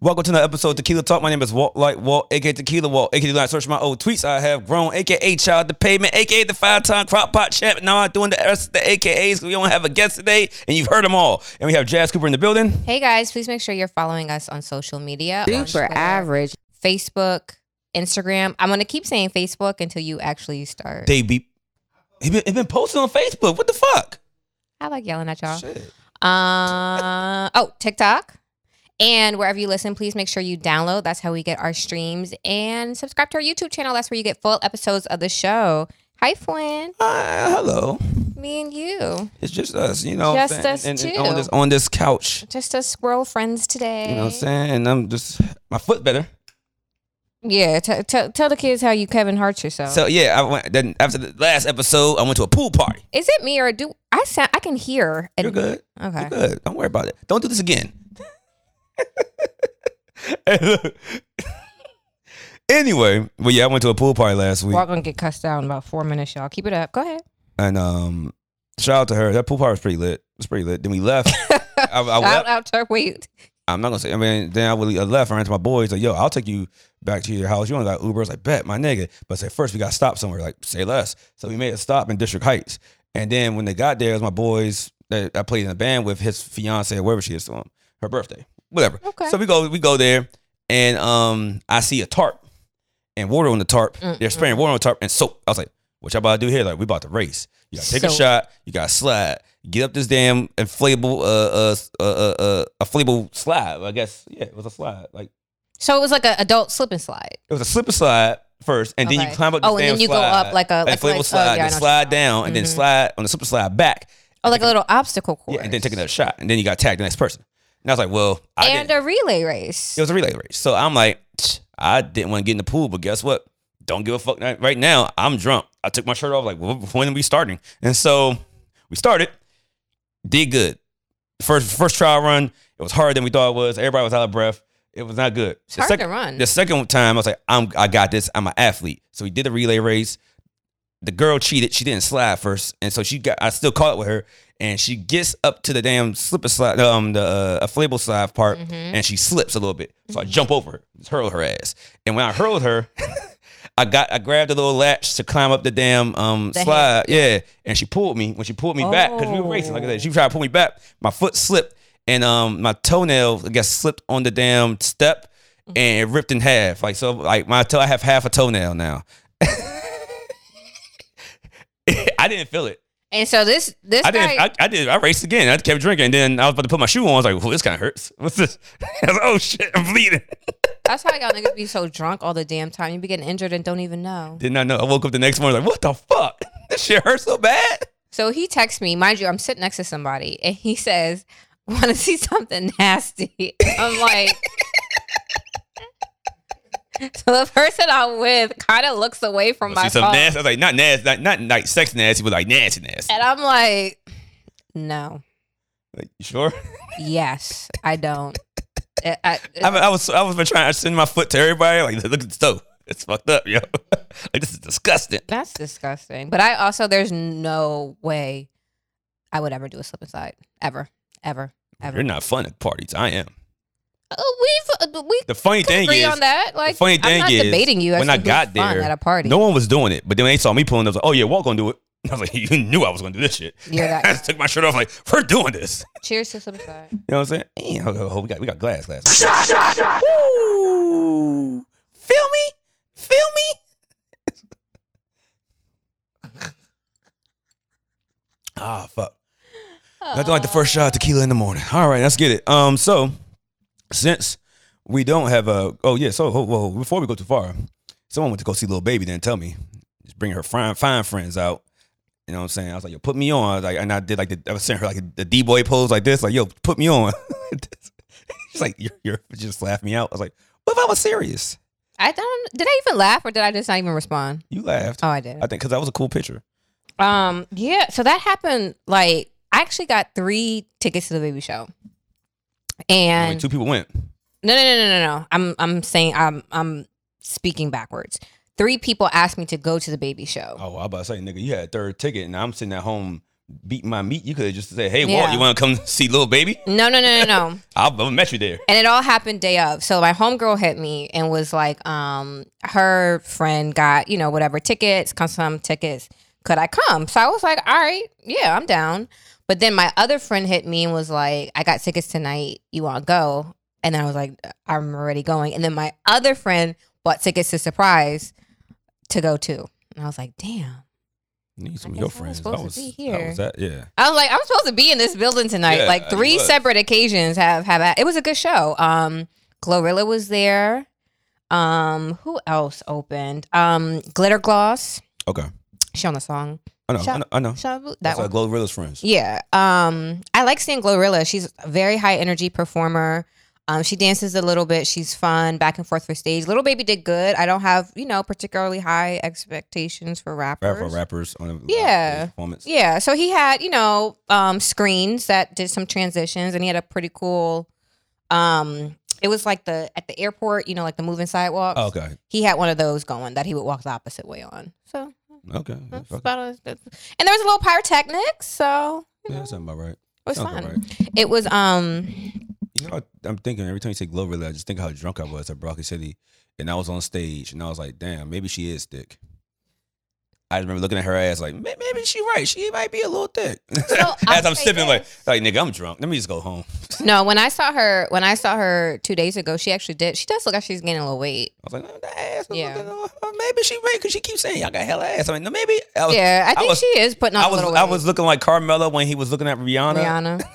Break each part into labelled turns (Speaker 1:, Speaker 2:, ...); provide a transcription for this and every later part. Speaker 1: Welcome to another episode of Tequila Talk. My name is Walt Like Walt, aka Tequila Walt, aka Do Not Search My Old Tweets. I have grown, aka Child the Pavement, aka the five time crop pot champ. Now I'm doing the rest of the AKAs. We don't have a guest today, and you've heard them all. And we have Jazz Cooper in the building.
Speaker 2: Hey guys, please make sure you're following us on social media. on
Speaker 3: Super
Speaker 2: Twitter,
Speaker 3: average.
Speaker 2: Facebook, Instagram. I'm gonna keep saying Facebook until you actually start.
Speaker 1: They be, he been, he been posting on Facebook. What the fuck?
Speaker 2: I like yelling at y'all.
Speaker 1: Shit.
Speaker 2: Uh, oh, TikTok. And wherever you listen, please make sure you download. That's how we get our streams. And subscribe to our YouTube channel. That's where you get full episodes of the show. Hi, Flynn.
Speaker 1: Uh, hello.
Speaker 2: Me and you.
Speaker 1: It's just us, you know. what I'm
Speaker 2: Just
Speaker 1: saying?
Speaker 2: us
Speaker 1: and, and
Speaker 2: two.
Speaker 1: on this on this couch.
Speaker 2: Just us squirrel friends today.
Speaker 1: You know what I'm saying? And I'm just my foot better.
Speaker 2: Yeah. T- t- tell the kids how you Kevin Hart yourself.
Speaker 1: So yeah, I went then after the last episode, I went to a pool party.
Speaker 2: Is it me or do I sound? I can hear.
Speaker 1: You're good.
Speaker 2: Okay.
Speaker 1: You're good. Don't worry about it. Don't do this again. Hey, look. anyway, well, yeah, I went to a pool party last week,
Speaker 2: We're all gonna get cussed out in about four minutes, y'all. Keep it up. Go ahead.
Speaker 1: and um, shout out to her. That pool party was pretty lit. It was pretty lit. Then we left. I, I
Speaker 2: Shout
Speaker 1: left.
Speaker 2: out to wait.
Speaker 1: I'm not gonna say. I mean, then I, really, I left. I ran to my boys like, "Yo, I'll take you back to your house. You only got Uber." I was like, "Bet, my nigga." But I said first we got to stop somewhere. Like, say less. So we made a stop in District Heights, and then when they got there, it was my boys that I played in the band with his fiance or wherever she is from her birthday, whatever.
Speaker 2: Okay.
Speaker 1: So we go, we go there, and um, I see a tarp and water on the tarp. They're spraying water on the tarp and soap. I was like, "What y'all about to do here? Like, we about to race. You gotta take a
Speaker 2: Soap.
Speaker 1: shot. You gotta slide. Get up this damn inflatable, uh, uh, uh, uh, uh inflatable slide. I guess yeah, it was a slide. Like
Speaker 2: So it was like an adult slip and slide.
Speaker 1: it was a slip and slide first, and then you
Speaker 2: Okay.
Speaker 1: climb up. This
Speaker 2: Oh, and
Speaker 1: damn
Speaker 2: then you go
Speaker 1: slide,
Speaker 2: up like a- like-
Speaker 1: inflatable
Speaker 2: like- oh,
Speaker 1: slide,
Speaker 2: yeah, I know
Speaker 1: then
Speaker 2: what you're
Speaker 1: slide
Speaker 2: talking
Speaker 1: down, and then slide on the slip and slide back.
Speaker 2: Oh, like a little obstacle course.
Speaker 1: Yeah, and then take another shot, and then you got tagged the next person. And I was like, well, I didn't.
Speaker 2: And a relay race.
Speaker 1: It was a relay race. So I'm like, "Tch, I didn't want to get in the pool, but guess what? Don't give a fuck now- right now. I'm drunk. I took my shirt off. Like, well, when are we starting? And so we started. Did good. First first trial run. It was harder than we thought it was. Everybody was out of breath. It was not good.
Speaker 2: it's hard
Speaker 1: second,
Speaker 2: to run.
Speaker 1: the second time, I was like, I'm, I got this. I'm an athlete. So we did a relay race. The girl cheated. She didn't slide first, and so she got. I still caught up with her, and she gets up to the damn slip and slide, um, the uh, inflatable slide part, and she slips a little bit. So I jump over her, hurl her ass, and when I hurled her, I got, I grabbed a little latch to climb up the damn um
Speaker 2: The
Speaker 1: slide, yeah, and she pulled me. When she pulled me back, because we were racing, like I said, she tried to pull me back. My foot slipped, and um, my toenail I guess slipped on the damn step, and it ripped in half. Like so, like my toe, I have half a toenail now. I didn't feel it.
Speaker 2: and so this this
Speaker 1: I
Speaker 2: guy.
Speaker 1: didn't. I, I did. I raced again. I kept drinking. And then I was about to put my shoe on. I was like, "Well, this kind of hurts. What's this?" I was like, "Oh shit, I'm bleeding."
Speaker 2: that's how y'all niggas be so drunk all the damn time. You be getting injured and don't even know.
Speaker 1: Did not know. I woke up the next morning like, "What the fuck? This shit hurts so bad."
Speaker 2: So he texts me, mind you, I'm sitting next to somebody, and he says, "Want to see something nasty?" I'm like. So the person I'm with kind of looks away from
Speaker 1: See
Speaker 2: my
Speaker 1: some
Speaker 2: phone.
Speaker 1: nasty. I was like, not nasty, not, not like sex nasty, but like nasty nasty.
Speaker 2: And I'm like, no,
Speaker 1: Like, you sure?
Speaker 2: yes, I don't. I, I,
Speaker 1: I, mean, I was I was been trying to send my foot to everybody. Like, look at this toe. It's fucked up, yo. like this is disgusting.
Speaker 2: that's disgusting. But I also, there's no way I would ever do a slip and slide. Ever, ever,
Speaker 1: You're
Speaker 2: ever.
Speaker 1: not fun at parties. I am.
Speaker 2: Oh, we've, uh, we
Speaker 1: The funny
Speaker 2: can
Speaker 1: thing
Speaker 2: agree
Speaker 1: is,
Speaker 2: on that. Like,
Speaker 1: funny thing
Speaker 2: I'm not
Speaker 1: is,
Speaker 2: debating you. as
Speaker 1: when I
Speaker 2: to who's
Speaker 1: got
Speaker 2: fun
Speaker 1: there,
Speaker 2: at a party.
Speaker 1: no one was doing it. But then when they saw me pulling, up, like, oh yeah, Walt gonna do it. I was like, you knew I was gonna do this shit.
Speaker 2: You're that
Speaker 1: I just took my shirt off. Like, we're doing this.
Speaker 2: Cheers to slip and slide.
Speaker 1: You know what I'm saying? Damn, oh, oh, we got we got glass glass. Ooh, feel me, feel me. ah, fuck. Nothing like the first shot of tequila in the morning. All right, let's get it. Um, so since we don't have a oh yeah, so whoa, whoa, before we go too far, someone went to go see little baby. Didn't tell me. Just bring her fine fine friends out. You know what I'm saying? I was like, yo, put me on. I was like, and I did like the, I was sending her like a, the D boy pose like this, like yo, put me on. She's like, you're, you're just laugh me out. I was like, what if I was serious?
Speaker 2: I don't. Did I even laugh, or did I just not even respond?
Speaker 1: You laughed.
Speaker 2: Oh, I did.
Speaker 1: I think because that was a cool picture.
Speaker 2: Um, yeah, so that happened like I actually got three tickets to the baby show.
Speaker 1: Only
Speaker 2: And
Speaker 1: two people went.
Speaker 2: no no no no no no. I'm I'm saying I'm I'm speaking backwards. Three people asked me to go to the baby show.
Speaker 1: Oh, I was about to say, nigga, you had a third ticket, and I'm sitting at home beat my meat, you could have just said, "Hey, Walt,
Speaker 2: Yeah.
Speaker 1: you want to come see little baby?
Speaker 2: No, no, no, no, no.
Speaker 1: I'll, I'll met you there."
Speaker 2: And it all happened day of. So my homegirl hit me and was like, um, her friend got, you know, whatever tickets, come some tickets. Could I come? So I was like, all right, yeah, I'm down. But then my other friend hit me and was like, I got tickets tonight. You want to go? And then I was like, I'm already going. And then my other friend bought tickets to Surprise to go to. And I was like, damn.
Speaker 1: Need some
Speaker 2: I
Speaker 1: of your
Speaker 2: guess I was
Speaker 1: friends.
Speaker 2: supposed to
Speaker 1: I was,
Speaker 2: be
Speaker 1: I
Speaker 2: here.
Speaker 1: was at- yeah.
Speaker 2: I was like, I'm supposed to be in this building tonight.
Speaker 1: Yeah,
Speaker 2: like
Speaker 1: you
Speaker 2: three
Speaker 1: was.
Speaker 2: separate occasions have have it was a good show. Um, Glorilla was there. Um, who else opened? Um, Glitter Gloss.
Speaker 1: Okay.
Speaker 2: She on the song.
Speaker 1: I know. I
Speaker 2: Shop-
Speaker 1: know. I know.
Speaker 2: Shabu- That
Speaker 1: That's
Speaker 2: one.
Speaker 1: like Glorilla's friends.
Speaker 2: Yeah. Um, I like seeing Glorilla. She's a very high energy performer. Um, she dances a little bit. She's fun, back and forth for stage. Little Baby did good. I don't have, you know, particularly high expectations for rappers.
Speaker 1: Rapper, rappers on a
Speaker 2: Yeah.
Speaker 1: performance.
Speaker 2: Yeah, so he had, you know, um, screens that did some transitions and he had a pretty cool um it was like the at the airport, you know, like the moving sidewalks.
Speaker 1: Oh, okay.
Speaker 2: He had one of those going that he would walk the opposite way on. So
Speaker 1: Okay.
Speaker 2: that's
Speaker 1: Fuck it.
Speaker 2: about it. That's- And there was a little pyrotechnics, so you
Speaker 1: Yeah,
Speaker 2: know,
Speaker 1: that sounds about right.
Speaker 2: it was
Speaker 1: sounds
Speaker 2: fun.
Speaker 1: about right.
Speaker 2: It was um
Speaker 1: You know, I, I'm thinking every time you say Glorilla, I just think how drunk I was at Broccoli City, and I was on stage, and I was like, "Damn, maybe she is thick." I just remember looking at her ass like, "May- maybe she right. She might be a little thick.
Speaker 2: I'll
Speaker 1: As I'm
Speaker 2: say
Speaker 1: sipping, like,
Speaker 2: this.
Speaker 1: like nigga, I'm drunk. Let me just go home.
Speaker 2: no, when I saw her when I saw her two days ago, she actually did she does look like she's gaining a little weight.
Speaker 1: I was like, "Oh, that ass. was
Speaker 2: Yeah.
Speaker 1: looking- oh, oh, maybe she right because she keeps saying y'all got hella ass. I mean, no, maybe. I was,
Speaker 2: Yeah, I think
Speaker 1: was-
Speaker 2: she is putting on
Speaker 1: I
Speaker 2: a
Speaker 1: was
Speaker 2: little weight.
Speaker 1: I was looking like Carmelo when he was looking at Rihanna.
Speaker 2: Rihanna.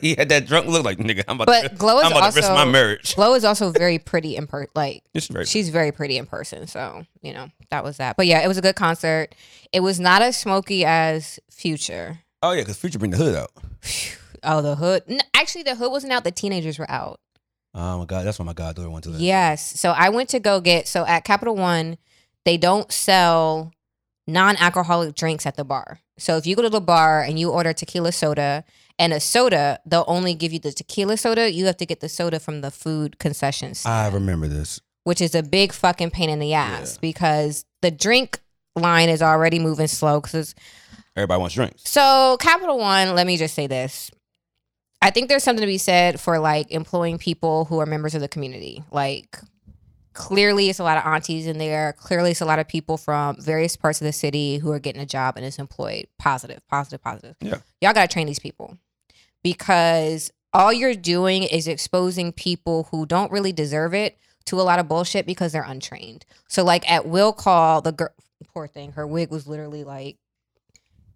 Speaker 1: He had that drunk look like nigga. I'm about
Speaker 2: But
Speaker 1: to,
Speaker 2: Glow is
Speaker 1: I'm about to risk
Speaker 2: also-
Speaker 1: my marriage.
Speaker 2: Flo is also very pretty in per like
Speaker 1: It's very-
Speaker 2: she's very pretty in person. So, you know, that was that. But yeah, it was a good concert. It was not as smoky as Future.
Speaker 1: oh yeah, because Future bring the hood out.
Speaker 2: Oh, the hood. n- actually, the hood wasn't out. The teenagers were out.
Speaker 1: Oh my god, that's why my goddaughter went to that.
Speaker 2: Yes. So I went to go get, so at Capital One, they don't sell non alcoholic drinks at the bar. So if you go to the bar and you order tequila soda and a soda, they'll only give you the tequila soda. You have to get the soda from the food concession stand.
Speaker 1: I remember this.
Speaker 2: which is a big fucking pain in the ass
Speaker 1: Yeah.
Speaker 2: because the drink line is already moving slow. 'cause it's-
Speaker 1: Everybody wants drinks.
Speaker 2: so Capital One, let me just say this. I think there's something to be said for like employing people who are members of the community. Like clearly it's a lot of aunties in there. Clearly it's a lot of people from various parts of the city who are getting a job and is employed. Positive, positive, positive.
Speaker 1: Yeah.
Speaker 2: Y'all gotta train these people. Because all you're doing is exposing people who don't really deserve it to a lot of bullshit because they're untrained. So like at will call the girl poor thing, her wig was literally like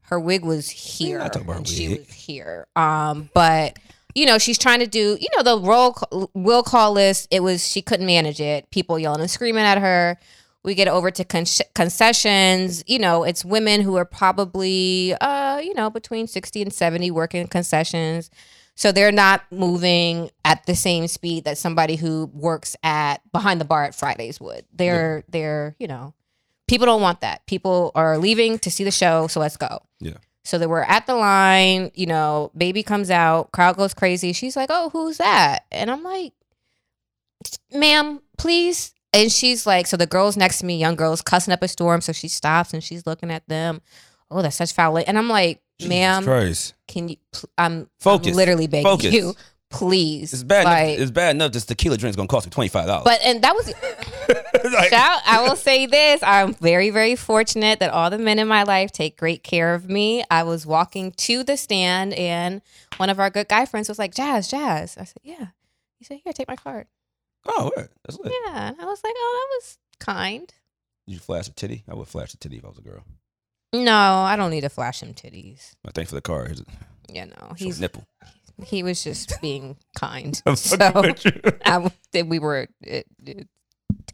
Speaker 2: her wig was here.
Speaker 1: not talking about her
Speaker 2: and she
Speaker 1: wig.
Speaker 2: was here. Um but you know, she's trying to do, you know, the roll c- will call list. It was she couldn't manage it. People yelling and screaming at her. We get over to con- concessions. You know, it's women who are probably, uh, you know, between sixty and seventy working concessions. So they're not moving at the same speed that somebody who works at behind the bar at Fridays would. They're they're you know, people don't want that. People are leaving to see the show, so let's go.
Speaker 1: Yeah.
Speaker 2: So that we're at the line, you know, baby comes out, crowd goes crazy. She's like, "Oh, who's that?" And I'm like, "Ma'am, please." And she's like, so the girls next to me, young girls, cussing up a storm. So she stops and she's looking at them. Oh, that's such foul. la-" And I'm like,
Speaker 1: Jesus
Speaker 2: ma'am,
Speaker 1: Christ,
Speaker 2: can you? Pl- I'm
Speaker 1: Focus.
Speaker 2: I'm literally begging
Speaker 1: Focus.
Speaker 2: you, please.
Speaker 1: it's bad.
Speaker 2: Like,
Speaker 1: enough, it's bad enough. This tequila drink's gonna cost me twenty five dollars.
Speaker 2: but and that was shout. I will say this: I'm very, very fortunate that all the men in my life take great care of me. I was walking to the stand, and one of our good guy friends was like, "Jazz, Jazz." I said, "Yeah." He said, "Here, take my card."
Speaker 1: oh, word. that's lit.
Speaker 2: Yeah, and I was like, "Oh, that was kind."
Speaker 1: You flash a titty. I would flash a titty if I was a girl.
Speaker 2: No, I don't need to flash him titties.
Speaker 1: But thanks for the car. Here's a
Speaker 2: You know,
Speaker 1: short
Speaker 2: he's
Speaker 1: nipple.
Speaker 2: he was just being kind.
Speaker 1: I'm
Speaker 2: so.
Speaker 1: fucking with you.
Speaker 2: I w- that we were it, it,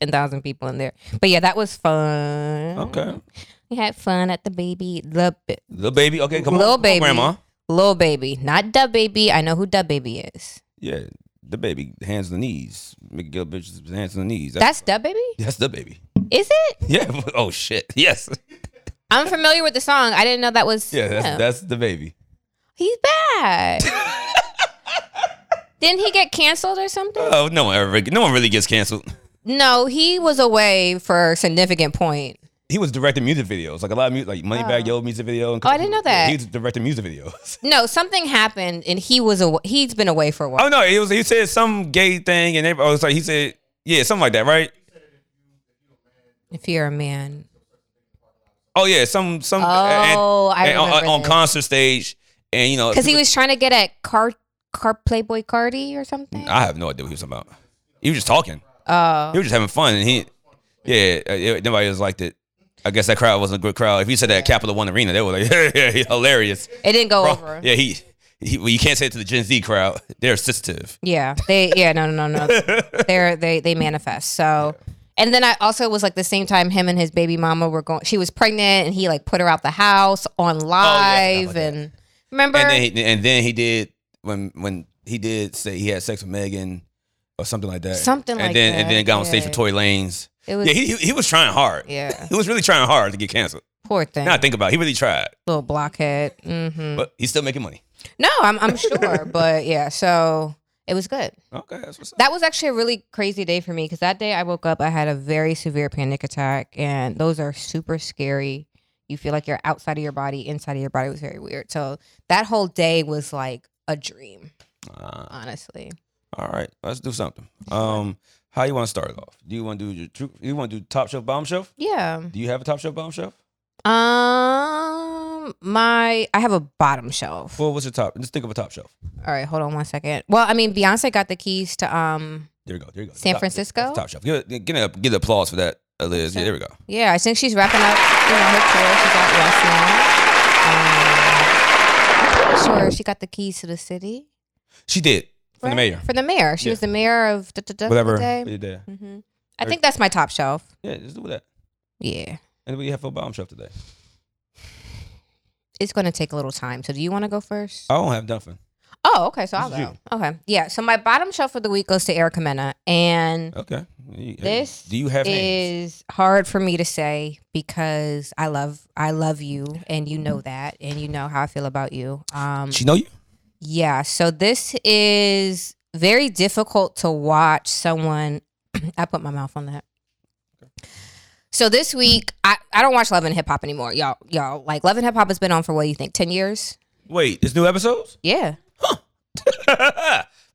Speaker 2: ten thousand people in there. But yeah, that was fun.
Speaker 1: Okay.
Speaker 2: we had fun at the baby the b-
Speaker 1: Little baby. Okay, come
Speaker 2: Little
Speaker 1: on, Come on,
Speaker 2: baby.
Speaker 1: grandma.
Speaker 2: little baby, not the baby. I know who the baby is.
Speaker 1: Yeah, the baby hands on the knees. McGill bitches hands on the knees. That's,
Speaker 2: That's the baby.
Speaker 1: that's the baby.
Speaker 2: Is it?
Speaker 1: Yeah. Oh shit. Yes.
Speaker 2: I'm familiar with the song. I didn't know that was.
Speaker 1: Yeah. That's
Speaker 2: him.
Speaker 1: that's the baby.
Speaker 2: He's bad. Didn't he get canceled or something?
Speaker 1: Oh no one ever. No one really gets canceled.
Speaker 2: No, he was away for a significant point.
Speaker 1: he was directing music videos, like a lot of music, like Moneybag
Speaker 2: Oh.
Speaker 1: Yo music video. And
Speaker 2: Oh, I didn't know that.
Speaker 1: He was directing music videos.
Speaker 2: No, something happened and he was aw- he's been away for a while.
Speaker 1: Oh no, it was he said some gay thing and everybody was like he said yeah something like that right?
Speaker 2: If you're a man,
Speaker 1: Oh yeah, some some
Speaker 2: Oh, I
Speaker 1: on-
Speaker 2: remember
Speaker 1: uh, on, on
Speaker 2: this.
Speaker 1: concert stage and you know
Speaker 2: because he was trying to get at Car Car Playboy Cardi or something.
Speaker 1: I have no idea what he was talking about. He was just talking.
Speaker 2: Oh,
Speaker 1: He was just having fun and he yeah uh, yeah, nobody was like that. I guess that crowd wasn't a good crowd. If you said that at Capital One Arena, they were like hilarious.
Speaker 2: it didn't go
Speaker 1: Bro,
Speaker 2: over.
Speaker 1: yeah, he, he well, you can't say it to the Gen Z crowd. They're sensitive.
Speaker 2: Yeah, they yeah no no no no they're they they manifest so. And then I also it was like the same time him and his baby mama were going. She was pregnant, and he like put her out the house
Speaker 1: Oh,
Speaker 2: on live.
Speaker 1: like that.
Speaker 2: and remember,
Speaker 1: And then he, and then he did when when he did say he had sex with Megan or something like that.
Speaker 2: Something
Speaker 1: and
Speaker 2: like
Speaker 1: then,
Speaker 2: that,
Speaker 1: And then got on stage
Speaker 2: yeah.
Speaker 1: for Tory Lanez.
Speaker 2: it was
Speaker 1: yeah, he, he he was trying hard.
Speaker 2: Yeah.
Speaker 1: he was really trying hard to get canceled.
Speaker 2: poor thing,
Speaker 1: Now I think about it, he really tried,
Speaker 2: little blockhead. hmm
Speaker 1: but he's still making money.
Speaker 2: No, I'm I'm sure, but yeah. So it was good.
Speaker 1: Okay, that's what's up.
Speaker 2: That was actually a really crazy day for me because that day I woke up, I had a very severe panic attack, and those are super scary. You feel like you're outside of your body, inside of your body was very weird. So that whole day was like a dream,
Speaker 1: Uh,
Speaker 2: honestly.
Speaker 1: all right, let's do something. Um, how you want to start it off? Do you want to do your true? You want to do top shelf, bottom shelf?
Speaker 2: Yeah.
Speaker 1: Do you have a top shelf, bottom shelf?
Speaker 2: Um, my I have a bottom shelf.
Speaker 1: Well, what's your top? Just think of a top shelf.
Speaker 2: All right, hold on one second. Well, I mean, Beyonce got the keys to um.
Speaker 1: There you go. There you go.
Speaker 2: San
Speaker 1: Top-
Speaker 2: Francisco?
Speaker 1: Top shelf. Give, give, it- give the applause for that, uh, Liz. Yeah, there we go.
Speaker 2: Yeah, I think she's wrapping up you know, her tour. She's out west now. Um, I'm pretty sure she got the keys to the city.
Speaker 1: She did from the
Speaker 2: right?
Speaker 1: mayor.
Speaker 2: From the mayor. She
Speaker 1: Yeah.
Speaker 2: was the mayor of da, da, da,
Speaker 1: Whatever.
Speaker 2: Day.
Speaker 1: Yeah,
Speaker 2: hmm I think that's my top shelf.
Speaker 1: yeah, just do that.
Speaker 2: Yeah.
Speaker 1: And we have for bomb shelf today.
Speaker 2: It's going to take a little time. So do you want to go first?
Speaker 1: I don't have nothing.
Speaker 2: Oh, okay. So
Speaker 1: Uh, This
Speaker 2: I'll
Speaker 1: is
Speaker 2: go. Okay. Yeah. So my bottom shelf for the week goes to Erica Mena. And
Speaker 1: Okay. You-
Speaker 2: This
Speaker 1: Do you have hands?
Speaker 2: is hard for me to say because I love I love you and you know that and you know how I feel about you. Um
Speaker 1: She know you?
Speaker 2: Yeah, so this is very difficult to watch someone. I put my mouth on that. So this week, I, I don't watch Love and Hip Hop anymore, y'all. Y'all like Love and Hip Hop has been on for what do you think, ten years?
Speaker 1: Wait, it's new episodes?
Speaker 2: Yeah,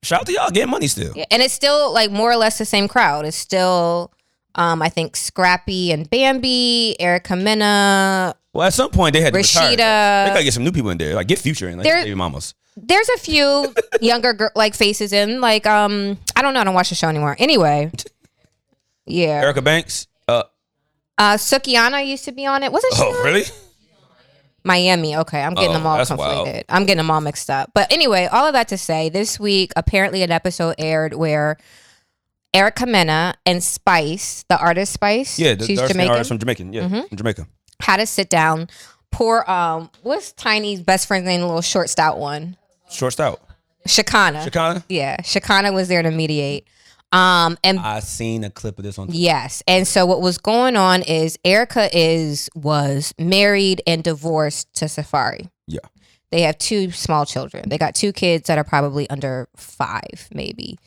Speaker 1: Shout out to y'all getting money still.
Speaker 2: yeah, and it's still like more or less the same crowd. It's still, um, I think Scrappy and Bambi, Erica Mena.
Speaker 1: Well, at some point they had to retire.
Speaker 2: Rashida.
Speaker 1: that. They gotta get some new people in there. Like get future and like
Speaker 2: There-
Speaker 1: baby mamas.
Speaker 2: There's a few younger gir- like faces in like um I don't know. I don't watch the show anymore. Anyway, yeah.
Speaker 1: Erica Banks. Uh
Speaker 2: Uh, Sukiana used to be on it. Wasn't she?
Speaker 1: oh,
Speaker 2: on
Speaker 1: really?
Speaker 2: Miami. Okay, I'm getting
Speaker 1: Oh,
Speaker 2: them all
Speaker 1: that's
Speaker 2: conflated. I'm getting them all mixed up. But anyway, all of that to say, this week apparently an episode aired where Erica Mena and Spice, the artist Spice,
Speaker 1: Yeah, the
Speaker 2: she's
Speaker 1: Darcy
Speaker 2: Jamaican, Mm-hmm.
Speaker 1: artist from Jamaican. Yeah, from Jamaica.
Speaker 2: had to sit down. Poor um, what's Tiny's best friend's name? The little short stout one,
Speaker 1: Short stout.
Speaker 2: Uh-huh. Shakana.
Speaker 1: Chicana.
Speaker 2: yeah, Shakana was there to mediate. Um, and
Speaker 1: I seen a clip of this on
Speaker 2: Yes. And so what was going on is Erica is was married and divorced to Safari.
Speaker 1: Yeah.
Speaker 2: They have two small children. They got two kids that are probably under 5 maybe.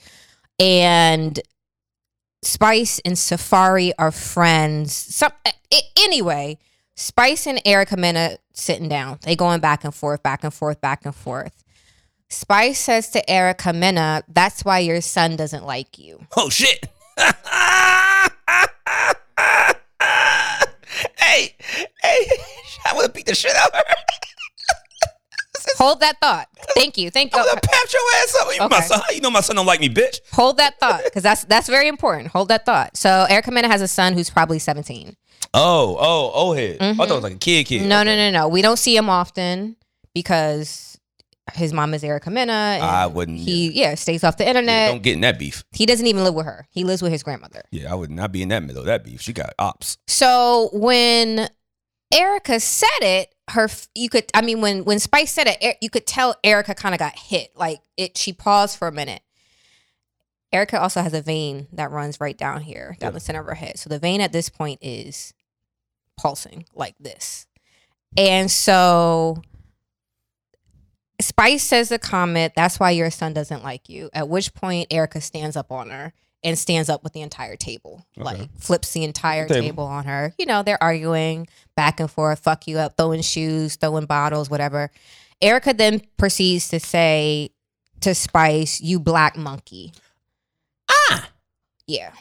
Speaker 2: And Spice and Safari are friends. Some a- anyway, Spice and Erica Mena sitting down. They going back and forth, back and forth, back and forth. Spice says to Erica Mena, "That's why your son doesn't like you."
Speaker 1: Oh shit. hey, hey, I would beat the shit out of her.
Speaker 2: Hold that thought. Thank you. Thank you.
Speaker 1: I would pat your ass up. You, my
Speaker 2: Okay.
Speaker 1: son, how you know my son don't like me, bitch.
Speaker 2: Hold that thought because that's that's very important. Hold that thought. So Erica Mena has a son who's probably 17.
Speaker 1: Oh, oh, oh head. I thought it was like a kid kid.
Speaker 2: Mm-hmm. No, no, no, no. We don't see him often because his mom is Erica Mena. And
Speaker 1: I wouldn't,
Speaker 2: He yeah stays off the internet.
Speaker 1: Don't get in that beef.
Speaker 2: he doesn't even live with her. He lives with his grandmother.
Speaker 1: Yeah, I would not be in that middle of that beef. She got ops.
Speaker 2: So when Erica said it, her f- you could I mean when when Spice said it, E- you could tell Erica kind of got hit. Like it, she paused for a minute. Erica also has a vein that runs right down here, down
Speaker 1: Yeah.
Speaker 2: the center of her head. So the vein at this point is pulsing like this, and so. Spice says the comment, that's why your son doesn't like you. At which point, Erica stands up on her and stands up with the entire table,
Speaker 1: Okay.
Speaker 2: like flips the entire
Speaker 1: Table.
Speaker 2: table. on her. You know, they're arguing back and forth, fuck you up, throwing shoes, throwing bottles, whatever. Erica then proceeds to say to Spice, "You black monkey."
Speaker 1: Ah!
Speaker 2: Yeah,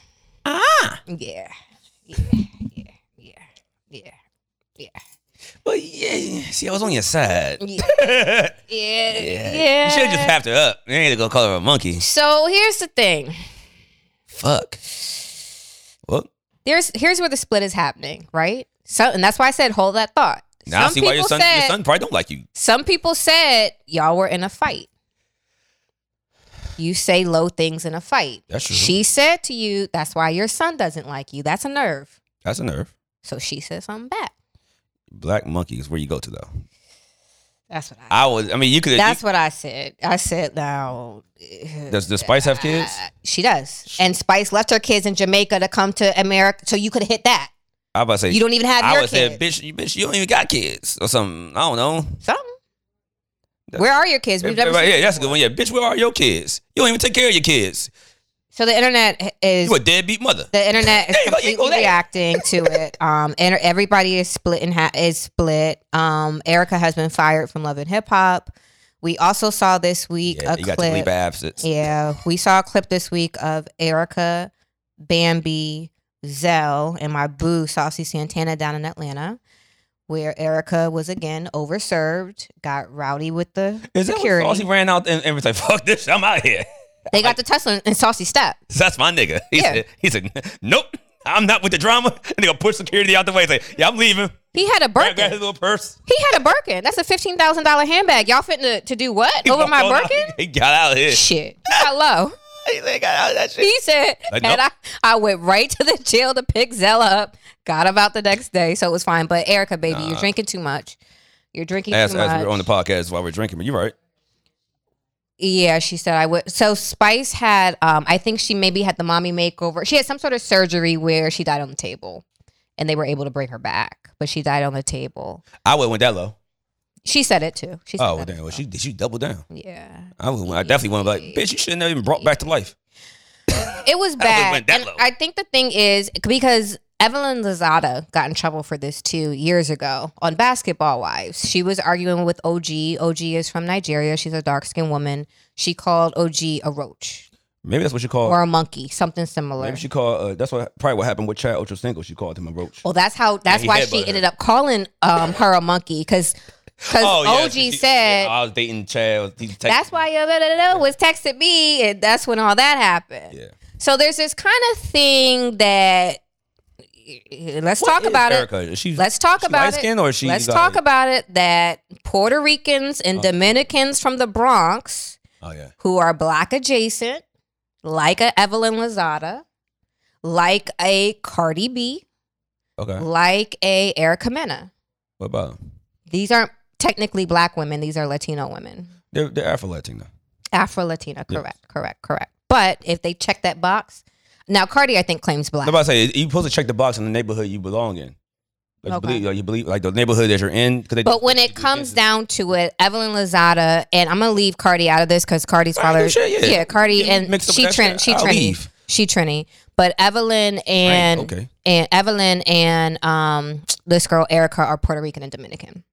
Speaker 1: Ah!
Speaker 2: yeah, yeah, yeah, yeah, yeah,
Speaker 1: But yeah, see, I was on your side.
Speaker 2: yeah,
Speaker 1: yeah.
Speaker 2: yeah.
Speaker 1: You should have just papped her up. You ain't gonna call her a monkey.
Speaker 2: So here's the thing.
Speaker 1: Fuck. Well,
Speaker 2: There's here's where the split is happening, right? So and that's why I said hold that thought.
Speaker 1: now I see why your son,
Speaker 2: said,
Speaker 1: your son probably don't like you.
Speaker 2: Some people said y'all were in a fight. You say low things in a fight.
Speaker 1: That's true.
Speaker 2: She said to you, that's why your son doesn't like you. That's a nerve.
Speaker 1: That's a nerve.
Speaker 2: So she said something back.
Speaker 1: Black monkey is where you go to though.
Speaker 2: That's what I
Speaker 1: I was. I mean, you could.
Speaker 2: That's what I said. I said now
Speaker 1: Does does Spice have kids?
Speaker 2: uh, she does. And Spice left her kids in Jamaica to come to America. So you could have hit that.
Speaker 1: I about to say.
Speaker 2: You don't even have
Speaker 1: I
Speaker 2: your
Speaker 1: would
Speaker 2: kids.
Speaker 1: say, bitch, you bitch, you don't even got kids or something. I don't know.
Speaker 2: Something. Where are your kids? We've never
Speaker 1: Everybody-
Speaker 2: seen
Speaker 1: yeah,
Speaker 2: you
Speaker 1: that's a good
Speaker 2: before.
Speaker 1: one. Yeah, bitch, where are your kids? You don't even take care of your kids.
Speaker 2: So the internet is
Speaker 1: You a deadbeat mother.
Speaker 2: the internet is
Speaker 1: There you go, you go
Speaker 2: completely
Speaker 1: there.
Speaker 2: reacting to it. Um, and everybody is split and ha- is split. Um, Erica has been fired from Love and Hip Hop. We also saw this week
Speaker 1: Yeah,
Speaker 2: a
Speaker 1: you got to leave
Speaker 2: clip.
Speaker 1: absence.
Speaker 2: Yeah, we saw a clip this week of Erica, Bambi, Zell, and my boo Saucy Santana down in Atlanta. Where Erica was again overserved, got rowdy with the
Speaker 1: Is that
Speaker 2: security.
Speaker 1: what Saucy ran out and, and was like, fuck this, I'm out here.
Speaker 2: they got the Tesla and Saucy step.
Speaker 1: That's my nigga. He
Speaker 2: Yeah.
Speaker 1: said, he said, nope, I'm not with the drama. And they gonna push security out the way. Say, yeah, I'm leaving.
Speaker 2: He had a
Speaker 1: Grab, grab his
Speaker 2: Birkin.
Speaker 1: little purse.
Speaker 2: He had a Birkin. That's a fifteen thousand dollar handbag. Y'all fitting to, to do what
Speaker 1: He
Speaker 2: over
Speaker 1: walked
Speaker 2: my
Speaker 1: on out.
Speaker 2: Birkin?
Speaker 1: He got out of here.
Speaker 2: Shit. Hello.
Speaker 1: He said, got out of that shit.
Speaker 2: He said,
Speaker 1: Like,
Speaker 2: and
Speaker 1: nope.
Speaker 2: I, I went right to the jail to pick Zella up. Got him out the next day, so it was fine. But Erica, baby, you're drinking too much. You're drinking
Speaker 1: As,
Speaker 2: too
Speaker 1: as
Speaker 2: much.
Speaker 1: we're on the podcast while we're drinking, but you're right.
Speaker 2: yeah, she said I would. So Spice had, um, I think she maybe had the mommy makeover. She had some sort of surgery where she died on the table, and they were able to bring her back, but she died on the table.
Speaker 1: I would have went that low.
Speaker 2: She said it too. She said
Speaker 1: Oh, well,
Speaker 2: that as
Speaker 1: damn. Well,
Speaker 2: well.
Speaker 1: she, she doubled down.
Speaker 2: yeah.
Speaker 1: I, would, I definitely went like, bitch, you shouldn't have even brought back to life.
Speaker 2: It was
Speaker 1: would've
Speaker 2: bad.
Speaker 1: went that
Speaker 2: and
Speaker 1: low.
Speaker 2: I think the thing is because Evelyn Lozada got in trouble for this too years ago on Basketball Wives. She was arguing with OG. OG is from Nigeria. She's a dark skinned woman. She called OG a roach
Speaker 1: Maybe that's what she called.
Speaker 2: or a monkey, something similar.
Speaker 1: Maybe she called. Uh, that's what probably what happened with Chad Ochocinco. She called him a roach.
Speaker 2: well, that's how. That's
Speaker 1: he
Speaker 2: why
Speaker 1: headbutted
Speaker 2: she
Speaker 1: her.
Speaker 2: ended up calling um, her a monkey because OG
Speaker 1: Oh, she- she-
Speaker 2: said
Speaker 1: I was dating Chad. He texted
Speaker 2: that's
Speaker 1: me.
Speaker 2: why you blah, blah, blah, was texting me, and that's when all that happened.
Speaker 1: Yeah.
Speaker 2: So there's this kind of thing that let's talk about it.
Speaker 1: Erica? Is she,
Speaker 2: Let's talk
Speaker 1: she
Speaker 2: about it.
Speaker 1: light-skinned or is she
Speaker 2: Let's
Speaker 1: like-
Speaker 2: talk about it that Puerto Ricans and
Speaker 1: Uh-huh.
Speaker 2: Dominicans from the Bronx
Speaker 1: oh yeah.
Speaker 2: who are black adjacent, like a Evelyn Lozada, like a Cardi B,
Speaker 1: Okay.
Speaker 2: like a Erica Mena.
Speaker 1: What about them?
Speaker 2: These aren't technically black women, these are Latino women.
Speaker 1: They're, they're Afro Latino.
Speaker 2: Afro Latina, correct, correct, correct. But if they check that box, now Cardi I think claims black.
Speaker 1: I'm about to say you supposed to check the box in the neighborhood you belong in. Like, you
Speaker 2: Okay.
Speaker 1: believe, like, you believe like the neighborhood that you're in. 'cause they-
Speaker 2: But when
Speaker 1: they
Speaker 2: it
Speaker 1: do
Speaker 2: comes
Speaker 1: dances.
Speaker 2: down to it, Evelyn Lozada and I'm gonna leave Cardi out of this because Cardi's
Speaker 1: I ain't
Speaker 2: father,
Speaker 1: do shit, yeah.
Speaker 2: Cardi
Speaker 1: You
Speaker 2: and
Speaker 1: mixed up
Speaker 2: she
Speaker 1: with that
Speaker 2: Trin,
Speaker 1: shit,
Speaker 2: she
Speaker 1: I'll
Speaker 2: Trini,
Speaker 1: leave.
Speaker 2: she Trini. But Evelyn and
Speaker 1: okay.
Speaker 2: and Evelyn and um this girl Erica are Puerto Rican and Dominican,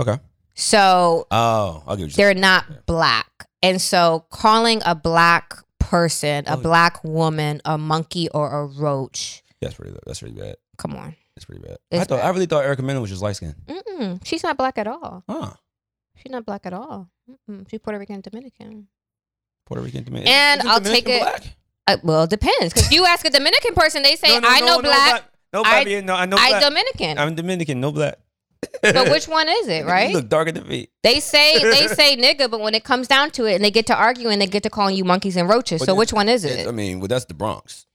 Speaker 1: okay.
Speaker 2: so
Speaker 1: Oh, I'll give you.
Speaker 2: they're not black. And so calling a black person, a
Speaker 1: Oh.
Speaker 2: black woman, a monkey or a roach,
Speaker 1: That's pretty. That's pretty bad.
Speaker 2: come on,
Speaker 1: That's pretty bad.
Speaker 2: It's
Speaker 1: I thought
Speaker 2: bad.
Speaker 1: I really thought Erica Mena was just light skinned.
Speaker 2: Mm-mm. she's not black at all.
Speaker 1: Huh.
Speaker 2: She's not black at all. Mm-mm. She's Puerto Rican and Dominican.
Speaker 1: Puerto Rican Dominican.
Speaker 2: And
Speaker 1: Isn't
Speaker 2: I'll
Speaker 1: Dominican
Speaker 2: take it-
Speaker 1: Black?
Speaker 2: Uh, well, it depends. Because you ask a Dominican person, they say,
Speaker 1: No, no,
Speaker 2: I
Speaker 1: no,
Speaker 2: know
Speaker 1: no
Speaker 2: black,
Speaker 1: No,
Speaker 2: I-
Speaker 1: Bobby, no, I know
Speaker 2: I
Speaker 1: black.
Speaker 2: Dominican.
Speaker 1: I'm Dominican, no black.
Speaker 2: but which one is it,
Speaker 1: You
Speaker 2: right?
Speaker 1: look darker than me.
Speaker 2: They say they say nigga, but when it comes down to it, and they get to arguing, they get to calling you monkeys and roaches.
Speaker 1: But
Speaker 2: so
Speaker 1: then-
Speaker 2: which one is
Speaker 1: I
Speaker 2: it?
Speaker 1: mean, well, that's the Bronx.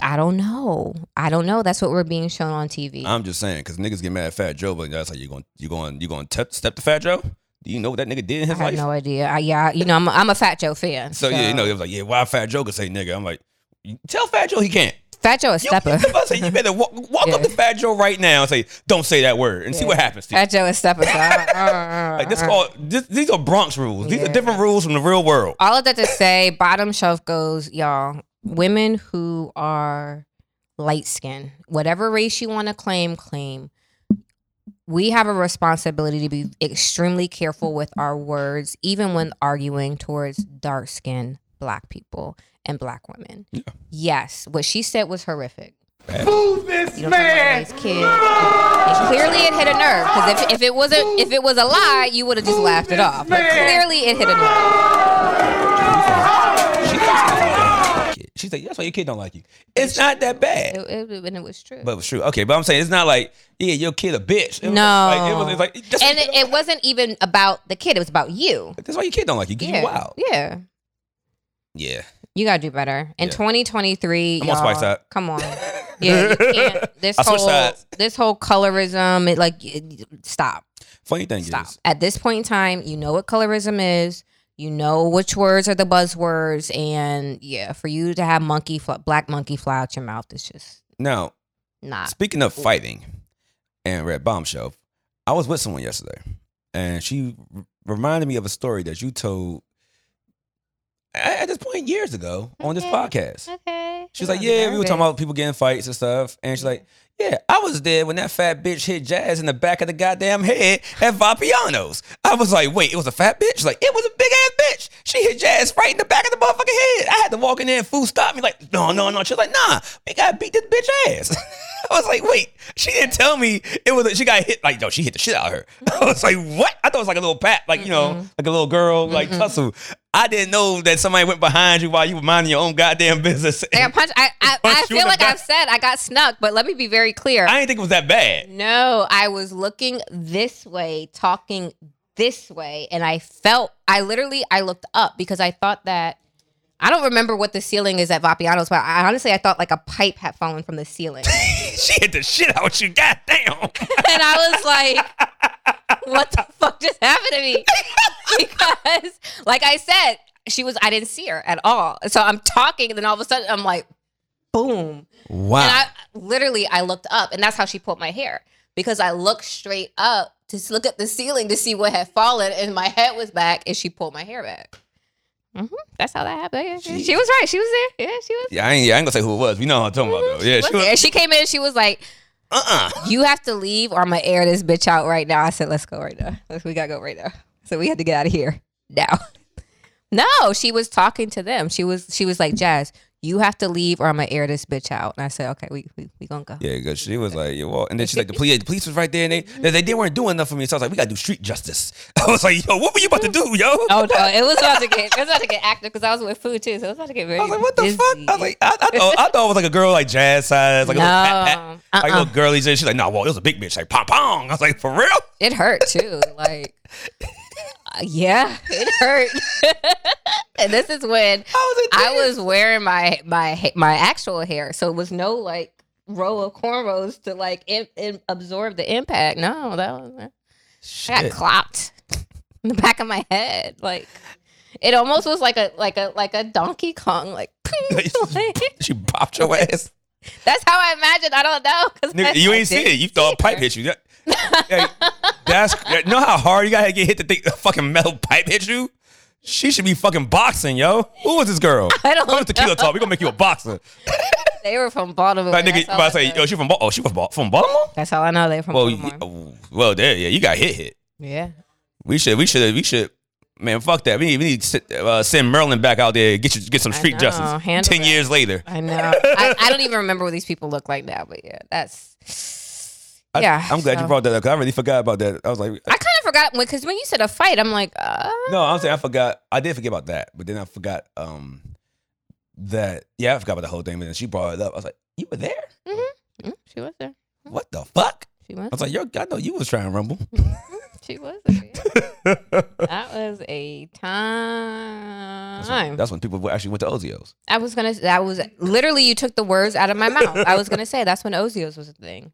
Speaker 2: I don't know. I don't know. That's what we're being shown on TV.
Speaker 1: I'm just saying, because niggas get mad at Fat Joe, but that's like you going, you going, you going to step to Fat Joe. Do you know what that nigga did in
Speaker 2: I
Speaker 1: his
Speaker 2: have
Speaker 1: life?
Speaker 2: no idea. I, yeah, you know, I'm, a- I'm a Fat Joe fan.
Speaker 1: so, yeah, you know, it was like, yeah, why Fat Joe could say nigga? I'm like, you tell Fat Joe he can't.
Speaker 2: Fat Joe a
Speaker 1: You,
Speaker 2: stepper.
Speaker 1: you- I say, you better walk, walk up
Speaker 2: Yeah.
Speaker 1: to Fat Joe right now and say, "Don't say that word," and see what happens. To you.
Speaker 2: Fat Joe a stepper. so I don't- uh, uh,
Speaker 1: Like this
Speaker 2: uh.
Speaker 1: called this, these are Bronx rules. These
Speaker 2: Yeah.
Speaker 1: are different rules from the real world.
Speaker 2: all of that to say, bottom shelf goes, y'all, women who are light skinned, whatever race you want to claim, claim. We have a responsibility to be extremely careful with our words, even when arguing towards dark skinned black people and black women. Yes, what she said was horrific.
Speaker 3: this
Speaker 2: You know, man. Kids. And clearly, it hit a nerve because if, if it wasn't if it was a lie, you would have just laughed it off. But clearly, it hit a nerve.
Speaker 1: She's like, "That's why your kid don't like you. It's not that bad."
Speaker 2: It, it, and it was true.
Speaker 1: But it was true. Okay, but I'm saying it's not like, yeah, your kid a bitch. It was
Speaker 2: no,
Speaker 1: like, it was it's like that's,
Speaker 2: and
Speaker 1: why
Speaker 2: it, it wasn't even about the kid. It was about you.
Speaker 1: that's why your kid don't like you. 'cause
Speaker 2: Yeah,
Speaker 1: You wild.
Speaker 2: yeah.
Speaker 1: Yeah.
Speaker 2: You gotta do better in
Speaker 1: Yeah.
Speaker 2: 2023.
Speaker 1: I'm on
Speaker 2: y'all,
Speaker 1: Spike's side.
Speaker 2: Come on, yeah. You can't, this
Speaker 1: I switched
Speaker 2: whole
Speaker 1: sides.
Speaker 2: this whole colorism. It like it- stop,
Speaker 1: Funny thing
Speaker 2: stop.
Speaker 1: is,
Speaker 2: At this point in time, you know what colorism is. You know which words are the buzzwords, and yeah, for you to have monkey fly, black monkey fly out your mouth is just
Speaker 1: now
Speaker 2: not.
Speaker 1: Speaking of fighting and Red Bombshell, I was with someone yesterday and she r- reminded me of a story that you told a- at this point years ago on this
Speaker 2: Okay.
Speaker 1: podcast.
Speaker 2: Okay.
Speaker 1: She was like, Yeah, we were talking about people getting fights and stuff. And she's like, Yeah, I was there when that fat bitch hit Jazz in the back of the goddamn head at Vapiano's. I was like, Wait, it was a fat bitch? She's like, it was a big ass bitch. She hit Jazz right in the back of the motherfucking head. I had to walk in there and food stopped me, like, No, no, no. She was like, Nah, we gotta beat this bitch ass. I was like, Wait, she didn't tell me it was, a, she got hit, like, no, she hit the shit out of her. I was like, What? I thought it was like a little pat, like, you know, like a little girl, like, tussle. I didn't know that somebody went behind you while you were minding your own goddamn business.
Speaker 2: I got punched. I, I, I
Speaker 1: Punched you in
Speaker 2: feel
Speaker 1: the
Speaker 2: like
Speaker 1: back.
Speaker 2: I've said I got snuck, but let me be very clear.
Speaker 1: I didn't think it was that bad.
Speaker 2: no, I was looking this way, talking this way, and I felt, I literally, I looked up because I thought that, I don't remember what the ceiling is at Vapiano's, but I honestly, I thought like a pipe had fallen from the ceiling.
Speaker 1: She hit the shit out you. Goddamn.
Speaker 2: and I was like, "What the fuck just happened to me?" Because, like I said, she was. I didn't see her at all. So I'm talking, and then all of a sudden, I'm like, "Boom!"
Speaker 1: Wow.
Speaker 2: And I literally, I looked up, and that's how she pulled my hair because I looked straight up to s- look at the ceiling to see what had fallen, and my head was back, and she pulled my hair back. hmm That's how that happened. Yeah, She, she was right. She was there. Yeah, she was.
Speaker 1: yeah, I ain't, yeah, I ain't gonna say who it was. We know what I'm talking about though. Yeah,
Speaker 2: was
Speaker 1: she was.
Speaker 2: there. She came in. She was like,
Speaker 1: Uh uh
Speaker 2: you have to leave or I'm gonna air this bitch out right now. I said, let's go right now. Let's- We gotta go right now. So we had to get out of here now. no, she was talking to them. She was she was like, Jazz, you have to leave or I'm gonna air this bitch out. And I said, okay, we we, we gonna go.
Speaker 1: Yeah, because she was like, yeah, well, and then she's like, the police, the police was right there, and they, they, they weren't doing enough for me. So I was like, we gotta do street justice. I was like, yo, what were you about to do, yo?
Speaker 2: Oh no, it was about to get it was about to get active because I was with food too, so it was about to get very.
Speaker 1: I was like, what the fuck? I was like, I, I, thought, I thought it was like a girl like jazz size, like a
Speaker 2: No,
Speaker 1: little, pat, pat, like a
Speaker 2: uh-uh.
Speaker 1: little girly. She's like, nah, well, it was a big bitch, like pom pong. I was like, for real?
Speaker 2: it hurt too. Like, uh, yeah, it hurt. and this is when
Speaker 1: I was like,
Speaker 2: I was wearing my my ha- my actual hair, so it was no like row of cornrows to like im- im- absorb the impact. No, that was I got
Speaker 1: shit.
Speaker 2: clopped in the back of my head. Like it almost was like a like a like a Donkey Kong. Like, like,
Speaker 1: She popped your ass.
Speaker 2: that's how I imagined. I don't know because
Speaker 1: Nigga, you ain't see it. You thought a pipe hit you. That- that- that's that- know how hard you gotta get hit to think a fucking metal pipe hit you. She should be fucking boxing, yo. Who was this girl?
Speaker 2: I don't
Speaker 1: Come to Tequila Talk. We gonna make you a boxer.
Speaker 2: They were from Baltimore.
Speaker 1: Like nigga,
Speaker 2: that's, all
Speaker 1: if I
Speaker 2: I
Speaker 1: say,
Speaker 2: know.
Speaker 1: yo, she from Baltimore. Oh, she from, Bal- from Baltimore.
Speaker 2: That's all I know. They were from
Speaker 1: Well,
Speaker 2: Baltimore.
Speaker 1: y- oh, well, there, yeah, you got hit, hit.
Speaker 2: yeah.
Speaker 1: We should, we should, we should. Man, fuck that. We need, we need to sit- uh, send Merlin back out there. Get you, get some street
Speaker 2: know,
Speaker 1: justice. Ten
Speaker 2: handle that.
Speaker 1: years later,
Speaker 2: I know. I, I don't even remember what these people look like now, but yeah, that's.
Speaker 1: I-
Speaker 2: yeah,
Speaker 1: I'm glad
Speaker 2: so.
Speaker 1: you brought that up. 'cause I really forgot about that. I was like,
Speaker 2: I kind of forgot because when you said a fight, I'm like, uh,
Speaker 1: No, I'm saying I forgot. I did forget about that, but then I forgot um that. Yeah, I forgot about the whole thing. But then she brought it up. I was like, "You were there?
Speaker 2: mm, she was there.
Speaker 1: What the fuck?"
Speaker 2: She was.
Speaker 1: I was like, "Yo, I know you was trying to rumble."
Speaker 2: She was there. yeah. that was a time.
Speaker 1: That's when, that's when people actually went to Ozio's.
Speaker 2: I was gonna. That was literally you took the words out of my mouth. I was gonna say that's when Ozios was a thing.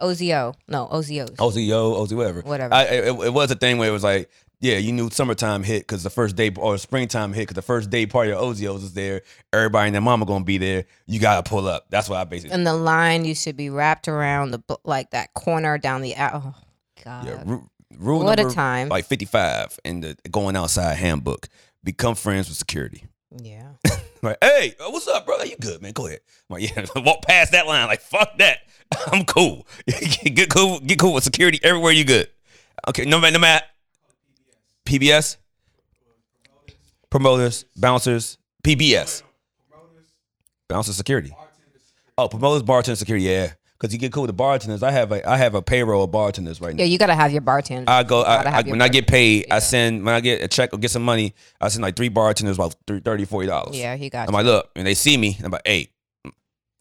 Speaker 2: Ozio, no Ozios. Oh.
Speaker 1: Ozio, Ozio, whatever.
Speaker 2: Whatever.
Speaker 1: I, it, it was a thing where it was like yeah, you knew summertime hit because the first day or springtime hit because the first day party of Ozio's is there. Everybody and their mama gonna be there. You gotta pull up. That's what I basically.
Speaker 2: And the line used to be wrapped around the bu- like that corner down the aisle. Oh God.
Speaker 1: yeah, ru- rule
Speaker 2: what a
Speaker 1: number,
Speaker 2: time.
Speaker 1: Like fifty five in the going outside handbook. Become friends with security.
Speaker 2: yeah.
Speaker 1: Like, hey, uh, what's up, bro? Like, you good, man? Go ahead. I'm like, yeah, walk past that line. Like, fuck that. I'm cool. get cool. Get cool with security everywhere. You good? Okay. No matter, no matter. PBS, promoters, bouncers, PBS, bouncer security. Oh, promoters, bartender, security. Yeah, because you get cool with the bartenders. I have a I have a payroll of bartenders right now.
Speaker 2: Yeah, you gotta have your bartender.
Speaker 1: I go. I,
Speaker 2: Gotta
Speaker 1: I,
Speaker 2: have your
Speaker 1: when I get paid, I
Speaker 2: Yeah.
Speaker 1: send when I get a check or get some money, I send like three bartenders about three- thirty, forty dollars.
Speaker 2: yeah, he got.
Speaker 1: I'm like, look, and they see me. I'm like, hey,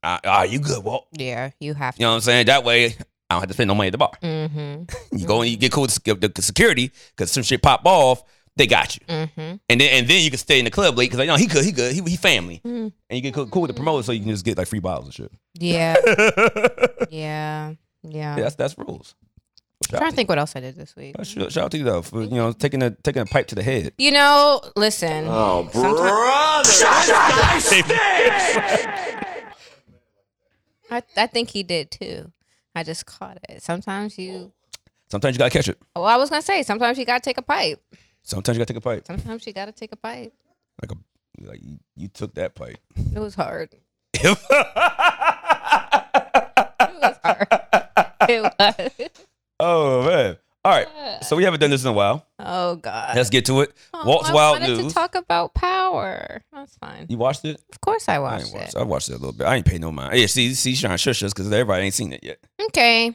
Speaker 1: ah, ah, you good, Walt?
Speaker 2: you. yeah, you have
Speaker 1: You
Speaker 2: to.
Speaker 1: know what I'm saying? That way, I don't have to spend no money at the bar.
Speaker 2: Mm-hmm.
Speaker 1: You go and you get cool with the the security because some shit pop off, they got you,
Speaker 2: Mm-hmm.
Speaker 1: and then and then you can stay in the club late because like, no, he good, he good, he, he family,
Speaker 2: Mm.
Speaker 1: and you get cool, cool with the promoter, so you can just get like free bottles and shit.
Speaker 2: Yeah,
Speaker 1: yeah,
Speaker 2: yeah, yeah.
Speaker 1: that's that's rules.
Speaker 2: I'm
Speaker 1: Shout
Speaker 2: trying to
Speaker 1: out,
Speaker 2: think what else I did this week.
Speaker 1: to, shout shout out to you though, for, you know, taking a taking a pipe to the head.
Speaker 2: You know, listen. Oh, brother! I, I think he did too. I just caught it. Sometimes you.
Speaker 1: Sometimes you gotta catch it.
Speaker 2: Well, I was gonna say sometimes you gotta take a pipe.
Speaker 1: Sometimes you gotta take a pipe.
Speaker 2: Sometimes you gotta take a pipe.
Speaker 1: Like a like you, you took that pipe.
Speaker 2: It was hard. It
Speaker 1: oh
Speaker 2: was hard. it was.
Speaker 1: man! All right, so we haven't done this in a while.
Speaker 2: Oh God.
Speaker 1: Let's get to it.
Speaker 2: Oh,
Speaker 1: Walt's
Speaker 2: I
Speaker 1: Wild
Speaker 2: wanted
Speaker 1: News.
Speaker 2: to talk about power. That's fine.
Speaker 1: You watched it?
Speaker 2: Of course, I
Speaker 1: I
Speaker 2: watched
Speaker 1: ain't
Speaker 2: it.
Speaker 1: watched. I watched it a little bit. I ain't paid no mind. Yeah, see, see, she's trying to shush us because everybody ain't seen it yet.
Speaker 2: Okay.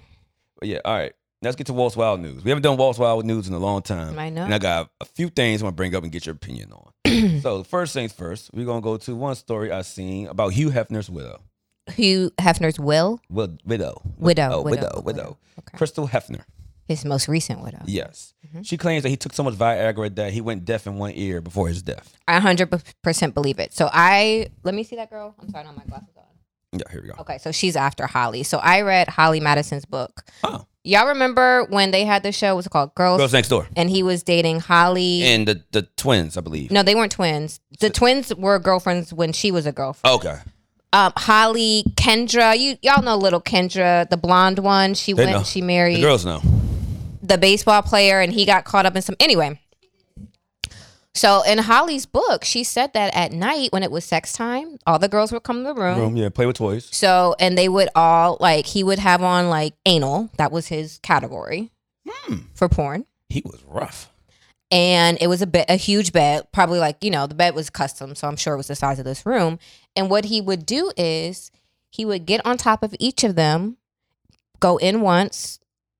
Speaker 1: But yeah, all right. Let's get to Walt's Wild News. We haven't done Walt's Wild News in a long time.
Speaker 2: I know.
Speaker 1: And I got a few things I want to bring up and get your opinion on. so first things first, we're gonna go to one story I seen about Hugh Hefner's widow.
Speaker 2: Hugh Hefner's will
Speaker 1: Wid- Widow.
Speaker 2: widow
Speaker 1: Oh, widow. Widow.
Speaker 2: Okay. Mm-hmm.
Speaker 1: Crystal Hefner.
Speaker 2: His most recent widow.
Speaker 1: Yes. She claims that he took so much Viagra that he went deaf in one ear before his death.
Speaker 2: I hundred percent believe it. So I let me see that girl. I'm sorry, not my glasses on.
Speaker 1: Yeah, here we go.
Speaker 2: Okay, so she's after Holly. So I read Holly Madison's book.
Speaker 1: Oh.
Speaker 2: Y'all remember when they had the show? What's it called? Girls.
Speaker 1: Girls next door.
Speaker 2: And he was dating Holly.
Speaker 1: And the, the twins, I believe.
Speaker 2: no, they weren't twins. The twins were girlfriends when she was a girlfriend.
Speaker 1: Okay.
Speaker 2: Um, Holly, Kendra. You y'all know little Kendra, the blonde one. She
Speaker 1: They
Speaker 2: went.
Speaker 1: know.
Speaker 2: She married.
Speaker 1: The girls know.
Speaker 2: the baseball player and he got caught up in some anyway so in holly's book she said that at night when it was sex time all the girls would come to the room
Speaker 1: Room, yeah, play with toys.
Speaker 2: so and they would all like he would have on like anal that was his category for porn
Speaker 1: He was rough.
Speaker 2: and it was a bed, a huge bed, probably like you know the bed was custom, so I'm sure it was the size of this room. And what he would do is he would get on top of each of them, go in once,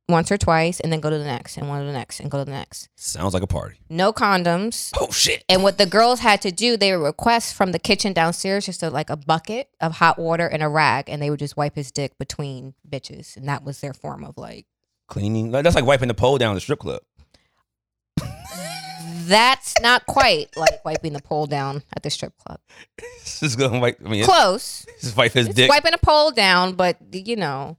Speaker 2: once or twice, and then go to the next, and one to the next, and go to the next.
Speaker 1: Sounds like a party.
Speaker 2: No condoms.
Speaker 1: Oh shit.
Speaker 2: And what the girls had to do, they would request from the kitchen downstairs just a, like a bucket of hot water and a rag, and they would just wipe his dick between bitches, and that was their form of like.
Speaker 1: Cleaning. Like, that's like wiping the pole down the strip club.
Speaker 2: That's not quite like wiping the pole down at the strip club.
Speaker 1: just gonna wipe I mean it's-
Speaker 2: Close.
Speaker 1: just wipe his
Speaker 2: It's
Speaker 1: dick.
Speaker 2: wiping a pole down, but you know,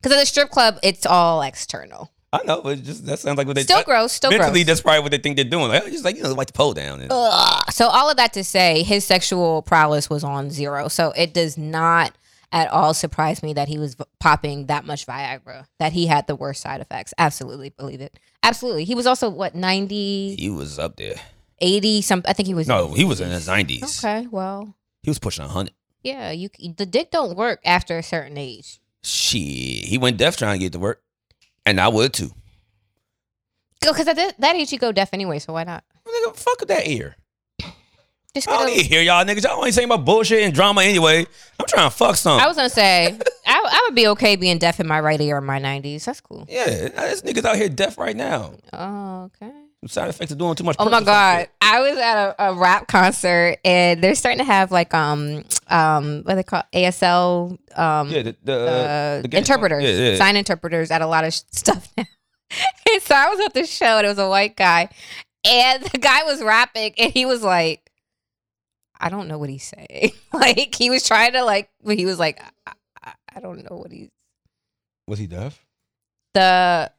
Speaker 2: because at the strip club, it's all external.
Speaker 1: I know, but just that sounds like what they
Speaker 2: still
Speaker 1: that-
Speaker 2: gross, Oh. still
Speaker 1: Mentally,
Speaker 2: gross.
Speaker 1: that's probably what they think they're doing. Like, oh, just like you know, wipe the pole down. And,
Speaker 2: Ugh. So all of that to say, his sexual prowess was on zero. So it does not at all surprise me that he was v- popping that much Viagra. That he had the worst side effects. Absolutely believe it. Absolutely. He was also what 90,
Speaker 1: he was up there.
Speaker 2: 80 something. I think he was.
Speaker 1: No, he was in his nineties.
Speaker 2: Okay. Well,
Speaker 1: He was pushing hundred.
Speaker 2: yeah. You c- the dick don't work after a certain age.
Speaker 1: Shit, he went deaf trying to get to work, and I would too.
Speaker 2: Because at that that age you go deaf anyway. So why not?
Speaker 1: Nigga, fuck with that ear.
Speaker 2: Just
Speaker 1: I
Speaker 2: get
Speaker 1: don't
Speaker 2: a-
Speaker 1: need to hear y'all niggas. Y'all ain't saying about bullshit and drama anyway. I'm trying to fuck some.
Speaker 2: I was gonna say I, I would be okay being deaf in my right ear in my nineties. That's cool.
Speaker 1: yeah, there's niggas out here deaf right now.
Speaker 2: Oh, okay.
Speaker 1: Side effects of doing too much.
Speaker 2: Oh
Speaker 1: perks or
Speaker 2: my
Speaker 1: some
Speaker 2: god,
Speaker 1: shit.
Speaker 2: I was at a, a rap concert and they're starting to have like um um what they call ASL um
Speaker 1: Yeah, the, the,
Speaker 2: uh,
Speaker 1: the game-
Speaker 2: interpreters,
Speaker 1: Yeah, yeah.
Speaker 2: sign interpreters at a lot of sh- stuff now. and so I was at the show and it was a white guy, and the guy was rapping and he was like, I don't know what he's saying. like he was trying to like, but he was like, I, I, I don't know what he's
Speaker 1: Was he deaf?
Speaker 2: the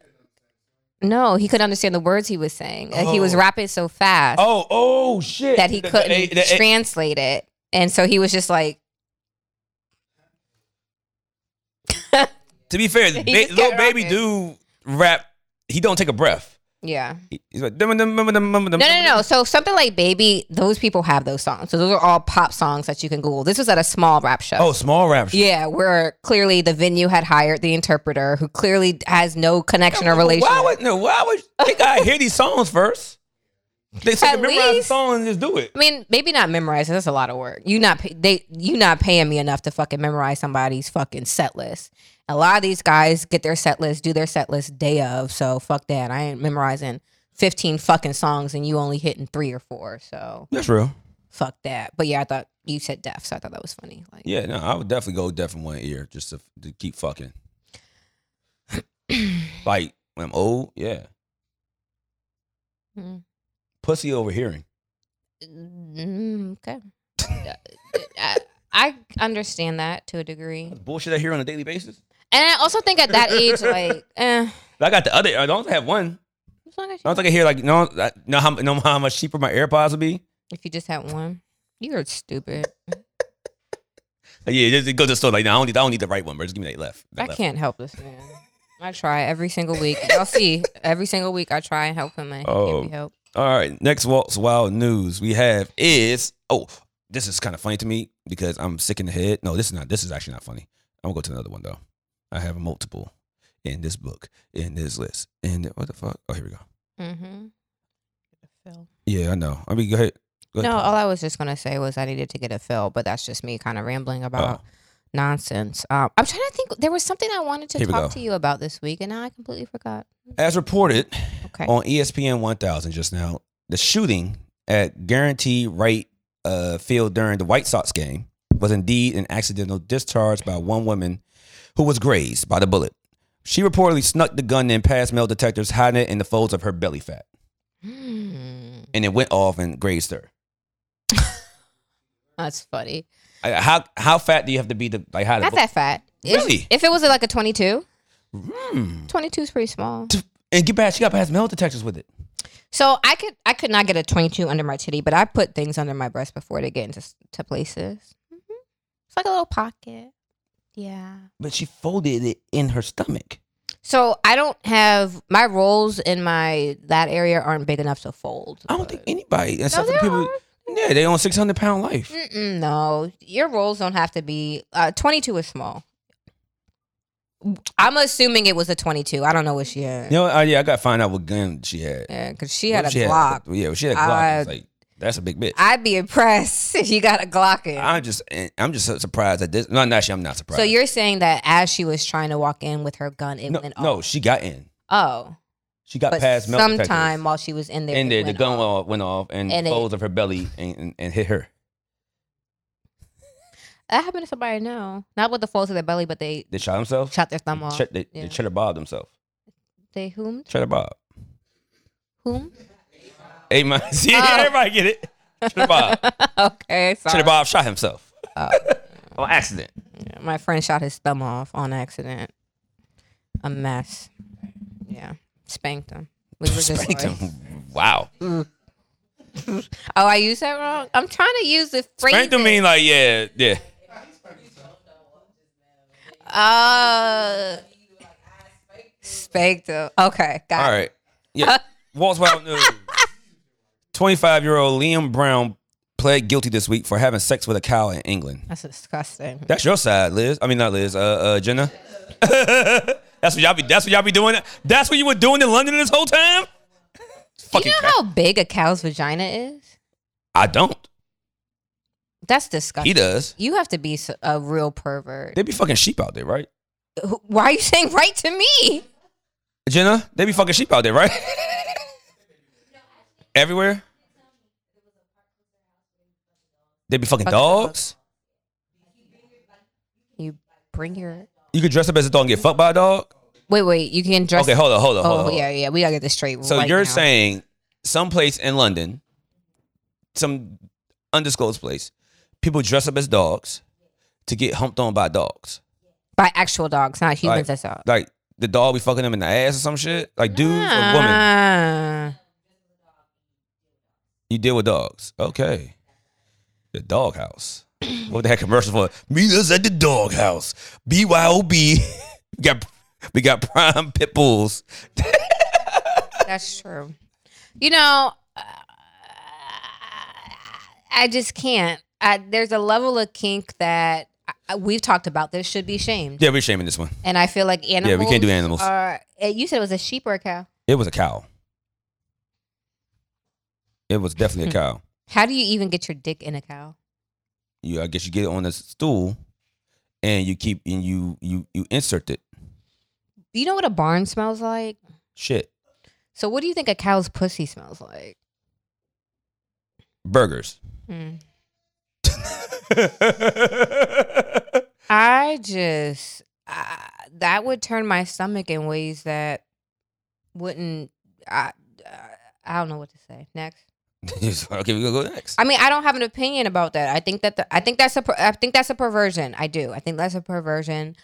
Speaker 2: No, he couldn't understand the words he was saying. Like, He was
Speaker 1: Oh.
Speaker 2: rapping so fast
Speaker 1: Oh, oh shit!
Speaker 2: that he
Speaker 1: The- the-
Speaker 2: couldn't
Speaker 1: the- the-
Speaker 2: translate it. And so he was just like,
Speaker 1: to be fair, ba-
Speaker 2: just
Speaker 1: little
Speaker 2: kept
Speaker 1: baby
Speaker 2: rocking.
Speaker 1: dude rap. He don't take a breath.
Speaker 2: yeah.
Speaker 1: He- He's like dum dum dum dum dum.
Speaker 2: No, no, no. So something like Baby, those people have those songs. So those are all pop songs that you can Google. This was at a small rap show.
Speaker 1: Oh, small rap. shit.
Speaker 2: Yeah, where clearly the venue had hired the interpreter who clearly has no connection or
Speaker 1: Why
Speaker 2: relationship.
Speaker 1: would no? Why would they gotta hear these songs first? They said
Speaker 2: At
Speaker 1: to memorize the
Speaker 2: least-
Speaker 1: song and just do it.
Speaker 2: I mean, maybe not memorize. it. That's a lot of work. You not pay- they you not paying me enough to fucking memorize somebody's fucking set list. A lot of these guys get their set list, do their set list day of. So fuck that. I ain't memorizing fifteen fucking songs and you only hitting three or four. So
Speaker 1: That's real.
Speaker 2: fuck that. But yeah, I thought you said deaf, so I thought that was funny. Like,
Speaker 1: Yeah, no, I would definitely go deaf in one ear just to, to keep fucking. like when I'm old, yeah,
Speaker 2: mm,
Speaker 1: pussy overhearing.
Speaker 2: mm, okay. Uh, I, I understand that to a degree.
Speaker 1: That's bullshit I hear on a daily basis.
Speaker 2: And I also think at that age, like, eh,
Speaker 1: But I got the other. I don't have one.
Speaker 2: as long as
Speaker 1: I
Speaker 2: you,
Speaker 1: don't think I hear like no, I- no how no how much cheaper my AirPods will be.
Speaker 2: if you just had one, you're stupid.
Speaker 1: Like, yeah, just go to the store. Like no, I don't need. I don't need the right one, bro. Just give me that left. that
Speaker 2: I
Speaker 1: left.
Speaker 2: can't help this man. I try every single week. Y'all see, every single week I try and help him. And he
Speaker 1: Oh.
Speaker 2: can't be helped.
Speaker 1: All right, next waltz wild news we have is oh this is kind of funny to me because I'm sick in the head. No, this is not. This is actually not funny. I'm gonna go to another one though. I have multiple in this book, in this list, in the, what the fuck? Oh, here we go.
Speaker 2: Mm-hmm.
Speaker 1: Yeah, I know. I mean, go ahead. Go
Speaker 2: No,
Speaker 1: ahead. Uh,
Speaker 2: all I was just gonna say was I needed to get a fill, but that's just me kind of rambling about
Speaker 1: Oh.
Speaker 2: nonsense. Um, I'm trying to think. There was something I wanted to
Speaker 1: Here we
Speaker 2: talk
Speaker 1: go.
Speaker 2: to you about this week, and now I completely forgot.
Speaker 1: As reported
Speaker 2: Okay.
Speaker 1: on E ESPN 1000 just now, the shooting at Guaranteed Right uh, Field during the White Sox game was indeed an accidental discharge by one woman who was grazed by the bullet. She reportedly snuck the gun in past male detectives, hiding it in the folds of her belly fat,
Speaker 2: Hmm.
Speaker 1: and it went off and grazed her.
Speaker 2: That's funny.
Speaker 1: I- How how fat do you have to be to like how to?
Speaker 2: Not that fat. If-
Speaker 1: Really?
Speaker 2: If, it was like a 22,
Speaker 1: Hmm.
Speaker 2: 22 is pretty small.
Speaker 1: And get past she got past male detectives with it.
Speaker 2: So I could I could not get a 22 under my titty, but I put things under my breast before they get into s- to places. hmm It's like a little pocket. Yeah.
Speaker 1: But she folded it in her stomach.
Speaker 2: So I don't have my rolls in my that area aren't big enough to fold.
Speaker 1: I don't
Speaker 2: but-
Speaker 1: think anybody except
Speaker 2: there
Speaker 1: for people.
Speaker 2: are.
Speaker 1: Yeah, they on six hundred pound life.
Speaker 2: Mm-mm, no, your rolls don't have to be. Uh, 22 is small. I'm assuming it was a 22. I don't know what she had.
Speaker 1: You know, uh, yeah, I got to find out what gun she had.
Speaker 2: Yeah, because she had a
Speaker 1: She
Speaker 2: Glock.
Speaker 1: yeah, well, she had a Glock. It's
Speaker 2: I-
Speaker 1: like that's a big bitch. I,
Speaker 2: I'd be impressed if you got a Glock in.
Speaker 1: am just, eh, I'm just so surprised at this. No, actually, I'm not surprised.
Speaker 2: So you're saying that as she was trying to walk in with her gun, it
Speaker 1: no,
Speaker 2: went off.
Speaker 1: no, she got in.
Speaker 2: Oh,
Speaker 1: She got
Speaker 2: but
Speaker 1: past metal
Speaker 2: sometime while she was in there,
Speaker 1: and
Speaker 2: it
Speaker 1: then the
Speaker 2: went off.
Speaker 1: gun went off, went off and,
Speaker 2: And it-
Speaker 1: folds of her belly and, and, and hit her.
Speaker 2: That happened to somebody I know. Not with the folds of their belly, but they
Speaker 1: They shot themselves.
Speaker 2: shot their thumb off.
Speaker 1: Ch- they,
Speaker 2: Yeah.
Speaker 1: they cheddar bobbed themselves.
Speaker 2: They whom?
Speaker 1: Cheddar bob.
Speaker 2: Whom?
Speaker 1: Eight months. See, everybody get it. Cheddar bob.
Speaker 2: okay, Oh. sorry.
Speaker 1: cheddar bob shot himself
Speaker 2: Oh.
Speaker 1: on accident.
Speaker 2: My friend shot his thumb off on accident. A mess. Yeah, spanked him. We were just
Speaker 1: Spanked
Speaker 2: like,
Speaker 1: him. Wow.
Speaker 2: oh, I used that wrong. I'm trying to use the phrase.
Speaker 1: Spanked him mean like yeah, yeah.
Speaker 2: Uh, spanked him. Okay, got
Speaker 1: All
Speaker 2: it.
Speaker 1: right. Yeah. Waltz Wild News. 25 year old Liam Brown pled guilty this week for having sex with a cow in England.
Speaker 2: That's disgusting.
Speaker 1: That's your side, Liz. I mean, not Liz, uh, uh, Jenna. that's what y'all be. That's what y'all be doing. That's what you were doing in London this whole time.
Speaker 2: Do
Speaker 1: Fucking.
Speaker 2: you know
Speaker 1: cow.
Speaker 2: how big a cow's vagina is?
Speaker 1: I don't.
Speaker 2: That's
Speaker 1: He
Speaker 2: disgusting.
Speaker 1: does.
Speaker 2: You have to be s- a real pervert.
Speaker 1: They be fucking sheep out there, right?
Speaker 2: Who- Why are you saying right to me?
Speaker 1: Jenna, they be fucking sheep out there, right? Everywhere. They be fucking
Speaker 2: Fucking dogs.
Speaker 1: dogs.
Speaker 2: You bring your
Speaker 1: You could dress up as a dog and get fucked by a dog.
Speaker 2: wait, wait. You can dress.
Speaker 1: Okay, hold on, hold on, hold on.
Speaker 2: oh
Speaker 1: hold on.
Speaker 2: yeah, yeah. We gotta get this straight.
Speaker 1: So
Speaker 2: right
Speaker 1: you're
Speaker 2: now.
Speaker 1: saying someplace in London, some undisclosed place, people dress up as dogs to get humped on by dogs.
Speaker 2: by actual dogs, not humans.
Speaker 1: Like-
Speaker 2: that's all.
Speaker 1: Like the dog be fucking him in the ass or some shit? Like dudes or women?
Speaker 2: Ah.
Speaker 1: You deal with dogs. Okay. The dog house. What that commercial for? Meet us at the dog house. BYOB. we got we got prime pit bulls.
Speaker 2: That's true. You know, uh, I just can't. I, there's a level of kink that I, we've talked about. This should be shamed,
Speaker 1: Yeah, we're shaming this one.
Speaker 2: and I feel like animals.
Speaker 1: Yeah, we can't do animals.
Speaker 2: Are, eh, you said it was a sheep or a cow.
Speaker 1: It was a cow. It was definitely a cow.
Speaker 2: How do you even get your dick in a cow?
Speaker 1: You I guess you get it on a stool and you keep and you you you insert it.
Speaker 2: Do you know what a barn smells like?
Speaker 1: Shit.
Speaker 2: So, what do you think a cow's pussy smells like?
Speaker 1: Burgers.
Speaker 2: Hmm. I just uh, that would turn my stomach in ways that wouldn't. I uh, I don't know what to say next.
Speaker 1: okay, we're gonna go next.
Speaker 2: I mean, I don't have an opinion about that. I think that the, I think that's a per- I think that's a perversion. I do. I think that's a perversion.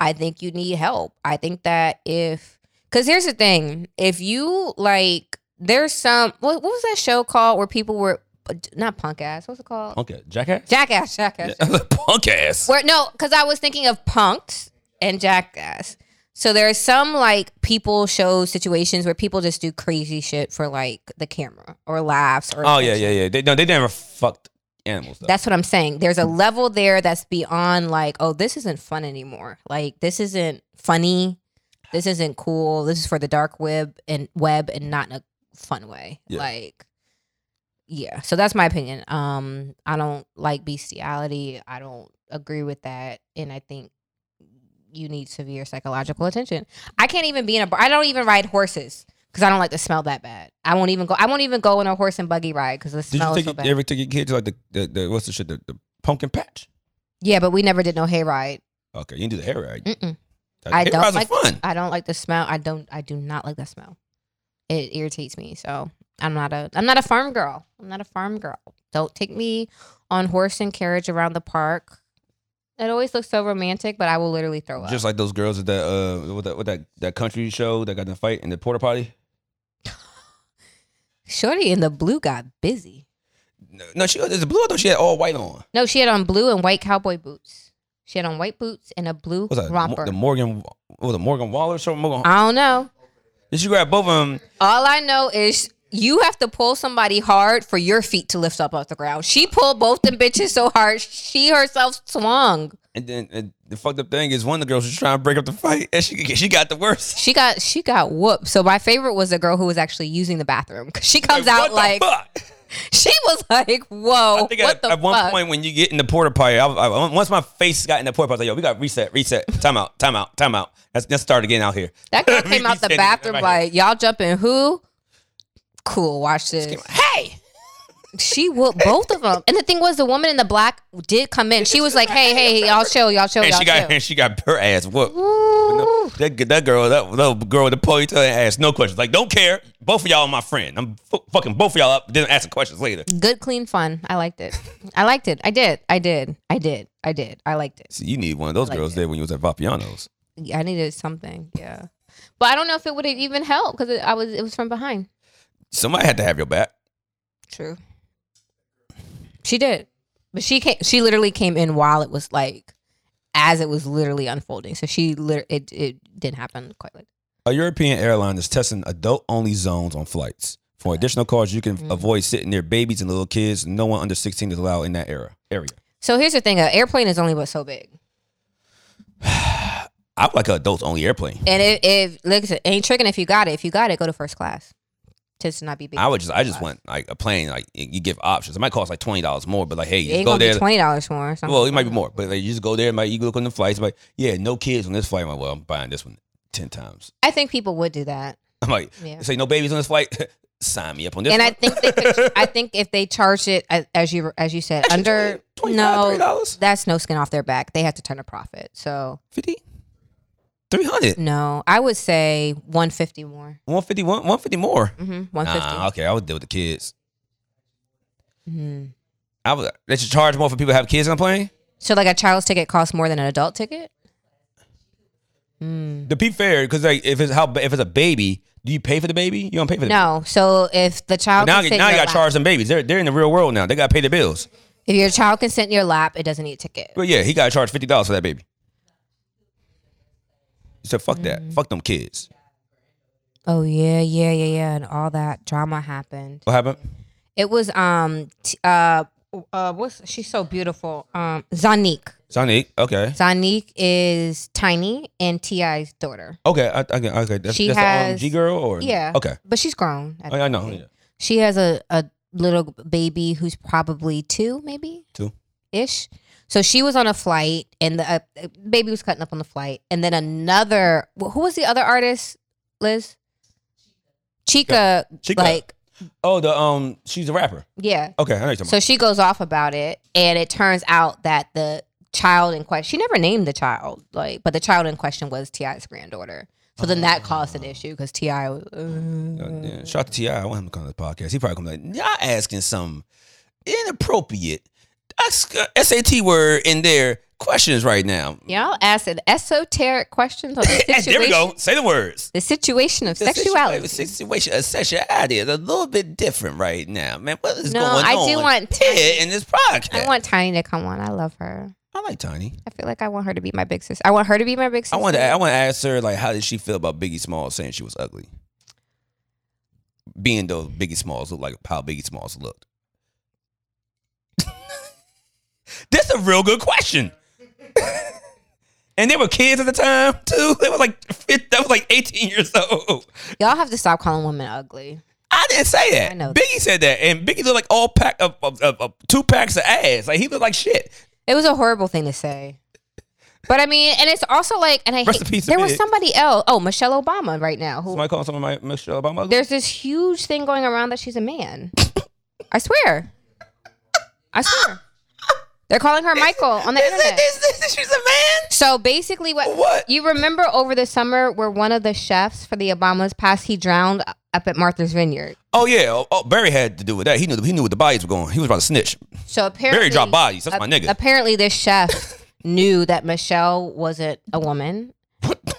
Speaker 2: I think you need help. I think that if because here's the thing, if you like, there's some what, what was that show called where people were not punk ass. What's it called?
Speaker 1: Okay, jackass?
Speaker 2: Jackass. Jackass.
Speaker 1: Yeah. Punk ass.
Speaker 2: Where no, because I was thinking of punks and jackass. So there are some like people show situations where people just do crazy shit for like the camera or laughs or
Speaker 1: Oh yeah, yeah, yeah. They no, they never fucked animals though.
Speaker 2: That's what I'm saying. There's
Speaker 1: Hmm.
Speaker 2: a level there that's beyond like, oh, this isn't fun anymore. Like this isn't funny. This isn't cool. This is for the dark web and web and not in a fun way.
Speaker 1: Yeah.
Speaker 2: Like yeah. So that's my opinion. Um I don't like bestiality. I don't agree with that and I think you need severe psychological attention. I can't even be in a bar. I don't even ride horses because I don't like the smell that bad. I won't even go. I won't even go on a horse and buggy ride because the
Speaker 1: Did
Speaker 2: smell
Speaker 1: you
Speaker 2: is so
Speaker 1: take
Speaker 2: bad.
Speaker 1: you ever take your kid to like the, the, the what's the shit the, the pumpkin patch?
Speaker 2: Yeah, but we never did no hayride.
Speaker 1: Okay, you didn't do the hair ride.
Speaker 2: Mm-mm.
Speaker 1: Like,
Speaker 2: Mm, I
Speaker 1: hair
Speaker 2: don't
Speaker 1: rides
Speaker 2: like.
Speaker 1: are fun.
Speaker 2: I don't like the smell. I don't. I do not like the smell. It irritates me. So I'm not a. I'm not a farm girl. I'm not a farm girl. Don't take me on horse and carriage around the park. It always looks so romantic, but I will literally throw up.
Speaker 1: Just like those girls at that uh what that what that, that country show that got in the fight in the porta potty.
Speaker 2: Shorty in the blue got busy.
Speaker 1: No, she was blue. I thought she had all white on.
Speaker 2: No, she had on blue and white cowboy boots. She had on white boots and a blue
Speaker 1: What was that
Speaker 2: romper. Uh-huh.
Speaker 1: the Morgan? What was it Morgan Waller or something? Morgan,
Speaker 2: I don't know.
Speaker 1: Then she grabbed both of them?
Speaker 2: All I know is you have to pull somebody hard for your feet to lift up off the ground. She pulled both them bitches so hard, she herself swung.
Speaker 1: And then and the fucked up thing is one of the girls was trying to break up the fight, and she she got the worst.
Speaker 2: She got she got whooped. So my favorite was the girl who was actually using the bathroom because she comes
Speaker 1: what
Speaker 2: out
Speaker 1: the
Speaker 2: like
Speaker 1: fuck?
Speaker 2: she was like, "Whoa,
Speaker 1: I think
Speaker 2: what
Speaker 1: at,
Speaker 2: the
Speaker 1: at one
Speaker 2: fuck?"
Speaker 1: point when you get in the porta potty, I, I, once my face got in the porta potty, I was like, "Yo, we got reset, reset, time out, time out, time out." Let's, let's start again out here.
Speaker 2: that girl came out the
Speaker 1: Reset,
Speaker 2: bathroom
Speaker 1: right
Speaker 2: like, "Y'all jumping who?" Cool, watch this.
Speaker 1: "Hey,
Speaker 2: She whooped both of them. And the thing was, the woman in the black did come in. She was like, "Hey, hey, y'all chill, y'all chill,
Speaker 1: and
Speaker 2: y'all
Speaker 1: she got
Speaker 2: chill."
Speaker 1: and she got her ass whooped.
Speaker 2: Ooh.
Speaker 1: That, that girl, that little girl with the ponytail and ass, no questions. Like, don't care. Both of y'all are my friend. I'm fu- fucking both of y'all up. Then asking questions later.
Speaker 2: good clean fun i liked it i liked it i did i did i did i did i liked it
Speaker 1: See, you need one of those
Speaker 2: Like
Speaker 1: girls
Speaker 2: it.
Speaker 1: there when you was at Vapiano's.
Speaker 2: i needed something yeah but i don't know if it would have even helped because i was it was from behind
Speaker 1: Somebody had to have your back.
Speaker 2: true she did but she came she literally came in while it was like as it was literally unfolding so she lit- it, it didn't happen quite like
Speaker 1: A European airline is testing adult only zones on flights. For additional costs, you can
Speaker 2: Mm-hmm.
Speaker 1: avoid sitting near babies and little kids. No one under 16 is allowed in that era area.
Speaker 2: so here's the thing an airplane is only but so big
Speaker 1: I like an adults only airplane.
Speaker 2: and if, if listen ain't tricking if you got it if you got it go to first class just to not be big
Speaker 1: I would just, I just want like a plane. Like you give options. It might cost like twenty dollars more, but like, hey,
Speaker 2: it
Speaker 1: just
Speaker 2: ain't
Speaker 1: go
Speaker 2: gonna
Speaker 1: there.
Speaker 2: be twenty dollars more. so I'm
Speaker 1: Well, it
Speaker 2: fine.
Speaker 1: might be more, but like, you just go there. Might you look on the flights? Like, yeah, no kids on this flight. I'm like, well, I'm buying this one ten times.
Speaker 2: I think people would do that.
Speaker 1: I'm like,
Speaker 2: Yeah.
Speaker 1: say no babies on this flight. Sign me up on this.
Speaker 2: and I
Speaker 1: one.
Speaker 2: think they could, I think if they charge it as, as you as you said under no
Speaker 1: dollars,
Speaker 2: that's no skin off their back they have to turn a profit so
Speaker 1: fifty, three hundred,
Speaker 2: no I would say 150 more
Speaker 1: one fifty, one one fifty more.
Speaker 2: hmm 150
Speaker 1: Nah, okay, I would deal with the kids.
Speaker 2: Mhm.
Speaker 1: I would. They should charge more for people who have kids on a plane.
Speaker 2: so like a child's ticket costs more than an adult ticket Mm.
Speaker 1: To be fair, because like if it's how if it's a baby, do you pay for the baby? You don't pay for the
Speaker 2: No. So if the
Speaker 1: But
Speaker 2: child
Speaker 1: now,
Speaker 2: can sit in
Speaker 1: now you
Speaker 2: your
Speaker 1: got
Speaker 2: lap,
Speaker 1: to charge them babies. They're they're in the real world now. They got to pay the bills.
Speaker 2: if your child can sit in your lap, it doesn't need a ticket.
Speaker 1: But yeah, he got to charge fifty dollars for that baby. So fuck
Speaker 2: Mm-hmm.
Speaker 1: that. Fuck them kids.
Speaker 2: Oh yeah, yeah, yeah, yeah, and all that drama happened.
Speaker 1: What happened?
Speaker 2: It was um t- uh uh what's she's so beautiful um Zanique.
Speaker 1: Sonic. Okay.
Speaker 2: Zanique is Tiny and Ti's daughter.
Speaker 1: Okay. I, I, can- okay. That's,
Speaker 2: She
Speaker 1: that's
Speaker 2: has-
Speaker 1: the OMG girl or
Speaker 2: Yeah.
Speaker 1: Okay.
Speaker 2: But she's grown. at
Speaker 1: Oh, yeah, I
Speaker 2: this
Speaker 1: know.
Speaker 2: point.
Speaker 1: Yeah.
Speaker 2: She has a, a little baby who's probably two, maybe
Speaker 1: Two.
Speaker 2: ish. So she was on a flight, and the uh, baby was cutting up on the flight, and then another. wh- Who was the other artist, Liz? Chica,
Speaker 1: Chica.
Speaker 2: like
Speaker 1: Oh, the um, she's a rapper.
Speaker 2: yeah.
Speaker 1: Okay, I know you're talking
Speaker 2: So she goes off about it, and it turns out that the child in question, she never named the child, like, but the child in question was Ti's granddaughter. So then that caused an issue because Ti was.
Speaker 1: about. Ah. Uh, yeah. Shout out to Ti. I want him to come to the podcast. He probably come like y'all asking some inappropriate that's uh, a SAT word in their questions right now.
Speaker 2: Y'all asking esoteric questions on the situation,
Speaker 1: there we go. Say the words.
Speaker 2: the situation of
Speaker 1: The situa-
Speaker 2: sexuality.
Speaker 1: situation, uh, sexuality is a little bit different right now, man. What is
Speaker 2: No,
Speaker 1: going
Speaker 2: I
Speaker 1: on?
Speaker 2: do want-
Speaker 1: here in this podcast.
Speaker 2: I want Tiny to come on. I love her.
Speaker 1: I like Tiny.
Speaker 2: I feel like I want her to be my big sister. I want her to be my big sister.
Speaker 1: I want to. I want to ask her like, how did she feel about Biggie Smalls saying she was ugly? Being though Biggie Smalls looked like how Biggie Smalls looked. That's a real good question. and they were kids at the time too. They were like that was like eighteen years old.
Speaker 2: Y'all have to stop calling women ugly.
Speaker 1: I didn't say that.
Speaker 2: I know.
Speaker 1: Biggie said that, and Biggie looked like all pack of, of, of, of two packs of ass. Like he looked like shit.
Speaker 2: It was a horrible thing to say. But I mean, and it's also like, and I
Speaker 1: Rest
Speaker 2: hate,
Speaker 1: in peace,
Speaker 2: there was
Speaker 1: Big.
Speaker 2: somebody else. Oh, Michelle Obama right now. Who
Speaker 1: Somebody calling some of my Michelle Obama. ugly?
Speaker 2: there's this huge thing going around that she's a man. I swear. I swear. They're calling her Michael on the
Speaker 1: Is it-
Speaker 2: internet.
Speaker 1: is it- she's a man.
Speaker 2: So basically, what,
Speaker 1: What?
Speaker 2: you remember over the summer where one of the chefs for the Obamas passed, he drowned up at Martha's Vineyard.
Speaker 1: Oh yeah, oh, oh, Barry had to do with that. He knew he knew where the bodies were going. He was about to snitch.
Speaker 2: So apparently,
Speaker 1: Barry dropped bodies. That's
Speaker 2: ap-
Speaker 1: my nigga.
Speaker 2: Apparently, this chef knew that Michelle wasn't a woman,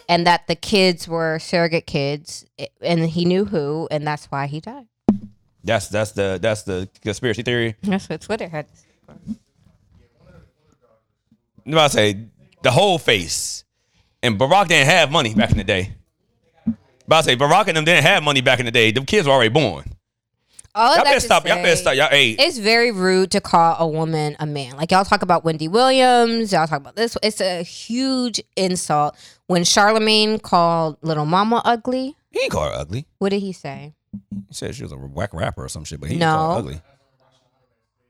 Speaker 2: and that the kids were surrogate kids, i- and he knew who, and that's why he died.
Speaker 1: that's that's the that's the conspiracy theory.
Speaker 2: That's what Twitter had.
Speaker 1: I'm about to say the whole face. And Barack didn't have money back in the day. About to say Barack and them didn't have money back in the day. Them kids were already born.
Speaker 2: All
Speaker 1: Y'all
Speaker 2: that
Speaker 1: better
Speaker 2: to
Speaker 1: stop. Y'all
Speaker 2: say-
Speaker 1: better stop. Y'all hey.
Speaker 2: It's very rude to call a woman a man. Like y'all talk about Wendy Williams, y'all talk about this. It's a huge insult. When Charlemagne called Little Mama ugly,
Speaker 1: he ain't called her ugly.
Speaker 2: what did he say?
Speaker 1: He said she was a whack rapper or some shit, but he
Speaker 2: No.
Speaker 1: didn't call her ugly.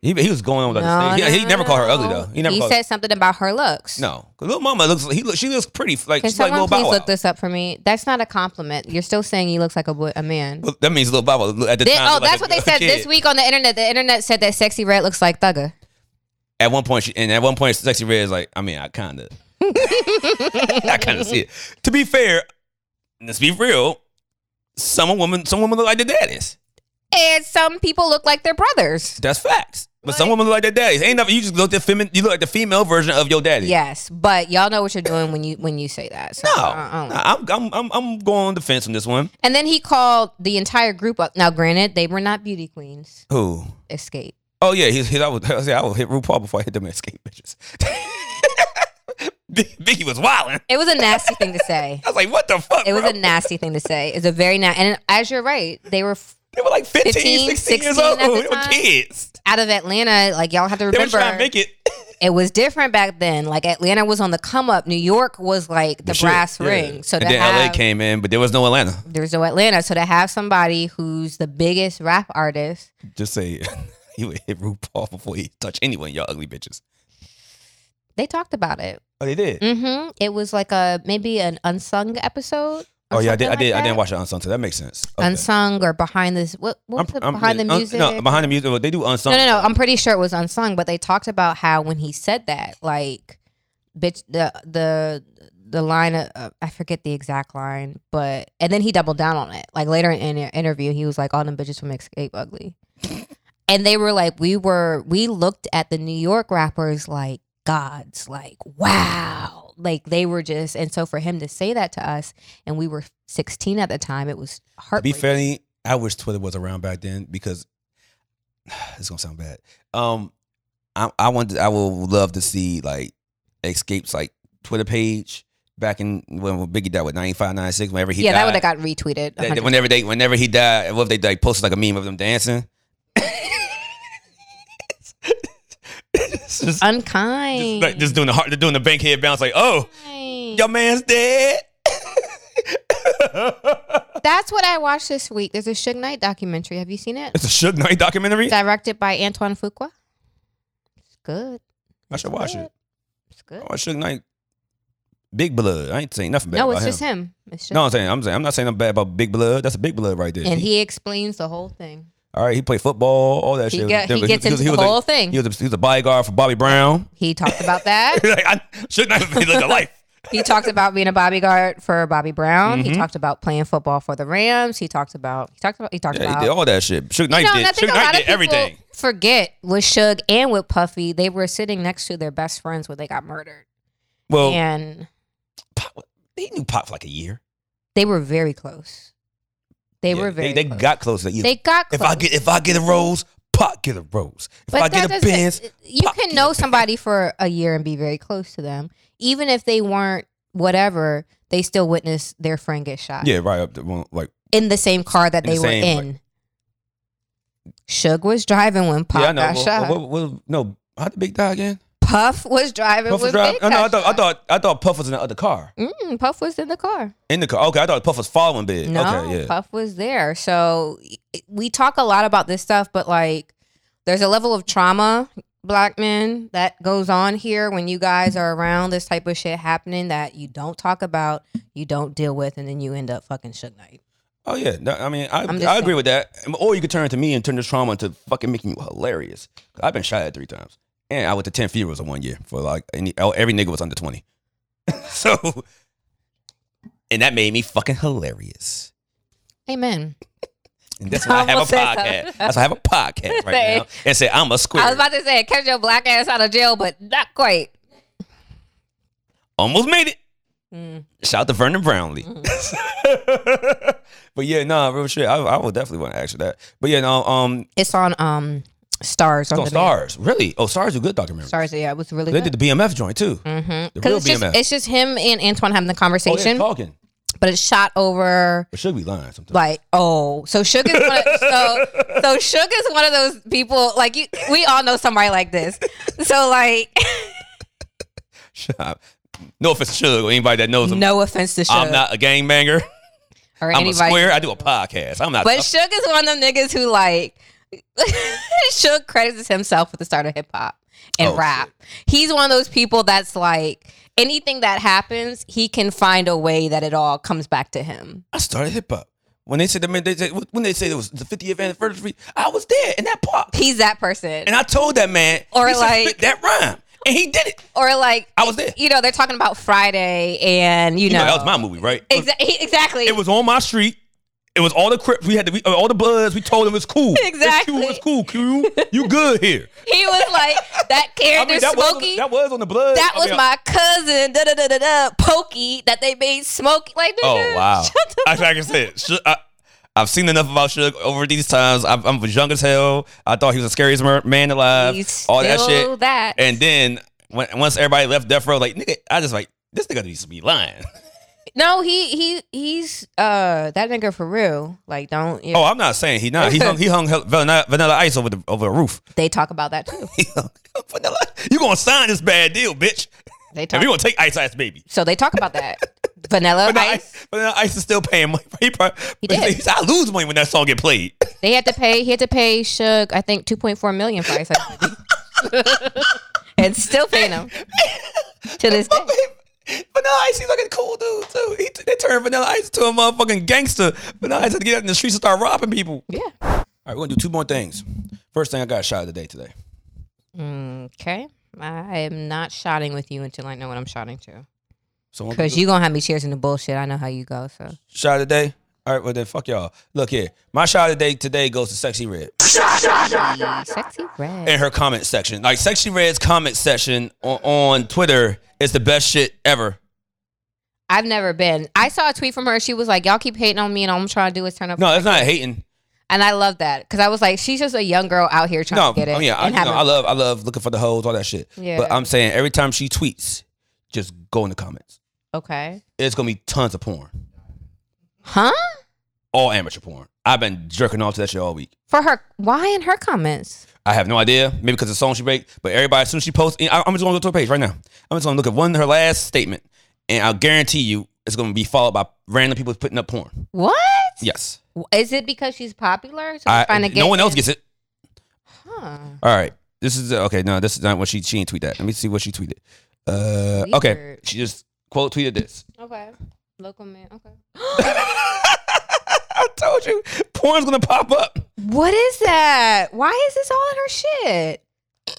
Speaker 1: He, he was going on with other things. He, he never called her ugly though. He never called
Speaker 2: said something about her looks.
Speaker 1: no. Cause little mama looks. He look, she looks pretty. Like
Speaker 2: Can
Speaker 1: she's like
Speaker 2: someone
Speaker 1: little
Speaker 2: please
Speaker 1: Bow Wow.
Speaker 2: look this up for me? That's not a compliment. You're still saying he looks like a boy, a man.
Speaker 1: Well, that means little Bow Wow at the
Speaker 2: They-
Speaker 1: time.
Speaker 2: oh,
Speaker 1: looked like
Speaker 2: that's
Speaker 1: a-
Speaker 2: what they
Speaker 1: a
Speaker 2: said
Speaker 1: kid.
Speaker 2: this week on the internet. The internet said that sexy red looks like Thugger.
Speaker 1: At one point, she, and at one point, sexy red is like, I mean, I kind of, I kind of see it. To be fair, let's be real. Some women, some women look like their daddies.
Speaker 2: And some people look like their brothers.
Speaker 1: That's facts. But some women look like their daddies. Ain't nothing. You just look at femin. You look like the female version of your daddy.
Speaker 2: Yes, but y'all know what you're doing when you when you say that. So,
Speaker 1: No,
Speaker 2: uh, uh,
Speaker 1: Nah, Oh, I'm, I'm, I'm, I'm going on the fence on this one.
Speaker 2: And then he called the entire group up. Now, granted, they were not beauty queens.
Speaker 1: Who?
Speaker 2: Escape.
Speaker 1: Oh yeah, he's, he's, I would, I would say I would hit RuPaul before I hit them escape bitches. Big- Biggie was wilding.
Speaker 2: It was a nasty thing to say.
Speaker 1: I was like, what the fuck?
Speaker 2: It was
Speaker 1: bro?
Speaker 2: a nasty thing to say. It's a very nasty. And as you're right, they were f-
Speaker 1: they were like 15,
Speaker 2: 15,
Speaker 1: 16, years
Speaker 2: 16
Speaker 1: old.
Speaker 2: at the
Speaker 1: They were
Speaker 2: time.
Speaker 1: kids.
Speaker 2: out of Atlanta. Like y'all have to
Speaker 1: They
Speaker 2: remember,
Speaker 1: were trying to make it.
Speaker 2: it was different back then. Like Atlanta was on the come up. New York was like the,
Speaker 1: Shit,
Speaker 2: brass
Speaker 1: yeah.
Speaker 2: ring. So to
Speaker 1: and then
Speaker 2: have,
Speaker 1: LA came in, but there was no Atlanta.
Speaker 2: there was no Atlanta. So to have somebody who's the biggest rap artist
Speaker 1: Just say he would hit RuPaul before he touch anyone, y'all ugly bitches.
Speaker 2: they talked about it.
Speaker 1: Oh, they did.
Speaker 2: hmm It was like a maybe an unsung episode. or
Speaker 1: Oh yeah, I
Speaker 2: something
Speaker 1: did. I did.
Speaker 2: like
Speaker 1: I
Speaker 2: that.
Speaker 1: didn't watch the unsung, so that makes sense. Okay.
Speaker 2: unsung or behind this what, what was
Speaker 1: I'm-
Speaker 2: it
Speaker 1: I'm-
Speaker 2: behind the
Speaker 1: un-
Speaker 2: music
Speaker 1: no, behind the music. well, They do unsung.
Speaker 2: no no no i'm pretty sure it was unsung but they talked about how when he said that like bitch the the the line of, uh, i forget the exact line but and then he doubled down on it like later in an interview he was like all them bitches from escape ugly and they were like we were we looked at the new york rappers like gods like wow wild. Like they were just, and so for him to say that to us, and we were 16 at the time, it was
Speaker 1: To be
Speaker 2: heartbreaking.
Speaker 1: fair, to you, I wish Twitter was around back then because it's gonna sound bad. Um, I I want to, I will love to see like Escape's like Twitter page back in when, when Biggie died with 95, 96, Whenever he
Speaker 2: yeah, that
Speaker 1: died,
Speaker 2: would have got retweeted.
Speaker 1: that-
Speaker 2: 100.
Speaker 1: whenever they whenever he died, what if they like posted like a meme of them dancing? It's just- just,
Speaker 2: Unkind.
Speaker 1: like, just doing the heart, they're doing the bank head bounce, like, oh, your man's dead.
Speaker 2: That's what I watched this week. There's a Suge Knight documentary. Have you seen it?
Speaker 1: it's a Suge Knight documentary.
Speaker 2: Directed by Antoine Fuqua. It's good.
Speaker 1: I should
Speaker 2: It's
Speaker 1: watch
Speaker 2: good.
Speaker 1: it.
Speaker 2: It's good.
Speaker 1: Oh, I watch Suge Knight, Big Blood. I ain't saying nothing bad
Speaker 2: no,
Speaker 1: about
Speaker 2: it's
Speaker 1: him.
Speaker 2: just him. It's just
Speaker 1: No, I'm saying I'm saying I'm not saying I'm bad about Big Blood. That's a Big Blood right there.
Speaker 2: and he explains the whole thing.
Speaker 1: all right, he played football, all that
Speaker 2: He,
Speaker 1: shit.
Speaker 2: get, he
Speaker 1: was-
Speaker 2: gets
Speaker 1: was-
Speaker 2: into
Speaker 1: was
Speaker 2: the
Speaker 1: a-
Speaker 2: whole thing.
Speaker 1: He was, a, he was a bodyguard for Bobby Brown.
Speaker 2: he talked about that.
Speaker 1: like, I should not have lived a life.
Speaker 2: he talked about being a bodyguard for Bobby Brown. He
Speaker 1: Mhm.
Speaker 2: talked about playing football for the Rams. He talked about he talked about he talked
Speaker 1: Yeah,
Speaker 2: about
Speaker 1: he did all that shit. Suge Knight
Speaker 2: You know, and
Speaker 1: did.
Speaker 2: I think
Speaker 1: Suge
Speaker 2: a lot
Speaker 1: Knight
Speaker 2: of
Speaker 1: did
Speaker 2: people
Speaker 1: everything.
Speaker 2: forget with Suge and with Puffy, they were sitting next to their best friends when they got murdered,
Speaker 1: Well,
Speaker 2: and
Speaker 1: Pop, they knew Pop for like a year.
Speaker 2: they were very close. They
Speaker 1: Yeah,
Speaker 2: were very.
Speaker 1: They, they
Speaker 2: close.
Speaker 1: got close. Like, you-
Speaker 2: They got.
Speaker 1: if
Speaker 2: Close.
Speaker 1: I get if I get a rose, Pop get a rose. If I
Speaker 2: that
Speaker 1: get a
Speaker 2: doesn't-
Speaker 1: Benz,
Speaker 2: you
Speaker 1: pop
Speaker 2: can
Speaker 1: you
Speaker 2: know
Speaker 1: a
Speaker 2: somebody for a year and be very close to them, even if they weren't whatever. They still witness their friend get shot.
Speaker 1: yeah, right up the well, like
Speaker 2: in the same car that
Speaker 1: In
Speaker 2: they
Speaker 1: the
Speaker 2: were
Speaker 1: same,
Speaker 2: in. Suge was driving when Puff
Speaker 1: yeah, I know.
Speaker 2: got
Speaker 1: Well,
Speaker 2: shot.
Speaker 1: well, well, no, how did Big die again?
Speaker 2: Puff was driving
Speaker 1: Puff was
Speaker 2: when
Speaker 1: driving.
Speaker 2: Big
Speaker 1: Oh, no, I
Speaker 2: got
Speaker 1: thought I
Speaker 2: shot.
Speaker 1: thought I thought Puff was in the other car.
Speaker 2: Mm, Puff was in the car.
Speaker 1: In the car. Okay, I thought Puff was following Big.
Speaker 2: No,
Speaker 1: Eh, okay, yeah.
Speaker 2: Puff was there. So y- we talk a lot about this stuff, but like, there's a level of trauma, black men, that goes on here when you guys are around this type of shit happening that you don't talk about, you don't deal with, and then you end up fucking Suge Knight.
Speaker 1: Oh yeah, No, I mean, I, I
Speaker 2: I'm
Speaker 1: agree
Speaker 2: just saying.
Speaker 1: with that. Or you could turn to me and turn this trauma into fucking making you hilarious. i I've been shot at three times, and I went to ten funerals in one year for like any, oh, every nigga was under twenty. so, and that made me fucking hilarious.
Speaker 2: Amen.
Speaker 1: And that's why I have
Speaker 2: Almost
Speaker 1: a
Speaker 2: said
Speaker 1: podcast.
Speaker 2: something.
Speaker 1: That's why I have a podcast right now, and say I'm a square.
Speaker 2: I was about to say, kept your black ass out of jail, but not quite.
Speaker 1: Almost made it.
Speaker 2: Mm. Mm-hmm.
Speaker 1: Shout out to Vernon Brownlee. but yeah, no, nah, real shit. I, I would definitely want to ask you that. But yeah, no, um,
Speaker 2: It's on um Stars.
Speaker 1: it's
Speaker 2: on
Speaker 1: on
Speaker 2: Demand.
Speaker 1: Stars. Really? Oh, Stars is a good documentary.
Speaker 2: Stars. Yeah, it was really
Speaker 1: They
Speaker 2: good.
Speaker 1: did the BMF joint too.
Speaker 2: mm-hmm.
Speaker 1: real
Speaker 2: Because it's just
Speaker 1: BMF.
Speaker 2: it's just him and Antoine having the
Speaker 1: Oh, yeah,
Speaker 2: conversation,
Speaker 1: talking.
Speaker 2: but it's shot over.
Speaker 1: But should be lying sometimes.
Speaker 2: Like oh, so Suge is one of, so so Suge is one of those people like you. We all know somebody like this. So like,
Speaker 1: Shut up. No offense to Suge or anybody that knows him.
Speaker 2: no offense to Suge
Speaker 1: I'm not a gangbanger.
Speaker 2: or
Speaker 1: I'm a
Speaker 2: anybody,
Speaker 1: square. I do a podcast. I'm not.
Speaker 2: but Suge is one of them niggas who like Suge credits himself with the start of hip hop and
Speaker 1: Oh,
Speaker 2: rap. He's one of those people that's like anything that happens, he can find a way that it all comes back to him.
Speaker 1: I started hip hop. When they said, I mean, they said when they said it was the 50th anniversary, I was there in that park,
Speaker 2: He's that person.
Speaker 1: and I told that man,
Speaker 2: Or
Speaker 1: he should
Speaker 2: like-
Speaker 1: spit that rhyme, and he did it.
Speaker 2: or like
Speaker 1: I was there.
Speaker 2: you know, they're talking about Friday and you,
Speaker 1: You
Speaker 2: know,
Speaker 1: know, that was my movie, right? It was,
Speaker 2: Exa- he- exactly.
Speaker 1: it was on my street. It was all the crips. We had to, we, all the bloods. We told him it's cool. This
Speaker 2: Exactly.
Speaker 1: Q was cool. Q, you good here?
Speaker 2: he was like that
Speaker 1: I
Speaker 2: character
Speaker 1: mean, that was, on,
Speaker 2: Smokey.
Speaker 1: the- that was on the blood.
Speaker 2: that was
Speaker 1: I mean,
Speaker 2: my cousin, da da da da da, Pokey, that they made Smokey. Like,
Speaker 1: Oh
Speaker 2: nigga,
Speaker 1: wow! I, like I said, Suge, I, I've seen enough about Suge over these times. I, I'm young as hell. I thought he was the scariest mer- man alive.
Speaker 2: He's
Speaker 1: all that
Speaker 2: still
Speaker 1: shit.
Speaker 2: that.
Speaker 1: And then when, once everybody left death row, like nigga, I just like this nigga needs to be lying.
Speaker 2: No, he he he's uh that nigga for real. Like, don't yeah.
Speaker 1: Oh, I'm not saying he not. He hung he hung hell- vanilla, vanilla ice over the over the roof.
Speaker 2: they talk about that too.
Speaker 1: He hung vanilla. You gonna sign this bad deal, bitch?
Speaker 2: They talk.
Speaker 1: And we gonna take ice ice baby.
Speaker 2: so they talk about that. Vanilla
Speaker 1: Vanilla
Speaker 2: Ice.
Speaker 1: ice, vanilla ice is still paying money. He, probably, he
Speaker 2: did.
Speaker 1: said, I lose money when that song get played.
Speaker 2: They had to pay. He had to pay Suge, I think, two point four million for Ice Ice Baby, and still paying him to this day.
Speaker 1: Vanilla Ice, he's like a cool dude too. He, they turned Vanilla Ice to a motherfucking gangster. Vanilla Ice had to get out in the streets and start robbing people. All
Speaker 2: Yeah.
Speaker 1: right, we're gonna do two more things. First thing, I got shot of the day today.
Speaker 2: Mm, Okay. I am not shouting with you until I know what I'm shouting to.
Speaker 1: Someone
Speaker 2: Because you going to have me cheers in the bullshit. I know how you go. So
Speaker 1: shot of the day. All right, well then, fuck y'all. Look here, my shot of the day today goes to Sexy Red
Speaker 2: Sexy red.
Speaker 1: in her comment section. Like Sexy Red's comment section on, on Twitter is the best shit ever.
Speaker 2: I've never been. I saw a tweet from her. She was like, "Y'all keep hating on me, and all I'm trying to do is turn up."
Speaker 1: No, that's not hating.
Speaker 2: And I love that because I was like, "She's just a young girl out here trying
Speaker 1: No,
Speaker 2: to get it."
Speaker 1: I mean, I,
Speaker 2: and
Speaker 1: no,
Speaker 2: having-
Speaker 1: I love, I love looking for the hoes, all that shit.
Speaker 2: Yeah.
Speaker 1: But I'm saying every time she tweets, just go in the comments.
Speaker 2: okay,
Speaker 1: It's gonna be tons of porn,
Speaker 2: huh?
Speaker 1: all amateur porn. I've been jerking off to that shit all week.
Speaker 2: For her, why in her comments?
Speaker 1: I have no idea. Maybe because the song she break, but everybody as soon as she posts, I- I'm just gonna go to her page right now. I'm just gonna look at one her last statement, and I'll guarantee you it's gonna be followed by random people putting up porn.
Speaker 2: What
Speaker 1: Yes,
Speaker 2: is it? Because she's popular? So
Speaker 1: I,
Speaker 2: I, trying to get
Speaker 1: no one else
Speaker 2: in?
Speaker 1: gets it.
Speaker 2: Huh.
Speaker 1: All right, this is okay. No, this is not what she she didn't tweet that. Let me see what she tweeted. Uh, okay,
Speaker 2: Weird.
Speaker 1: she just quote tweeted this.
Speaker 2: Okay, local man. Okay,
Speaker 1: I told you, porn's gonna pop up.
Speaker 2: what is that? Why is this all in her shit?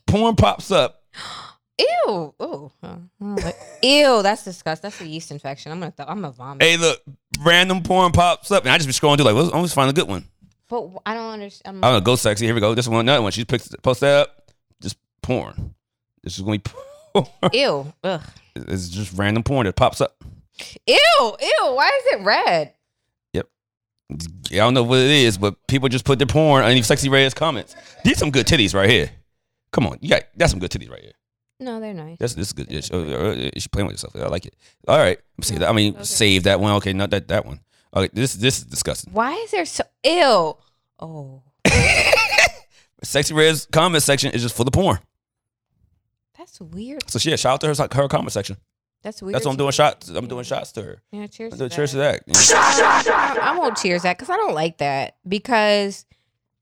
Speaker 1: Porn pops up.
Speaker 2: Ew. Ooh. Huh. Mm, Ew. That's disgusting. That's a yeast infection. I'm gonna. Th- I'm gonna vomit.
Speaker 1: Hey, look, random porn pops up, and I just be scrolling through like, well, I'm just find a good one.
Speaker 2: But w- I don't understand.
Speaker 1: I don't know, go sexy. Here we go. This one, another one. She picked, post that up. Just porn. This is gonna be porn.
Speaker 2: Ew. Ugh.
Speaker 1: it's just random porn that pops up.
Speaker 2: Ew. Ew. Why is it red?
Speaker 1: I don't know what it is, but people just put their porn underneath sexy Red's comments. These some good titties right here. Come on, you got that's some good titties right here.
Speaker 2: No, they're nice.
Speaker 1: That's this is good. Yeah, she, uh, uh, she playing with herself. I like it. All right, I'm saying that. I mean,
Speaker 2: Okay.
Speaker 1: save that one. Okay, not that that one. Okay, this this is disgusting.
Speaker 2: Why is there so ew? Oh,
Speaker 1: Sexy Red's comment section is just full of porn.
Speaker 2: that's weird.
Speaker 1: So yeah, shout out to her like, her comment section.
Speaker 2: That's weird.
Speaker 1: That's what I'm
Speaker 2: to
Speaker 1: doing
Speaker 2: me.
Speaker 1: shots. I'm doing shots to her.
Speaker 2: Yeah, cheers.
Speaker 1: I'm
Speaker 2: To
Speaker 1: doing cheers to
Speaker 2: that.
Speaker 1: that. You know?
Speaker 2: I, I won't cheers that because I don't like that. Because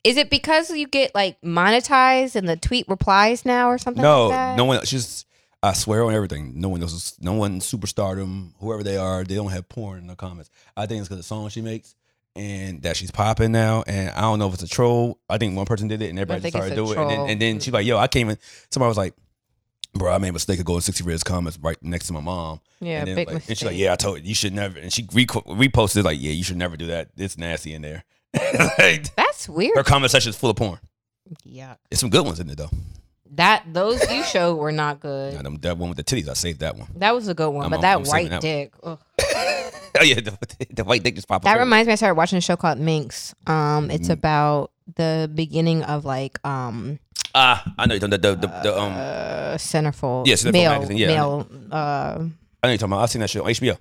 Speaker 2: is it because you get like monetized and the tweet replies now or something?
Speaker 1: No,
Speaker 2: like that?
Speaker 1: no one. She's. I swear on everything. No one else. Is, no one superstardom. Whoever they are, they don't have porn in the comments. I think it's because the song she makes and that she's popping now. And I don't know if it's a troll. I think one person did it and everybody
Speaker 2: think
Speaker 1: just started
Speaker 2: it's
Speaker 1: doing
Speaker 2: a
Speaker 1: it. And then,
Speaker 2: troll.
Speaker 1: and then she's like, "Yo, I came in." Somebody was like, "Bro, I made a mistake of going sixty reds comments right next to my mom."
Speaker 2: Yeah,
Speaker 1: and then,
Speaker 2: big
Speaker 1: like,
Speaker 2: mistake.
Speaker 1: And she's like, "Yeah, I told you, you should never." And she re- reposted like, "Yeah, you should never do that. It's nasty in there." like,
Speaker 2: That's weird.
Speaker 1: her comment section is full of porn.
Speaker 2: Yeah,
Speaker 1: There's some good ones in there though.
Speaker 2: that those you showed were not good.
Speaker 1: Now, them- that one with the titties, I saved that one.
Speaker 2: That was a good one,
Speaker 1: I'm-
Speaker 2: but that
Speaker 1: I'm- I'm saving
Speaker 2: white
Speaker 1: that one.
Speaker 2: dick. ugh.
Speaker 1: Oh yeah, the, the white dick just popped
Speaker 2: That
Speaker 1: up.
Speaker 2: reminds me, I started watching a show called Minx. Um, it's
Speaker 1: Mm.
Speaker 2: about the beginning of like um
Speaker 1: Ah, I know you're talking the, the, the, the um. I
Speaker 2: uh, centerfold.
Speaker 1: Yeah, Centerfold
Speaker 2: male,
Speaker 1: magazine, yeah, I
Speaker 2: male uh,
Speaker 1: know you're talking about. I seen that shit on HBO.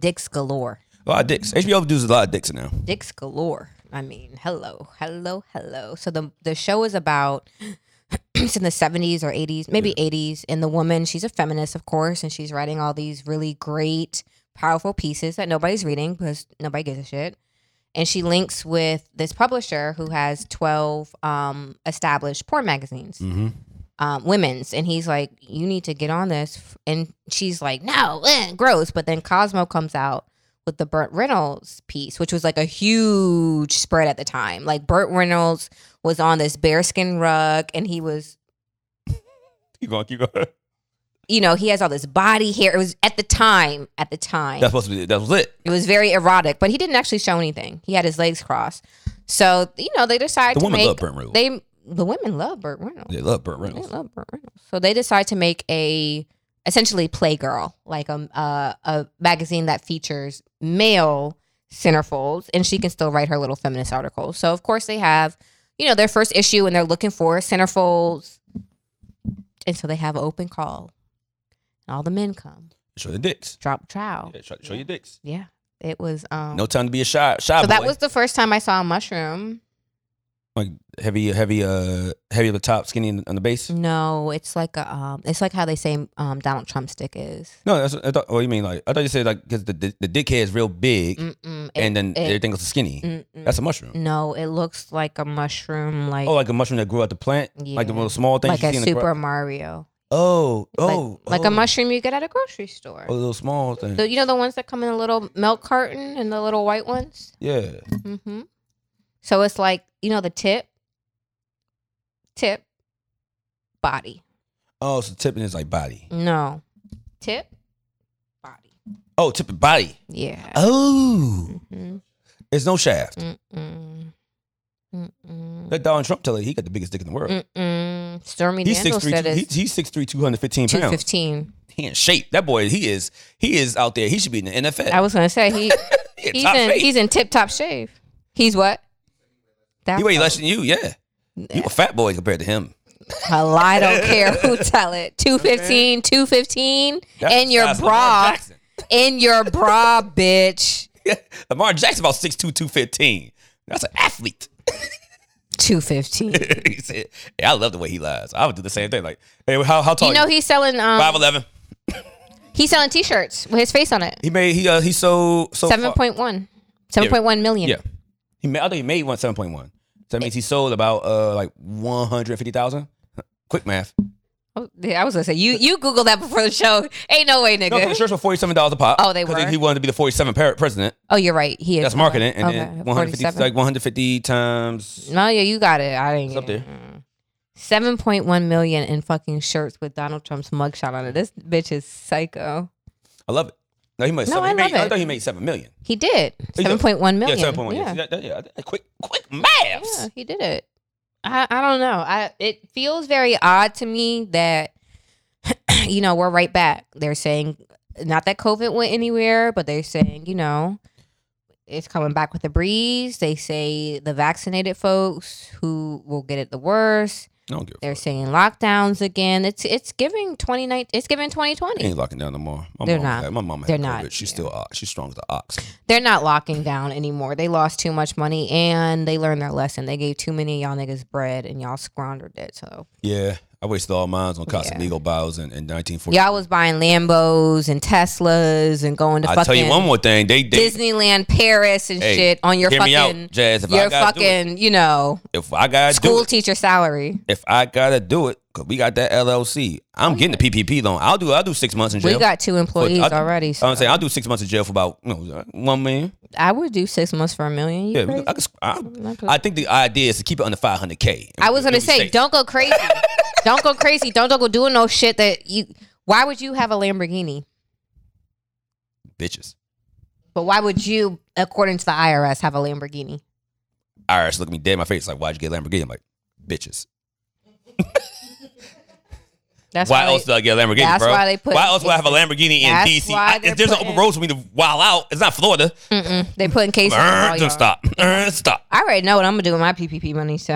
Speaker 2: dicks galore.
Speaker 1: A lot of dicks. HBO does a lot of dicks now.
Speaker 2: Dicks galore. I mean, hello, hello, hello. So the the show is about it's in the seventies or eighties, maybe eighties, and the woman she's a feminist, of course, and she's writing all these really great, powerful pieces that nobody's reading because nobody gives a shit. And she links with this publisher who has twelve um, established porn magazines.
Speaker 1: Mm-hmm.
Speaker 2: um, women's, and he's like, "You need to get on this." f- And she's like, "No, eh, gross." But then Cosmo comes out with the Burt Reynolds piece, which was like a huge spread at the time. Like Burt Reynolds was on this bearskin rug, and he was,
Speaker 1: Keep going, keep going.
Speaker 2: you know, he has all this body hair. It was at the time, at the time,
Speaker 1: That's supposed to be. That was it.
Speaker 2: it was very erotic. But he didn't actually show anything. He had his legs crossed. So you know, they decide
Speaker 1: The
Speaker 2: to
Speaker 1: women
Speaker 2: make
Speaker 1: love Burt Reynolds. They,
Speaker 2: they the women love Burt Reynolds.
Speaker 1: love Burt Reynolds.
Speaker 2: They love Burt Reynolds. So they decide to make a essentially Playgirl, like a a, a magazine that features male centerfolds, and she can still write her little feminist articles. So of course they have, you know, their first issue, and they're looking for centerfolds, and so they have an open call, and all the men come,
Speaker 1: Show the dicks.
Speaker 2: drop trowel.
Speaker 1: Yeah, show, show your dicks.
Speaker 2: Oh. Yeah, it was. um
Speaker 1: No time to be a shy shy
Speaker 2: So
Speaker 1: boy.
Speaker 2: that was the first time I saw a mushroom.
Speaker 1: like heavy, heavy, uh, heavy on the top, skinny on- on the base.
Speaker 2: No, it's like a um, it's like how they say um Donald Trump's dick is.
Speaker 1: No, that's I thought. What do you mean? Like I thought you said like because the, the the dick head is real big,
Speaker 2: Mm-mm, Mm, it-
Speaker 1: and then
Speaker 2: it- Mm,
Speaker 1: everything else is skinny.
Speaker 2: Mm-mm.
Speaker 1: That's a mushroom.
Speaker 2: No, it looks like a mushroom, like
Speaker 1: Oh, like a mushroom that grew out the plant, like the
Speaker 2: Yeah.
Speaker 1: little small thing.
Speaker 2: like
Speaker 1: you
Speaker 2: a
Speaker 1: see in the
Speaker 2: Super
Speaker 1: gra-
Speaker 2: Mario.
Speaker 1: Oh,
Speaker 2: Like-
Speaker 1: oh,
Speaker 2: like,
Speaker 1: oh.
Speaker 2: a mushroom you get at a grocery store.
Speaker 1: Oh, little small thing.
Speaker 2: The- you know the ones that come in a little milk carton and the little white ones.
Speaker 1: yeah.
Speaker 2: hmm So it's like you know the tip, tip, body.
Speaker 1: Oh, so tipping is like body.
Speaker 2: No, tip, body.
Speaker 1: Oh, tip and body.
Speaker 2: Yeah.
Speaker 1: Uh, Oh,
Speaker 2: Mhm.
Speaker 1: there's no shaft.
Speaker 2: Mm-hmm. Mm-mm. Mm-mm.
Speaker 1: That Donald Trump tell you he got the biggest dick in the world.
Speaker 2: Mm-mm. Stormy
Speaker 1: He's six
Speaker 2: Daniels
Speaker 1: three.
Speaker 2: Mm-hmm. said
Speaker 1: He,
Speaker 2: it's
Speaker 1: he's six three, two hundred fifteen pounds.
Speaker 2: 215.
Speaker 1: He in shape. That boy, he is. He is out there. He should be in the NFL.
Speaker 2: I was going to say he
Speaker 1: He in
Speaker 2: he's
Speaker 1: top
Speaker 2: in
Speaker 1: shape.
Speaker 2: he's in tip top shape. He's what? That's
Speaker 1: He weigh less than you. Yeah, you a fat boy compared to him.
Speaker 2: hell. I don't care who tell it. 215, 215
Speaker 1: That's
Speaker 2: in your
Speaker 1: besides Lamar
Speaker 2: bra.
Speaker 1: Jackson.
Speaker 2: In your bra, bitch.
Speaker 1: Lamar Jackson about 6'2", 215. That's an athlete.
Speaker 2: 215.
Speaker 1: he said, yeah, I love the way he lies. I would do the same thing. Like, hey, how how tall?
Speaker 2: You know he's selling
Speaker 1: five
Speaker 2: um
Speaker 1: eleven.
Speaker 2: he's selling t-shirts with his face on it.
Speaker 1: He made he uh, he sold so
Speaker 2: Seven point one, seven point one million.
Speaker 1: Yeah, he made. I think he made one seven point one. So that means he sold about uh like one hundred fifty thousand. Quick math.
Speaker 2: Oh, yeah, I was gonna say you you Google that before the show. Ain't no way, nigga.
Speaker 1: No, 'cause the shirts were forty seven dollars a pop.
Speaker 2: Oh, they
Speaker 1: 'Cause
Speaker 2: were?
Speaker 1: He wanted to be the forty seven president.
Speaker 2: oh, you're right. He is
Speaker 1: That's marketing, and
Speaker 2: Okay,
Speaker 1: then one hundred fifty
Speaker 2: 47.
Speaker 1: like one hundred fifty times.
Speaker 2: No, yeah, you got it. I didn't.
Speaker 1: It's up there.
Speaker 2: Seven point one million in fucking shirts with Donald Trump's mugshot on it. This bitch is psycho.
Speaker 1: I love it. No, he made.
Speaker 2: No,
Speaker 1: seven.
Speaker 2: I
Speaker 1: he made,
Speaker 2: love
Speaker 1: I thought
Speaker 2: it.
Speaker 1: he made seven million.
Speaker 2: He did
Speaker 1: Oh, Yeah.
Speaker 2: seven point one million.
Speaker 1: Yeah, seven point one. Yeah.
Speaker 2: Yeah.
Speaker 1: That, that, yeah, that- quick, quick
Speaker 2: Yeah,
Speaker 1: maths.
Speaker 2: he did it. I, I don't know. I it feels very odd to me that you know we're right back. They're saying not that COVID went anywhere, but they're saying you know it's coming back with a breeze. They say the vaccinated folks who will get it the worst.
Speaker 1: I don't give a
Speaker 2: They're
Speaker 1: fuck.
Speaker 2: saying lockdowns again. It's it's giving twenty nine. It's giving twenty
Speaker 1: They
Speaker 2: twenty.
Speaker 1: ain't locking down no more. My
Speaker 2: They're
Speaker 1: mom
Speaker 2: not.
Speaker 1: Had, my mom had
Speaker 2: They're
Speaker 1: COVID.
Speaker 2: not.
Speaker 1: She's
Speaker 2: Yeah.
Speaker 1: still uh, she's strong as the ox.
Speaker 2: They're not locking down anymore. They lost too much money and they learned their lesson. They gave too many of y'all niggas bread and y'all squandered it. So
Speaker 1: Yeah, I wasted all mine on Casamigo bottles in, in 1940.
Speaker 2: Y'all was buying Lambos and Teslas and going to
Speaker 1: I
Speaker 2: fucking
Speaker 1: tell you one more thing. They, they
Speaker 2: Disneyland Paris and
Speaker 1: Hey,
Speaker 2: shit on your
Speaker 1: hear me
Speaker 2: fucking
Speaker 1: out, Jazz. If I
Speaker 2: your
Speaker 1: gotta do it,
Speaker 2: fucking you know
Speaker 1: if I gotta do
Speaker 2: school
Speaker 1: it,
Speaker 2: teacher salary.
Speaker 1: if I gotta do it, cause we got that LLC. I'm getting the PPP loan. I'll do. I'll do six months in jail.
Speaker 2: Oh We got two employees
Speaker 1: I'll do-
Speaker 2: already. So
Speaker 1: I'm saying I'll do six months in jail for about you know, one million.
Speaker 2: I would do six months for a million. You
Speaker 1: Yeah,
Speaker 2: crazy?
Speaker 1: I, could, I,
Speaker 2: Not good.
Speaker 1: I think the idea is to keep it under 500k.
Speaker 2: I was gonna
Speaker 1: It'll be
Speaker 2: say,
Speaker 1: safe.
Speaker 2: don't go crazy. don't go crazy. Don't, don't go doing no shit that you. Why would you have a Lamborghini?
Speaker 1: bitches.
Speaker 2: But why would you, according to the IRS, have a Lamborghini?
Speaker 1: IRS look at me dead in my face like, why'd you get a Lamborghini? I'm like, bitches.
Speaker 2: That's
Speaker 1: why
Speaker 2: they-
Speaker 1: else do I get a Lamborghini,
Speaker 2: that's
Speaker 1: bro?
Speaker 2: why they put-
Speaker 1: why else would I have a Lamborghini in
Speaker 2: That's
Speaker 1: DC?
Speaker 2: why
Speaker 1: I-
Speaker 2: they're
Speaker 1: if there's an
Speaker 2: putting-
Speaker 1: open road for me to wild out, it's not Florida.
Speaker 2: Mm-mm. they put in cases. on all
Speaker 1: Err,
Speaker 2: y'all.
Speaker 1: Just stop. Err, Stop.
Speaker 2: I already know what I'm gonna do with my PPP money. So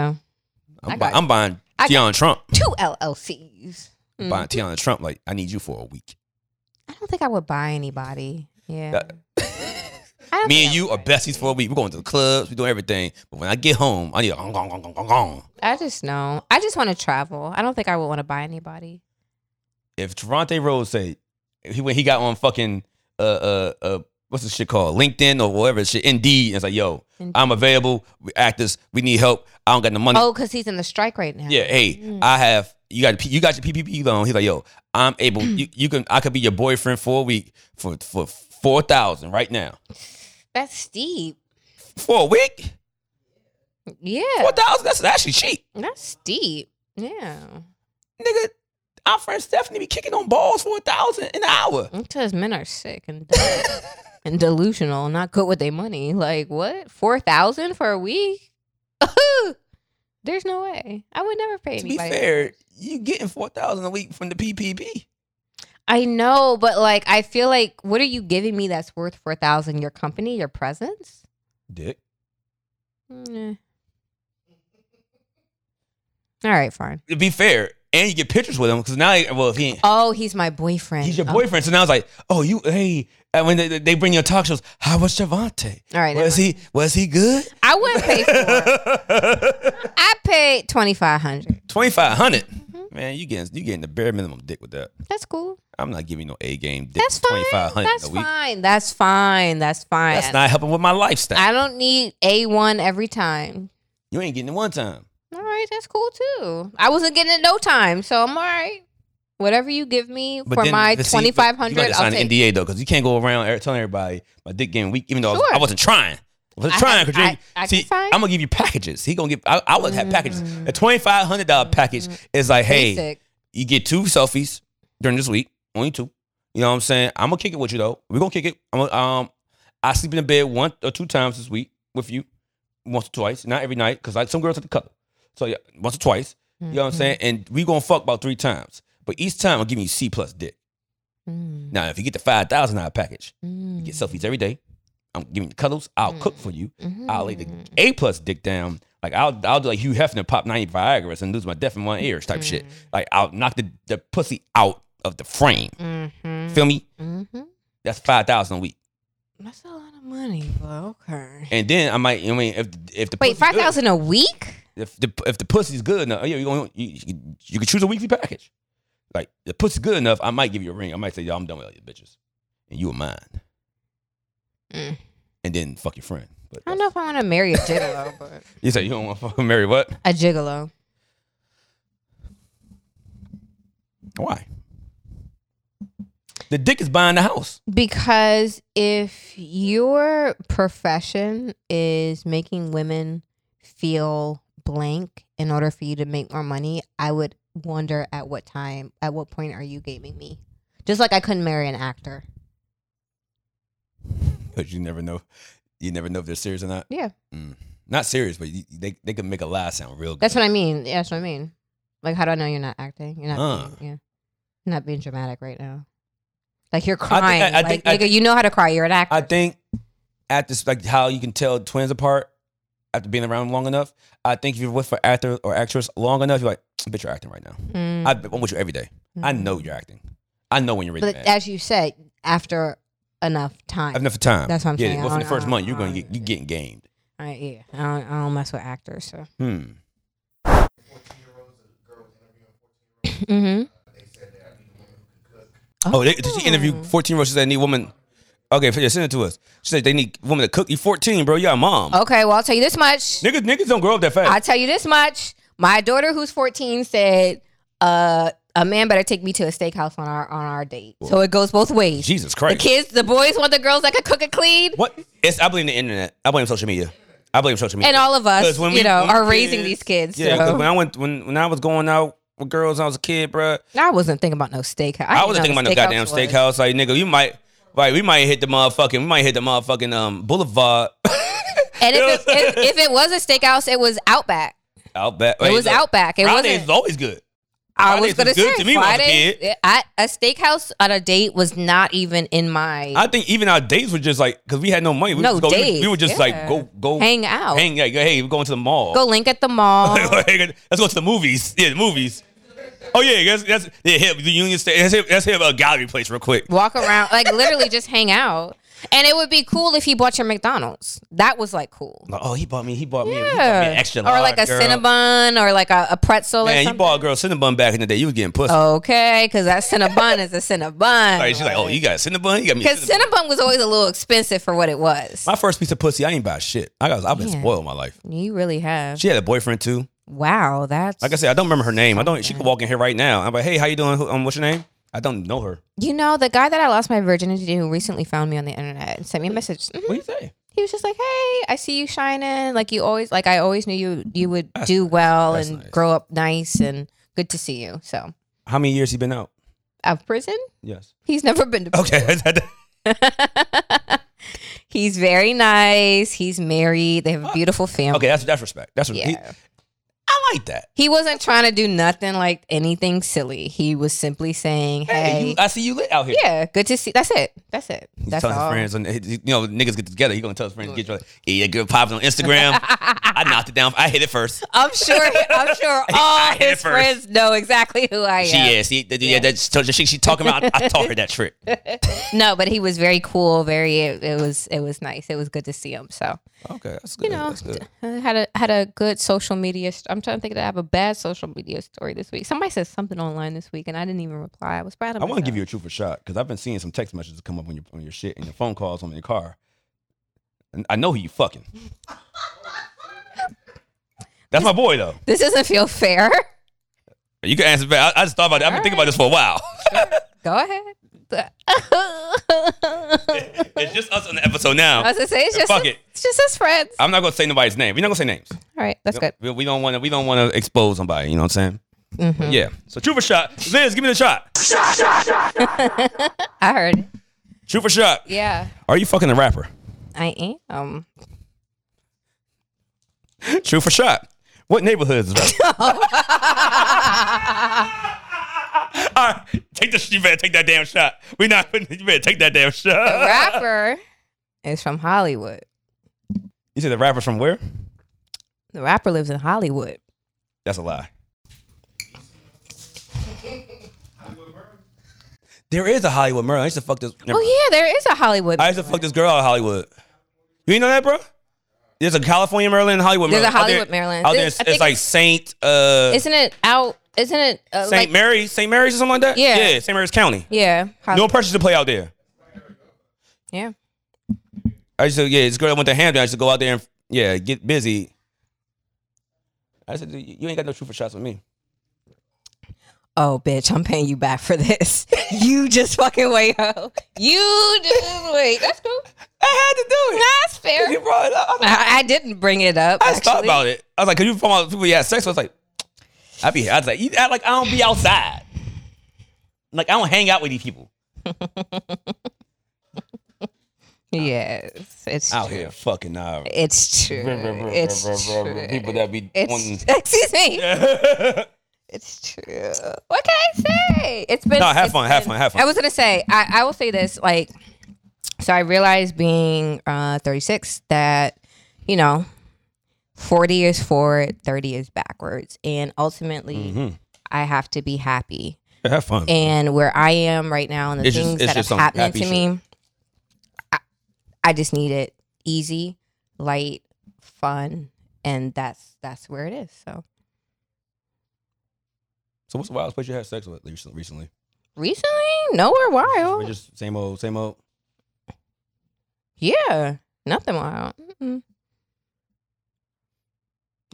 Speaker 2: I
Speaker 1: I'm, bu-
Speaker 2: got-
Speaker 1: I'm buying
Speaker 2: I
Speaker 1: Tiana Trump.
Speaker 2: two LLCs. Mm.
Speaker 1: Buying Tiana Trump. Like, I need you for a week.
Speaker 2: I don't think I would buy anybody. Yeah.
Speaker 1: That-
Speaker 2: I don't
Speaker 1: Me
Speaker 2: think
Speaker 1: and
Speaker 2: I
Speaker 1: you
Speaker 2: would
Speaker 1: are
Speaker 2: buy
Speaker 1: besties for a week. We're going to the clubs. We're doing everything. But when I get home, I need a gong, gong, gong, gong, gong, gong.
Speaker 2: anybody. I just know. I just want to travel. I don't think I would want to buy anybody.
Speaker 1: If Trevante Rose said, he, when he got on fucking, uh, uh, uh, what's this shit called? LinkedIn or whatever shit. Indeed. And it's like, yo,
Speaker 2: Indeed.
Speaker 1: I'm available. We actors. We need help. I don't got no money.
Speaker 2: Oh, Mm. because he's in the strike right now.
Speaker 1: Yeah, hey, I have you got you got your PPP loan. He's like, yo, I'm able. you, you can I could be your boyfriend for a week for for four thousand right now
Speaker 2: That's steep.
Speaker 1: for a week.
Speaker 2: Yeah.
Speaker 1: Four thousand that's actually cheap,
Speaker 2: That's steep. Yeah.
Speaker 1: nigga. Our friend Stephanie be kicking on balls for a thousand an hour.
Speaker 2: Because men are sick and dumb and delusional, not good with their money. Like, what? 4000 for a week? There's no way. I would never pay
Speaker 1: to be
Speaker 2: anybody.
Speaker 1: fair, you getting four thousand a week from the PPP.
Speaker 2: I know, but like I feel like what are you giving me that's worth four thousand? Your company, your presence?
Speaker 1: Dick,
Speaker 2: Mm, eh. All right, fine.
Speaker 1: to be fair, and you get pictures with him because now, well, if he ain't,
Speaker 2: Oh, he's my boyfriend.
Speaker 1: he's your
Speaker 2: Oh,
Speaker 1: boyfriend, so now it's like, oh, you, hey. And when they, they bring your talk shows, how was Javante?
Speaker 2: all right,
Speaker 1: Was
Speaker 2: never mind.
Speaker 1: he was he good?
Speaker 2: I wouldn't pay for. I paid twenty five hundred.
Speaker 1: Twenty five hundred.
Speaker 2: Mm-hmm.
Speaker 1: Man, you getting you getting the bare minimum dick with that.
Speaker 2: That's cool.
Speaker 1: I'm not giving you no A game dick.
Speaker 2: That's fine.
Speaker 1: Twenty five hundred
Speaker 2: That's
Speaker 1: a week.
Speaker 2: fine. That's fine. That's fine.
Speaker 1: That's not helping with my lifestyle.
Speaker 2: I don't need a one every time.
Speaker 1: you ain't getting it one time.
Speaker 2: All right, that's cool too. I wasn't getting it no time, so I'm all right. Whatever you give me for
Speaker 1: then-
Speaker 2: my
Speaker 1: but see,
Speaker 2: twenty five
Speaker 1: but
Speaker 2: hundred,
Speaker 1: You got to
Speaker 2: I'll
Speaker 1: sign
Speaker 2: take.
Speaker 1: an NDA though, because you can't go around er- telling everybody my dick getting weak, even though I, was,
Speaker 2: Sure.
Speaker 1: I wasn't trying. I wasn't
Speaker 2: I-
Speaker 1: trying because
Speaker 2: I- I can
Speaker 1: see,
Speaker 2: find- Mm.
Speaker 1: I'm gonna give you packages. He gonna give. I, I would have packages. A twenty five hundred dollar package is like, hey,
Speaker 2: Mm-hmm. Basic.
Speaker 1: you get two selfies during this week, only two. You know what I'm saying? I'm gonna kick it with you though. We're gonna kick it. I'm gonna, um, I sleep in the bed one or two times this week with you, once or twice, not every night, because like some girls have to color. So yeah, once or twice.
Speaker 2: Mm-hmm.
Speaker 1: You know what I'm saying? And we gonna fuck about three times, but each time I'm giving you C plus dick.
Speaker 2: Mm,
Speaker 1: Now, if you get the five thousand dollar package,
Speaker 2: mm,
Speaker 1: you get selfies every day. I'm giving you cuddles. I'll cook for you. I'll lay the
Speaker 2: mm,
Speaker 1: A plus dick down. Like I'll I'll do like Hugh Hefner pop ninety Viagra's and lose my deaf in one ear
Speaker 2: Mm-hmm.
Speaker 1: type shit. Like I'll knock the, the pussy out of the frame.
Speaker 2: mhm,
Speaker 1: Feel me?
Speaker 2: mhm.
Speaker 1: That's five thousand a week.
Speaker 2: That's a lot of money, but okay.
Speaker 1: And then I might. I mean, if if the
Speaker 2: Wait,
Speaker 1: pussy's
Speaker 2: five
Speaker 1: good-
Speaker 2: thousand a week?
Speaker 1: If the if the pussy's good enough, oh, yeah, you going you, you, can- you can choose a weekly package. Like the pussy's good enough, I might give you a ring. I might say, "Yo, I'm done with all your bitches, and you are mine."
Speaker 2: Mm.
Speaker 1: And then fuck your friend. But
Speaker 2: I don't know if I want to marry a gigolo, but
Speaker 1: You say you don't want to fucking marry what?
Speaker 2: a gigolo.
Speaker 1: Why? The dick is buying the house.
Speaker 2: Because if your profession is making women feel blank in order for you to make more money, I would wonder at what time, at what point are you gaming me? Just like I couldn't marry an actor.
Speaker 1: Cause you never know, you never know if they're serious or not.
Speaker 2: Yeah.
Speaker 1: Mm. Not serious, but you, they they can make a lie sound real good.
Speaker 2: That's what I mean. Yeah, that's what I mean. Like, how do I know you're not acting? You're not,
Speaker 1: Huh.
Speaker 2: being, yeah, You're not being dramatic right now. Like you're
Speaker 1: think-
Speaker 2: crying.
Speaker 1: I- I
Speaker 2: like,
Speaker 1: think- I
Speaker 2: nigga, you know how to cry. You're an actor.
Speaker 1: I think at this like how you can tell twins apart after being around long enough. I think if you're with an actor or actress long enough, you're like, bitch, you're acting right now.
Speaker 2: Mm.
Speaker 1: I, I'm with you every day. I know you're acting. I know when you're really
Speaker 2: Mm-hmm. But
Speaker 1: mad.
Speaker 2: as you said, after enough time,
Speaker 1: I've never time.
Speaker 2: That's what I'm
Speaker 1: yeah,
Speaker 2: saying. Oh. I
Speaker 1: within the
Speaker 2: don't-
Speaker 1: first
Speaker 2: I
Speaker 1: month,
Speaker 2: don't-
Speaker 1: you're
Speaker 2: I
Speaker 1: gonna
Speaker 2: don't-
Speaker 1: get you getting gamed.
Speaker 2: I, yeah, I don't, I don't mess with actors. So,
Speaker 1: Hmm.
Speaker 2: mm-hmm.
Speaker 1: Oh, they, did she interview 14 year olds? She said, I need woman. Okay, yeah, send it to us. She said, they need woman to cook. you 14, bro. You're a mom.
Speaker 2: okay. Well, I'll tell you this much.
Speaker 1: Niggas, niggas don't grow up that fast.
Speaker 2: I'll tell you this much. My daughter, who's 14, said, "Uh, a man better take me to a steakhouse on our on our date." So it goes both ways.
Speaker 1: Jesus
Speaker 2: the
Speaker 1: Christ.
Speaker 2: kids, the boys want the girls that can cook and clean,
Speaker 1: What? It's, I blame the internet. I blame social media. I blame social media.
Speaker 2: and all of us,
Speaker 1: 'Cause when
Speaker 2: you
Speaker 1: we-
Speaker 2: know,
Speaker 1: when we
Speaker 2: are raising
Speaker 1: kids-
Speaker 2: these kids.
Speaker 1: Yeah, 'cause
Speaker 2: so.
Speaker 1: when I went when when I was going out with girls, when I was a kid, bro.
Speaker 2: I wasn't thinking about no steakhouse.
Speaker 1: I,
Speaker 2: didn't
Speaker 1: wasn't
Speaker 2: know
Speaker 1: thinking about no
Speaker 2: the
Speaker 1: goddamn
Speaker 2: was.
Speaker 1: steakhouse. Like nigga, you might right, we might hit the motherfucking we might hit the motherfucking um boulevard.
Speaker 2: And if it, if, if it was a steakhouse, it was Outback.
Speaker 1: out back.
Speaker 2: It was Outback. It wasn't.
Speaker 1: is always good.
Speaker 2: I
Speaker 1: Fridays
Speaker 2: was gonna
Speaker 1: was good
Speaker 2: say
Speaker 1: to me when I was a
Speaker 2: Fridays.
Speaker 1: kid.
Speaker 2: I, a steakhouse on a date was not even in my
Speaker 1: I think even our dates were just like because we had no money. We
Speaker 2: No
Speaker 1: would just go, we would-
Speaker 2: dates,
Speaker 1: We, would just
Speaker 2: yeah.
Speaker 1: like go go
Speaker 2: hang out.
Speaker 1: hang, like hey, we're going to the mall.
Speaker 2: Go link at the mall.
Speaker 1: let's go to the movies. Yeah, the movies. Oh yeah, that's that's yeah, hit the Union State. Let's hit, let's hit a gallery place real quick.
Speaker 2: walk around, like literally just hang out. And it would be cool if he bought your McDonald's. That was like cool.
Speaker 1: Like, oh, he bought me. He bought me. He bought me
Speaker 2: Yeah.
Speaker 1: an extra
Speaker 2: or like a
Speaker 1: large, girl.
Speaker 2: Cinnabon or like a, a pretzel or
Speaker 1: Man, you
Speaker 2: something.
Speaker 1: bought a girl Cinnabon back in the day. You was getting
Speaker 2: Oh.
Speaker 1: pussy.
Speaker 2: okay, because that Cinnabon is a Cinnabon.
Speaker 1: Like, she's like, oh, you got a Cinnabon? You got me. a
Speaker 2: Because
Speaker 1: Cinnabon.
Speaker 2: Cinnabon was always a little expensive for what it was.
Speaker 1: My first piece of pussy, I ain't buy shit. I got, I've been
Speaker 2: Yeah.
Speaker 1: spoiled my life.
Speaker 2: you really have.
Speaker 1: She had a boyfriend too.
Speaker 2: wow, that's
Speaker 1: Like I said, I don't remember her name. I don't. She could walk in here right now. I'm like, hey, how you doing? Who- Um, what's your name? I don't know her.
Speaker 2: You know, the guy that I lost my virginity to who recently found me on the internet and sent me a message. Mhm.
Speaker 1: What do you say?
Speaker 2: He was just like, "Hey, I see you shining. Like you always, like I always knew you you would do well
Speaker 1: That's
Speaker 2: and
Speaker 1: nice.
Speaker 2: grow up nice and good to see you." So,
Speaker 1: How many years he been out?
Speaker 2: out of prison,
Speaker 1: Yes.
Speaker 2: he's never been to.
Speaker 1: Okay.
Speaker 2: he's very nice. He's married. They have a beautiful family.
Speaker 1: okay. That's that's respect. That's
Speaker 2: Yeah.
Speaker 1: respect. I like that.
Speaker 2: He wasn't trying to do nothing like anything silly. He was simply saying,
Speaker 1: Hey,
Speaker 2: "Hey,
Speaker 1: you, I see you lit out here.
Speaker 2: yeah, good to see." That's it. That's it.
Speaker 1: He's
Speaker 2: That's
Speaker 1: telling
Speaker 2: all.
Speaker 1: his friends, and he- you know, niggas get together. He gonna tell his friends, get your, yeah, your girl popped on Instagram. I knocked it down. I hit it first.
Speaker 2: I'm sure. I'm sure all
Speaker 1: I hit it
Speaker 2: his
Speaker 1: first.
Speaker 2: friends know exactly who I
Speaker 1: She
Speaker 2: am.
Speaker 1: yeah, see, that- yeah, that's the shit she talking about. I taught her that trick.
Speaker 2: No, but he was very cool. Very. It, it was. It was nice. It was good to see him. So
Speaker 1: Okay, that's good.
Speaker 2: you know, I had a had a good social media. St- I'm trying to think that I have a bad social media story this week. Somebody said something online this week, and I didn't even reply. I was proud of.
Speaker 1: I want to give you a truthful shot because I've been seeing some text messages come up on your on your shit and your phone calls on your car. And I know who you fucking. That's my boy though.
Speaker 2: This doesn't feel fair.
Speaker 1: You can answer back. I, I just thought about that. I've been thinking about this for a while.
Speaker 2: Go ahead. I
Speaker 1: it's just us on the episode now.
Speaker 2: was gonna say it's just
Speaker 1: Fuck it.
Speaker 2: it's just his friends.
Speaker 1: I'm not gonna say nobody's name. We're not gonna say names.
Speaker 2: All right, that's good.
Speaker 1: We, we don't want to. We don't want to expose somebody. You know what I'm saying?
Speaker 2: Mm-hmm.
Speaker 1: But yeah. So truth or shot. Liz, give me the shot.
Speaker 2: I heard. it.
Speaker 1: Truth or shot.
Speaker 2: Yeah,
Speaker 1: Are you fucking a rapper?
Speaker 2: I am. Um,
Speaker 1: Truth or shot. What neighborhood is that? All right, take the you better take that damn shot. We not you better take that damn
Speaker 2: The
Speaker 1: shot.
Speaker 2: rapper is from Hollywood.
Speaker 1: You said the rapper's from where?
Speaker 2: The rapper lives in Hollywood.
Speaker 1: That's a lie. There is a Hollywood Merlin. I used to fuck this. never
Speaker 2: Oh
Speaker 1: mind.
Speaker 2: yeah, there is a Hollywood.
Speaker 1: I used to fuck this girl out of Hollywood. You ain't know that, bro? There's a California Maryland and Hollywood
Speaker 2: There's a
Speaker 1: Maryland. Out there-
Speaker 2: Hollywood Maryland.
Speaker 1: Out there,
Speaker 2: There's-
Speaker 1: it's,
Speaker 2: I think
Speaker 1: it's like Saint uh
Speaker 2: isn't it out? Isn't it uh,
Speaker 1: Saint
Speaker 2: like
Speaker 1: Mary's, Saint Mary's or something like that.
Speaker 2: Yeah.
Speaker 1: yeah, Saint Mary's County.
Speaker 2: yeah, Holly-
Speaker 1: No pressure to play out there.
Speaker 2: yeah.
Speaker 1: I used to, yeah, this girl that went to Hampton. I used to go out there and, yeah, get busy. I said, "You you ain't got no truth for shots with me."
Speaker 2: Oh, bitch, I'm paying you back for this. you just fucking wait, ho. You just wait. That's cool.
Speaker 1: I had to do it.
Speaker 2: That's fair.
Speaker 1: You brought it up. I,
Speaker 2: I, I didn't bring it up.
Speaker 1: I just thought
Speaker 2: actually.
Speaker 1: about it. I was like, "Cause you from all the people you had sex with?" I was like, "I be," I was like, "You act like I don't be outside. Like I don't hang out with these people
Speaker 2: Yes, it's
Speaker 1: out
Speaker 2: true.
Speaker 1: here. Fucking nah.
Speaker 2: It's true. It's true.
Speaker 1: People that be
Speaker 2: It's, excuse me.
Speaker 1: wanting.
Speaker 2: It's true. What can I say? It's been.
Speaker 1: No, have
Speaker 2: it's
Speaker 1: fun, have
Speaker 2: been-
Speaker 1: fun, have fun.
Speaker 2: I was gonna say. I, I will say this. Like, so I realized being uh, 36 that you know, 40 is forward, 30 is backwards, and ultimately,
Speaker 1: Mm-hmm.
Speaker 2: I have to be happy.
Speaker 1: have fun.
Speaker 2: And where I am right now, and the
Speaker 1: It's just-
Speaker 2: things
Speaker 1: it's
Speaker 2: that
Speaker 1: just
Speaker 2: have
Speaker 1: some
Speaker 2: happened
Speaker 1: happy
Speaker 2: to me, I, I just need it easy, light, fun, and that's that's where it is. So.
Speaker 1: So what's the wildest place you had sex with recent- recently?
Speaker 2: Recently, nowhere
Speaker 1: Or
Speaker 2: wild.
Speaker 1: Just same old, same old.
Speaker 2: Yeah, nothing wild. Mm-mm.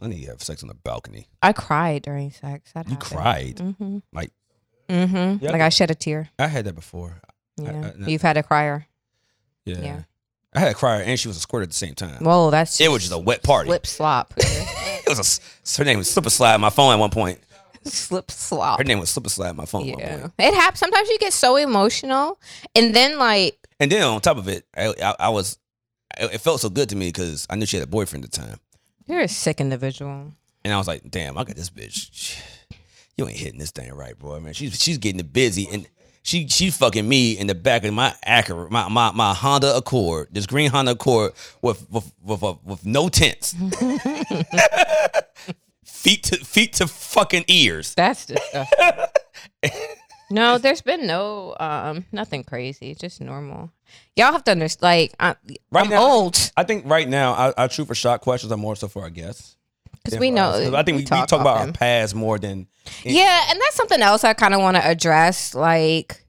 Speaker 1: I need to have sex on the balcony.
Speaker 2: I cried during sex. That
Speaker 1: You cried.
Speaker 2: Mm-hmm.
Speaker 1: Like-
Speaker 2: mm-hmm.
Speaker 1: Yeah.
Speaker 2: Like I shed a tear.
Speaker 1: I had that before.
Speaker 2: Yeah.
Speaker 1: I- no.
Speaker 2: You've had a crier.
Speaker 1: Yeah.
Speaker 2: Yeah.
Speaker 1: I had a crier and she was a squirt at the same time.
Speaker 2: Whoa, that's
Speaker 1: it was just a wet party.
Speaker 2: slip slop.
Speaker 1: It was a s- her name was Slip and Slide. My phone at one point.
Speaker 2: slip slop.
Speaker 1: Her name was Slip and Slide. My phone. At one
Speaker 2: Ah. Yeah,
Speaker 1: point.
Speaker 2: it happens. Sometimes you get so emotional, and then like,
Speaker 1: And then on top of it, I, I, I was. It it felt so good to me because I knew she had a boyfriend at the time,
Speaker 2: you're a sick individual.
Speaker 1: and I was like, "Damn, I got this bitch. You ain't hitting this thing right, boy. Man, she's she's getting it busy, and she she fucking me in the back of my Acura, my my, my Honda Accord, this green Honda Accord with with with, with, with no tents, feet to feet to fucking ears.
Speaker 2: That's disgusting. no, there's been no um nothing crazy, just normal. Y'all have to understand. Like, I,
Speaker 1: Right
Speaker 2: I'm
Speaker 1: now-
Speaker 2: old
Speaker 1: I think right now our, our truth or shot questions are more so for our guests.
Speaker 2: because
Speaker 1: than
Speaker 2: we
Speaker 1: for
Speaker 2: know.
Speaker 1: us. 'Cause I think we, we talk, about our
Speaker 2: them.
Speaker 1: past more than
Speaker 2: Yeah, and that's something else I kind of want to address, like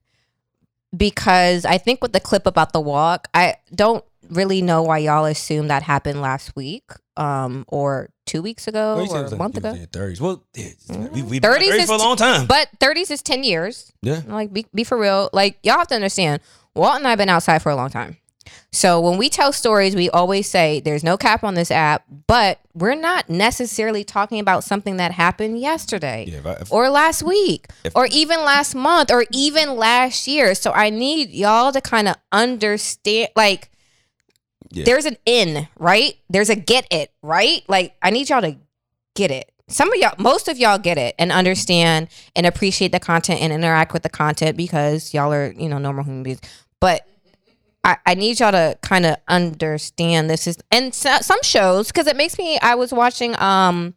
Speaker 2: because I think with the clip about the walk, I don't really know why y'all assume that happened last week, um, or two weeks ago,
Speaker 1: Well, you said it
Speaker 2: or
Speaker 1: was
Speaker 2: a
Speaker 1: like-
Speaker 2: month
Speaker 1: it was
Speaker 2: ago.
Speaker 1: in your Thirties. Well, yeah, we, we've been
Speaker 2: 30s
Speaker 1: thirties
Speaker 2: is
Speaker 1: for a
Speaker 2: t-
Speaker 1: long time.
Speaker 2: But 30s is 10 years.
Speaker 1: yeah,
Speaker 2: Like, be, be for real. Like, y'all have to understand, Walt and I have been outside for a long time. So when we tell stories, we always say there's no cap on this app, but we're not necessarily talking about something that happened yesterday
Speaker 1: yeah. If I, if,
Speaker 2: or last week or even last month or even last year. So I need y'all to kind of understand like
Speaker 1: Yeah.
Speaker 2: there's an in, right? There's a get it, right? Like I need y'all to get it. Some of y'all most of y'all get it and understand and appreciate the content and interact with the content because y'all are, you know, normal human beings. But I, I need y'all to kind of understand this is and so, some shows because it makes me I was watching um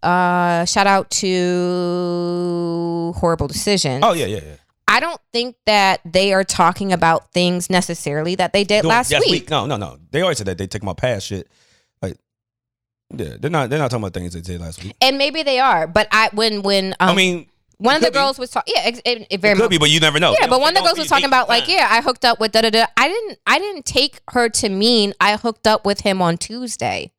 Speaker 2: uh shout out to horrible decision
Speaker 1: oh yeah, yeah, yeah.
Speaker 2: I don't think that they are talking about things necessarily that they did
Speaker 1: Doing-
Speaker 2: last
Speaker 1: yes,
Speaker 2: week.
Speaker 1: No, no, no. They always said that they take my past shit. Like, yeah, they're not. They're not talking about things they did last week.
Speaker 2: and maybe they are but I when when um,
Speaker 1: I mean,
Speaker 2: one of
Speaker 1: it
Speaker 2: the
Speaker 1: could be.
Speaker 2: girls was talking yeah it, it, it very
Speaker 1: it
Speaker 2: much
Speaker 1: could be, but you never know.
Speaker 2: Yeah, but one of the
Speaker 1: They don't-
Speaker 2: girls was
Speaker 1: they-
Speaker 2: talking about like,
Speaker 1: they-
Speaker 2: yeah, I hooked up with da da da. I didn't, I didn't take her to mean I hooked up with him on Tuesday.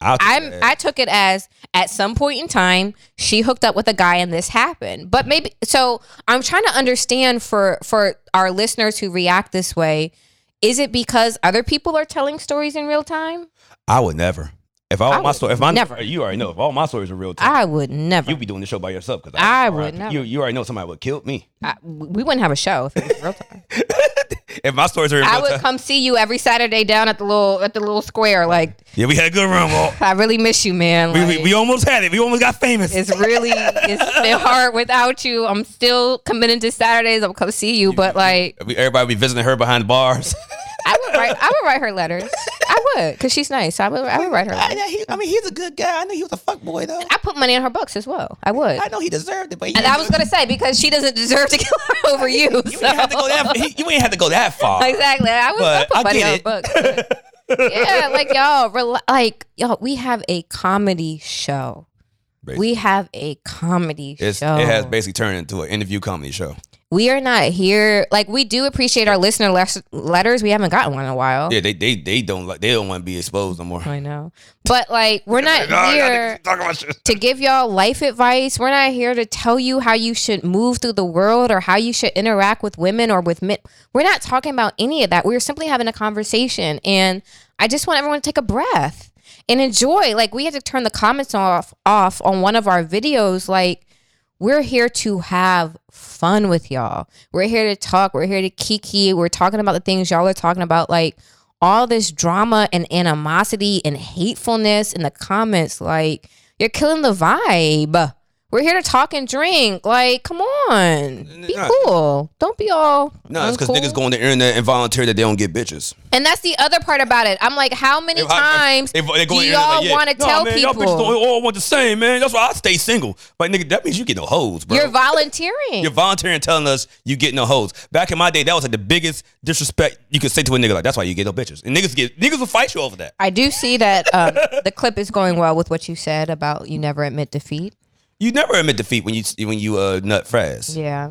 Speaker 1: I'll take
Speaker 2: I'm,
Speaker 1: that.
Speaker 2: I took it as at some point in time she hooked up with a guy and this happened. But maybe so I'm trying to understand for for our listeners who react this way, is it because other people are telling stories in real time?
Speaker 1: I would never. If all
Speaker 2: I
Speaker 1: my
Speaker 2: would
Speaker 1: story, if my
Speaker 2: never.
Speaker 1: you already know, if all my stories are real, time,
Speaker 2: I would never.
Speaker 1: you'd be doing the show by yourself. Because
Speaker 2: I would never.
Speaker 1: You you already know somebody would kill me
Speaker 2: I- we wouldn't have a show if it was real time.
Speaker 1: if my stories are in
Speaker 2: I
Speaker 1: real
Speaker 2: would
Speaker 1: time.
Speaker 2: come see you every Saturday down at the little at the little square. Like
Speaker 1: yeah, we had a good run. Walt.
Speaker 2: I really miss you, man.
Speaker 1: We, we
Speaker 2: Like,
Speaker 1: we almost had it. We almost got famous.
Speaker 2: it's really it's been hard without you. I'm still committed to Saturdays. I'll come see you, but like
Speaker 1: We, everybody be visiting her behind the bars.
Speaker 2: I would write I would write her letters. I would because she's nice. I would I would write her. Letters.
Speaker 1: he, I mean, he's a good guy. I know he was a fuck boy though.
Speaker 2: I put money in her books as well. I would.
Speaker 1: know he deserved it, but
Speaker 2: And I was gonna say because she doesn't deserve to get over you. so.
Speaker 1: that. he- you ain't had to go that far.
Speaker 2: exactly. I was
Speaker 1: But I
Speaker 2: gonna put money
Speaker 1: get
Speaker 2: on her
Speaker 1: it.
Speaker 2: books. but- yeah, like y'all, rela- like y'all, we have a comedy show.
Speaker 1: Basically.
Speaker 2: We have a comedy
Speaker 1: It's,
Speaker 2: show.
Speaker 1: It has basically turned into an interview comedy show.
Speaker 2: we are not here. Like we do appreciate our listener les- letters. We haven't gotten one in a while.
Speaker 1: Yeah, they they they don't like they don't want to be exposed no more.
Speaker 2: I know, but like we're not here
Speaker 1: talk about shit.
Speaker 2: to give y'all life advice. We're not here to tell you how you should move through the world or how you should interact with women or with men. We're not talking about any of that. We're simply having a conversation. And I just want everyone to take a breath and enjoy. Like we had to turn the comments off off on one of our videos. Like we're here to have fun with y'all. We're here to talk. We're here to kiki. We're talking about the things y'all are talking about. Like all this drama and animosity and hatefulness in the comments. Like you're killing the vibe. We're here to talk and drink. Like, come on. Be
Speaker 1: Nah.
Speaker 2: cool. Don't be all.
Speaker 1: No, it's because
Speaker 2: uncool.
Speaker 1: niggas go on the internet and volunteer that they don't get bitches.
Speaker 2: And that's the other part about it. I'm like, how many
Speaker 1: They-
Speaker 2: times
Speaker 1: they- they go
Speaker 2: do
Speaker 1: on the internet
Speaker 2: y'all
Speaker 1: like, yeah,
Speaker 2: want to
Speaker 1: nah,
Speaker 2: tell
Speaker 1: man, Y'all bitches
Speaker 2: people
Speaker 1: don't all want the same, man. That's why I stay single. But nigga, that means you get no hoes, bro.
Speaker 2: you're volunteering?
Speaker 1: You're volunteering telling us you get no hoes. Back in my day, that was like the biggest disrespect you could say to a nigga. Like that's why you get no bitches, and niggas get niggas will fight you over that.
Speaker 2: I do see that um, the clip is going well with what you said about you never admit defeat.
Speaker 1: You never admit defeat when you when you uh nut fast.
Speaker 2: Yeah.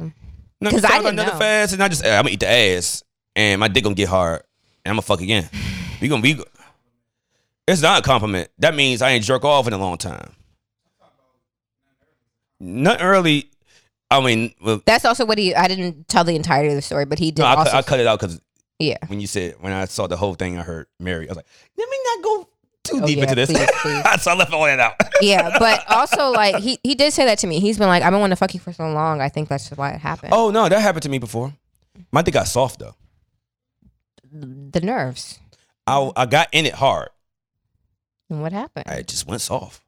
Speaker 1: No,
Speaker 2: 'Cause I
Speaker 1: sometimes
Speaker 2: didn't
Speaker 1: nut
Speaker 2: know.
Speaker 1: fast, and I just I'm gonna eat the ass, and my dick gonna get hard, and I'm gonna fuck again. We gonna be. It's not a compliment. That means I ain't jerk off in a long time. Not early. I mean, well,
Speaker 2: That's also what he, I didn't tell the entirety of the story, but he did
Speaker 1: no, I,
Speaker 2: also.
Speaker 1: cut, I cut it out because
Speaker 2: yeah.
Speaker 1: when you said when I saw the whole thing, I heard Mary. I was like, let me not go too
Speaker 2: Oh,
Speaker 1: deep
Speaker 2: yeah,
Speaker 1: into this.
Speaker 2: please, please.
Speaker 1: so I left all that out.
Speaker 2: Yeah. But also, like, he, he did say that to me. He's been like, I've been wanting to fuck you for so long. I think that's why it happened.
Speaker 1: oh no, that happened to me before. My dick got soft though.
Speaker 2: The nerves.
Speaker 1: I I got in it hard.
Speaker 2: And what happened?
Speaker 1: I just went soft.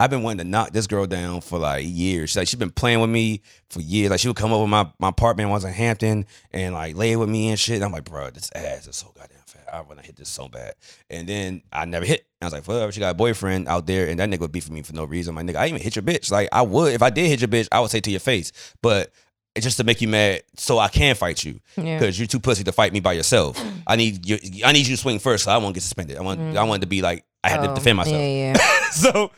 Speaker 1: I've been wanting to knock this girl down for like years. Like she's been playing with me for years. Like she would come over my my apartment when I was in Hampton and like lay with me and shit. And I'm like, bro, this ass is so goddamn fat. I want to hit this so bad. And then I never hit. I was like, whatever. She got a boyfriend out there, and that nigga would be for me for no reason. My nigga, I ain't even hit your bitch. Like I would if I did hit your bitch, I would say to your face, but. It's just to make you mad, so I can fight you
Speaker 2: Yeah.
Speaker 1: because you're too pussy to fight me by yourself. I need you. I need you to swing first, so I won't get suspended. I want. I wanted to be like I had
Speaker 2: Mm. Oh,
Speaker 1: to defend myself
Speaker 2: Yeah, yeah.
Speaker 1: so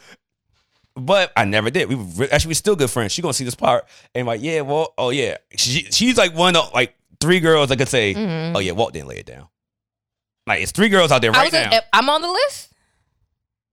Speaker 1: but I never did. We were re- actually we're still good friends. She gonna see this part and like, yeah, well, oh yeah. She she's like one of like three girls I could say,
Speaker 2: Mhm.
Speaker 1: oh yeah, Walt didn't lay it down. Like it's three girls out there
Speaker 2: I
Speaker 1: right
Speaker 2: was
Speaker 1: now.
Speaker 2: a, I'm on the list.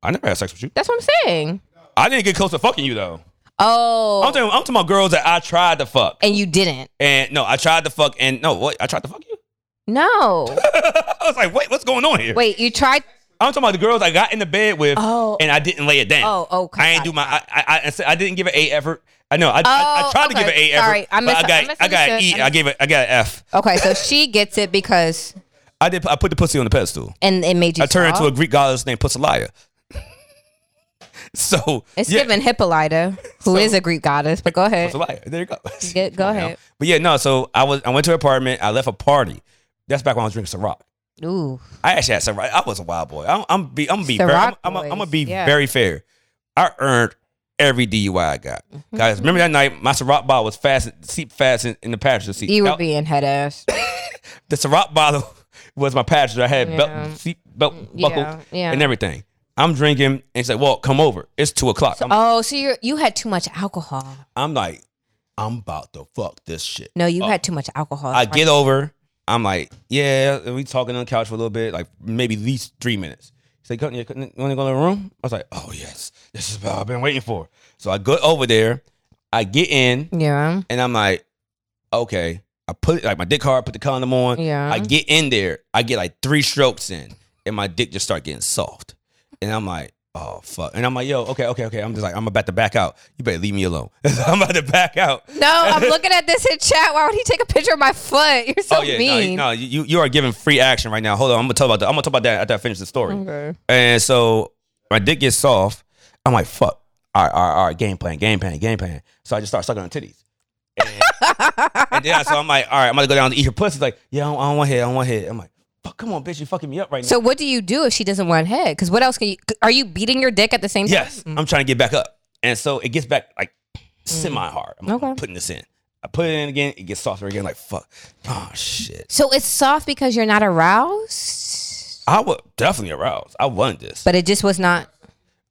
Speaker 1: I never had sex with you.
Speaker 2: That's what I'm saying.
Speaker 1: I didn't get close to fucking you though.
Speaker 2: Oh.
Speaker 1: I'm talking, I'm talking about girls that I tried to fuck.
Speaker 2: and you didn't.
Speaker 1: And no, I tried to fuck and no, what? I tried to fuck you?
Speaker 2: No.
Speaker 1: I was like, wait, what's going on here?
Speaker 2: Wait, you tried.
Speaker 1: I'm talking about the girls I got in the bed with
Speaker 2: Oh.
Speaker 1: and I didn't lay it down.
Speaker 2: Oh, okay.
Speaker 1: I ain't do my. I, I I- I said I didn't give an A effort. I know. I, I, I
Speaker 2: Oh,
Speaker 1: tried to
Speaker 2: okay.
Speaker 1: give an A effort.
Speaker 2: Sorry, I
Speaker 1: but
Speaker 2: mis-
Speaker 1: I
Speaker 2: I
Speaker 1: got I got an E.
Speaker 2: misunderstood. I
Speaker 1: I gave it. I got an F.
Speaker 2: Okay, so she gets it because
Speaker 1: I did. I put the pussy on the pedestal.
Speaker 2: and it made you.
Speaker 1: I turned into a
Speaker 2: soft?
Speaker 1: Greek goddess named Pussalaya. so
Speaker 2: It's
Speaker 1: yeah,
Speaker 2: given Hippolyta, who is a Greek goddess. But go ahead.
Speaker 1: Pussalaya. There you go.
Speaker 2: Get- go
Speaker 1: Come on now.
Speaker 2: ahead.
Speaker 1: But yeah, no. So I was. I went to her apartment. I left a party. That's back when I was drinking Ciroc.
Speaker 2: Ooh,
Speaker 1: I actually had Ciroc. I was a wild boy. I'm. I'm be. I'm be.
Speaker 2: Ciroc
Speaker 1: Very, I'm, I'm, I'm gonna
Speaker 2: boys,
Speaker 1: be
Speaker 2: yeah.
Speaker 1: very fair. I earned every DUI I got.
Speaker 2: Mm-hmm.
Speaker 1: Guys, remember that night my Ciroc bottle was fastened, seat fastened in the passenger seat.
Speaker 2: you were
Speaker 1: That-
Speaker 2: being head ass.
Speaker 1: the Ciroc bottle was my passenger. I had
Speaker 2: Yeah. Mm,
Speaker 1: belt, seat, belt
Speaker 2: yeah,
Speaker 1: buckled
Speaker 2: yeah.
Speaker 1: and everything. I'm drinking, and she's like, "Well, come over. It's two o'clock." I'm,
Speaker 2: Oh, so you you had too much alcohol.
Speaker 1: I'm like, "I'm about to fuck this shit."
Speaker 2: No, you
Speaker 1: up."
Speaker 2: had too much alcohol.
Speaker 1: Oh. I get over. I'm like, "Yeah." and We talking on the couch for a little bit, like maybe at least three minutes. She's like, "Come- "You want to go to the room?" I was like, "Oh yes, this is what I've been waiting for." So I go over there. I get in,
Speaker 2: Yeah,
Speaker 1: and I'm like, "Okay." I put it like my dick hard. Put the condom on.
Speaker 2: yeah.
Speaker 1: I get in there, I get like three strokes in, and my dick just start getting soft. And I'm like, oh fuck. And I'm like, yo, okay, okay, okay. I'm just like, I'm about to back out. You better leave me alone. I'm about to back out.
Speaker 2: No, I'm looking at this in chat. Why would he take a picture of my foot? You're so
Speaker 1: oh yeah, no,
Speaker 2: mean.
Speaker 1: no, you you are giving free action right now. Hold on, I'm gonna talk about that. I'm gonna talk about that after I finish the story.
Speaker 2: Okay.
Speaker 1: And so my dick gets soft. I'm like, fuck. All right, all right, all right. Game plan, game plan, game plan. So I just start sucking on titties. And, and then I- so I'm like, all right, I'm gonna go down and eat her pussy. It's like, yeah, I don't, I don't want head, I don't want head. I'm like, fuck, come on, bitch, you fucking me up right now.
Speaker 2: So what do you do if she doesn't want head? Because what else can you? Are you beating your dick at the same time?
Speaker 1: Yes, I'm trying to get back up, and so it gets back like semi hard. I'm, like, I'm
Speaker 2: Mm-hmm. Okay.
Speaker 1: putting this in. I put it in again. It gets softer again. Like fuck. Oh shit.
Speaker 2: So it's soft because you're not aroused,
Speaker 1: I was definitely aroused. I wanted this.
Speaker 2: but it just was not.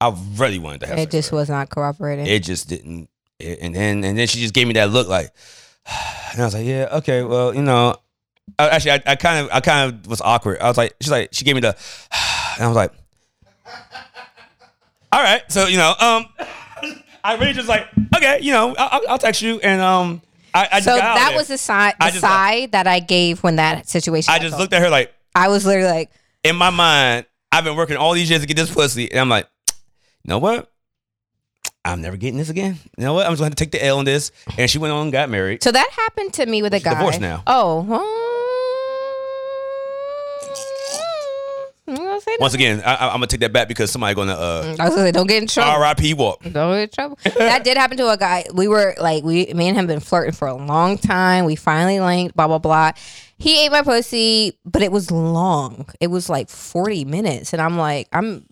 Speaker 1: I really wanted to have
Speaker 2: It
Speaker 1: sex
Speaker 2: just
Speaker 1: with
Speaker 2: was not cooperating.
Speaker 1: her. It just didn't. It, and then and then she just gave me that look like, and I was like, yeah, okay, well, you know, I, actually, I, I kind of I kind of was awkward. I was like, she's like, she gave me the, and I was like, all right, so you know, um, I really just like, okay, you know, I'll, I'll- I'll text you, and um, I, I just
Speaker 2: so
Speaker 1: got out
Speaker 2: that
Speaker 1: there.
Speaker 2: was the side, the
Speaker 1: I just-
Speaker 2: side that I gave when that situation.
Speaker 1: I just
Speaker 2: happened.
Speaker 1: looked at her like,
Speaker 2: I was literally like,
Speaker 1: in my mind, I've been working all these years to get this pussy, and I'm like, you know what? I'm never getting this again. You know what? I'm just gonna have to take the L on this. And she went on and got married.
Speaker 2: so that happened to me with a
Speaker 1: She's
Speaker 2: guy.
Speaker 1: divorced now.
Speaker 2: Oh. hmm. I'm gonna say
Speaker 1: Once
Speaker 2: that.
Speaker 1: again, I, I, am gonna take that back because somebody gonna uh,
Speaker 2: I was gonna say, don't get in trouble.
Speaker 1: R.I.P. Walk.
Speaker 2: Don't get in trouble. that did happen to a guy. We were like, we me and him been flirting for a long time. We finally linked. Blah blah blah. He ate my pussy, but it was long. It was like forty minutes, and I'm like, I'm,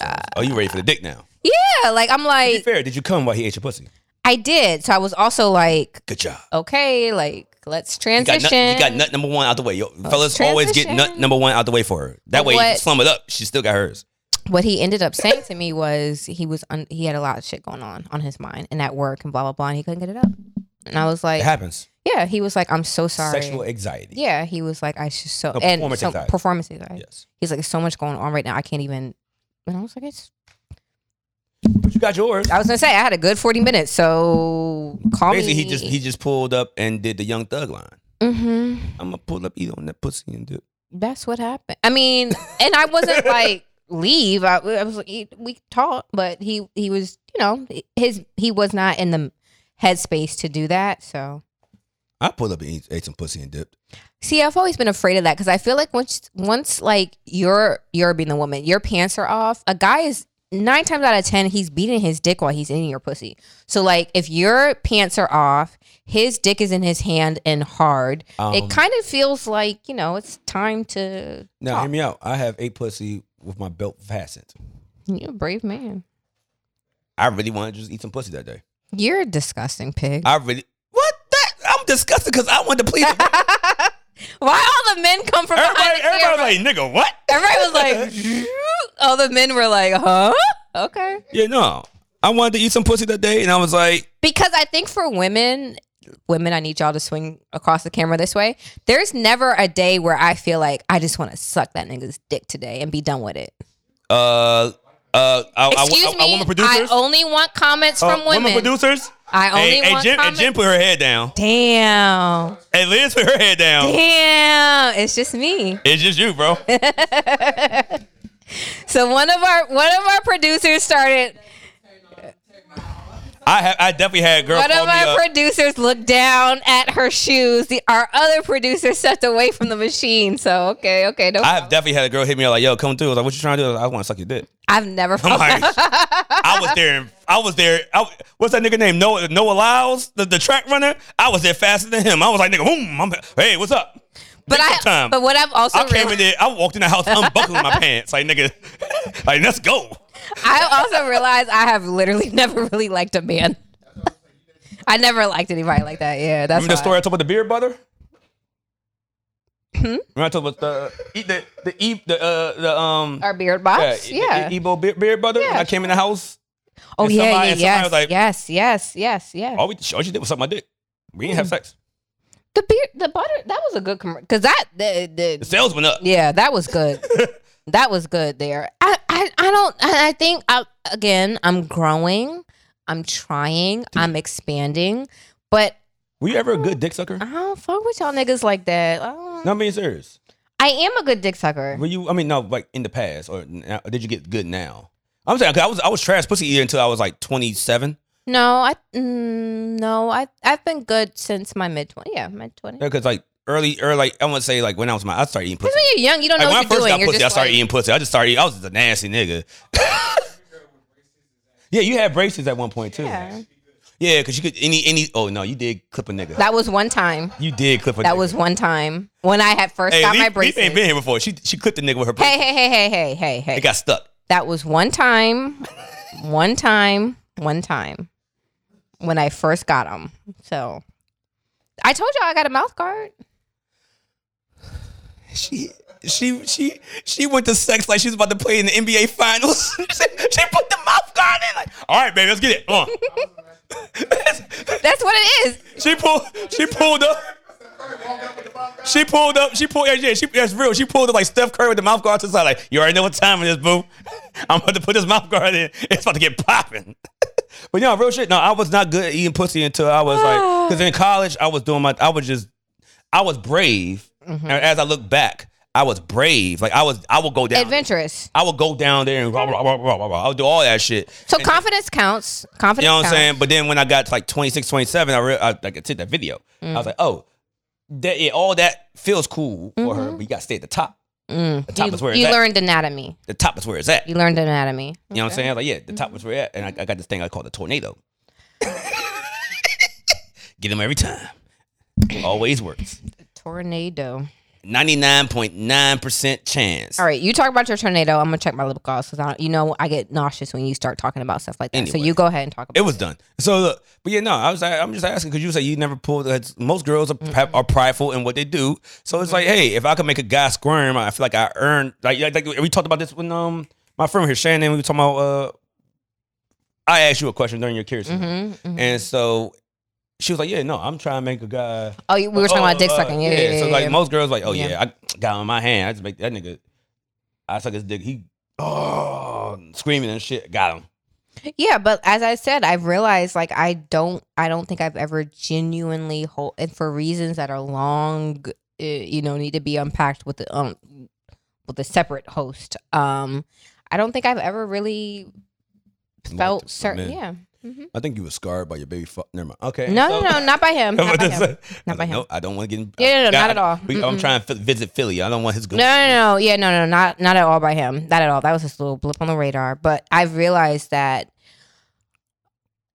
Speaker 2: uh,
Speaker 1: Are you ready for the dick now?
Speaker 2: yeah, like I'm
Speaker 1: To be
Speaker 2: like,
Speaker 1: fair, did you come while he ate your pussy?
Speaker 2: I did. So I was also like,
Speaker 1: Good job.
Speaker 2: okay, like let's
Speaker 1: You got,
Speaker 2: transition.
Speaker 1: nut, you got nut number one out the way. Yo, fellas always get nut
Speaker 2: transition.
Speaker 1: number one out the way for her. That way, you
Speaker 2: What-
Speaker 1: slum it up. She still got hers.
Speaker 2: what he ended up saying to me was he was un- he had a lot of shit going on on his mind and at work and blah blah blah, and he couldn't get it up. And I was
Speaker 1: It
Speaker 2: like,
Speaker 1: happens.
Speaker 2: yeah, he was like, I'm so sorry.
Speaker 1: Sexual anxiety.
Speaker 2: Yeah, he was like, I should so
Speaker 1: No,
Speaker 2: and
Speaker 1: performance
Speaker 2: so,
Speaker 1: anxiety.
Speaker 2: performance anxiety.
Speaker 1: Yes.
Speaker 2: He's like, there's so much going on right now. I can't even. And I was like, it's.
Speaker 1: But you got yours.
Speaker 2: I was gonna say I had a good 40 minutes, so call
Speaker 1: Basically,
Speaker 2: me.
Speaker 1: he just he just pulled up and did the young thug line.
Speaker 2: hmm
Speaker 1: I'm gonna pull up, eat on that pussy, and do. it.
Speaker 2: That's what happened. I mean, and I wasn't like leave. I, I was like, he- we talked, but he he was you know his he was not in the headspace to do that. So
Speaker 1: I pulled up and eat, ate some pussy and dipped.
Speaker 2: see, I've always been afraid of that because I feel like once once like you're you're being the woman, your pants are off. A guy is nine times out of ten he's beating his dick while he's eating your pussy. So like if your pants are off, his dick is in his hand and hard.
Speaker 1: Um,
Speaker 2: it kind of feels like you know it's time to
Speaker 1: Now
Speaker 2: talk.
Speaker 1: hear me out. I have a pussy with my belt fastened.
Speaker 2: You're a brave man.
Speaker 1: I really wanted to just eat some pussy that day.
Speaker 2: You're a disgusting pig.
Speaker 1: I really what that I'm disgusted because I wanted to please. Everybody,
Speaker 2: Why all the men come from behind
Speaker 1: everybody,
Speaker 2: the camera?
Speaker 1: everybody was like, nigga, what?
Speaker 2: everybody was like, all the men were like, huh? Okay.
Speaker 1: Yeah, no. I wanted to eat some pussy that day, and I was like,
Speaker 2: Because I think for women, women, I need y'all to swing across the camera this way. There's never a day where I feel like I just want to suck that nigga's dick today and be done with it.
Speaker 1: uh, uh, I, I, I,
Speaker 2: Excuse
Speaker 1: I,
Speaker 2: me.
Speaker 1: woman producers,
Speaker 2: only want comments
Speaker 1: Uh,
Speaker 2: from women.
Speaker 1: producers.
Speaker 2: I only
Speaker 1: and, and
Speaker 2: want
Speaker 1: Jim, and
Speaker 2: comments.
Speaker 1: Jim put her head down,
Speaker 2: Damn.
Speaker 1: and Liz put her head down.
Speaker 2: Damn. It's just me.
Speaker 1: It's just you, bro.
Speaker 2: So one of our one of our producers started.
Speaker 1: I have, I definitely had a girl
Speaker 2: One
Speaker 1: call
Speaker 2: of
Speaker 1: me
Speaker 2: our
Speaker 1: up. uh,
Speaker 2: producers looked down at her shoes. The our other producer stepped away from the machine. So okay, okay, no.
Speaker 1: I
Speaker 2: I,
Speaker 1: have definitely had a girl hit me up like, "Yo, come through." I was like, "What you trying to do?" I, was like, I want to suck your dick.
Speaker 2: have never
Speaker 1: I'm
Speaker 2: felt
Speaker 1: like, I was there. in- I was there. I- what's that nigga name? Noah Noah Lyles, the, the track runner. I was there faster than him. I was like, nigga, boom. I'm, hey, what's up?
Speaker 2: but
Speaker 1: Dick
Speaker 2: I
Speaker 1: time.
Speaker 2: but what I've also
Speaker 1: I came in
Speaker 2: realized,
Speaker 1: there. I walked in the house unbuckling my pants. Like nigga, like let's go.
Speaker 2: I also realized I have literally never really liked a man. I never liked anybody like that. Yeah, that's
Speaker 1: Remember the
Speaker 2: why.
Speaker 1: story I told about the beer butter?
Speaker 2: Hmm?
Speaker 1: Remember I told about the e- the the e- the uh, the um
Speaker 2: Our beard box.
Speaker 1: e-
Speaker 2: Yeah.
Speaker 1: e- Ebo beer, beer butter. When
Speaker 2: Yeah,
Speaker 1: I came in the house.
Speaker 2: oh
Speaker 1: and
Speaker 2: yeah,
Speaker 1: somebody- and
Speaker 2: yeah, yes,
Speaker 1: somebody was like- Oh.
Speaker 2: yes, yes, yes, yes.
Speaker 1: All we all she did was suck my dick. We didn't have
Speaker 2: Hmm.
Speaker 1: sex.
Speaker 2: The beard, the butter. That was a good commercial because that the
Speaker 1: The
Speaker 2: the
Speaker 1: sales went up.
Speaker 2: Yeah, that was good. that was good there. I, I, I don't, I I think, I, again, I'm growing, I'm trying, I'm expanding, but
Speaker 1: Were you ever a good dick sucker?
Speaker 2: Uh-huh. I don't fuck with y'all niggas like that. I don't,
Speaker 1: No, I'm being serious.
Speaker 2: I am a good dick sucker.
Speaker 1: Were you? I mean, no, like in the past, or, now, did you get good now? I'm saying 'cause I was I was trash pussy eater until I was like 27.
Speaker 2: No, I mm, no, I I've been good since my mid twenty. Yeah, mid twenty.
Speaker 1: Yeah, because like early, early, like I want to say like when I was my, I started eating
Speaker 2: Because
Speaker 1: pussy.
Speaker 2: when you're young, you don't
Speaker 1: Like,
Speaker 2: know
Speaker 1: when I
Speaker 2: what you're
Speaker 1: first
Speaker 2: doing.
Speaker 1: got
Speaker 2: You're
Speaker 1: pussy, I
Speaker 2: just
Speaker 1: started
Speaker 2: like,
Speaker 1: eating pussy. I just started. I was just a nasty nigga. yeah, you had braces at one point too.
Speaker 2: Yeah.
Speaker 1: Yeah, because you could any any. Oh no, you did clip a nigga.
Speaker 2: that was one time.
Speaker 1: you did clip a.
Speaker 2: That
Speaker 1: nigga.
Speaker 2: was one time when I had first
Speaker 1: Hey,
Speaker 2: got
Speaker 1: Leaf-
Speaker 2: my
Speaker 1: Leaf
Speaker 2: braces.
Speaker 1: ain't been here before. She she clipped the nigga with her.
Speaker 2: hey, hey,
Speaker 1: braces.
Speaker 2: hey, hey, hey, hey, hey.
Speaker 1: It got stuck.
Speaker 2: That was one time, one time, one time when I first got them. So I told y'all I got a mouth guard.
Speaker 1: She she she she went to sex like she was about to play in the NBA finals. she, she put the mouth guard in like, all right, baby, let's get it. Uh.
Speaker 2: That's what it is.
Speaker 1: she pulled she pulled up. She pulled up. She pulled. Yeah, yeah. She, that's real. She pulled up like Steph Curry with the mouth guard to the side. Like you already know what time it is, boo. I'm about to put this mouth guard in. It's about to get popping. but no, real shit. No, I was not good at eating pussy until I was like, because in college I was doing my. I was just, I was brave. And as I look back, I was brave. Like I was, I would go down.
Speaker 2: Adventurous.
Speaker 1: I would go down there and blah, blah, blah, blah, blah, blah. I would do all that shit.
Speaker 2: So confidence counts. Confidence.
Speaker 1: You know what I'm
Speaker 2: counts.
Speaker 1: saying? But then when I got to like 26, 27, I, re- I like I took that video. I
Speaker 2: Mm.
Speaker 1: was like, oh, that yeah, all that feels cool for her, but you gotta stay at the top. The
Speaker 2: Mm-hmm. Mm.
Speaker 1: top
Speaker 2: You,
Speaker 1: is where it's
Speaker 2: you
Speaker 1: at.
Speaker 2: learned anatomy.
Speaker 1: the top is where it's at.
Speaker 2: You learned anatomy.
Speaker 1: You know what I'm saying? Like, yeah, the
Speaker 2: Mm-hmm.
Speaker 1: top is where it's at. And I, I got this thing I call the tornado. Get him every time. Always works.
Speaker 2: Tornado.
Speaker 1: 99.9% chance.
Speaker 2: All right, you talk about your tornado. I'm gonna check my lip gloss because you know I get nauseous when you start talking about stuff like that. So
Speaker 1: Anyway.
Speaker 2: you go ahead and talk about.
Speaker 1: It was done. So look, but yeah, no, I was I'm just asking because you say you never pulled. That most girls are, have, are prideful in what they do. So it's like, hey, if I can make a guy squirm, I feel like I earned. Like, like, like we talked about this when um my friend here, Shannon, we were talking about. uh I asked you a question during your curious,
Speaker 2: Mhm, mhm.
Speaker 1: and so she was like, yeah, no, I'm trying to make a guy.
Speaker 2: Oh, you- we were talking
Speaker 1: Oh,
Speaker 2: about dick
Speaker 1: uh,
Speaker 2: sucking. Yeah, yeah, yeah,
Speaker 1: So like
Speaker 2: yeah.
Speaker 1: most girls, like, oh
Speaker 2: Yeah.
Speaker 1: yeah, I got on my hand. I just make that nigga. I suck his dick. He oh screaming and shit. Got him.
Speaker 2: Yeah, but as I said, I've realized like I don't, I don't think I've ever genuinely hold, and for reasons that are long, uh, you know, need to be unpacked with the um, with a separate host. Um, I don't think I've ever really felt
Speaker 1: Multiple
Speaker 2: certain.
Speaker 1: men.
Speaker 2: Yeah. Mhm.
Speaker 1: I think you were scarred by your baby. Fu- Never mind. Okay.
Speaker 2: No,
Speaker 1: so-
Speaker 2: no, no, not by him.
Speaker 1: I'm
Speaker 2: Not by
Speaker 1: about to
Speaker 2: him.
Speaker 1: say-
Speaker 2: Not by him.
Speaker 1: No, I don't want to get. In,
Speaker 2: Yeah, no, no,
Speaker 1: I-
Speaker 2: not at all.
Speaker 1: we- I'm
Speaker 2: Mm-mm.
Speaker 1: trying to fi- visit Philly. I don't want his good.
Speaker 2: No, no, no. Yeah, no, no, not not at all by him. Not at all. That was just a little blip on the radar. But I've realized that.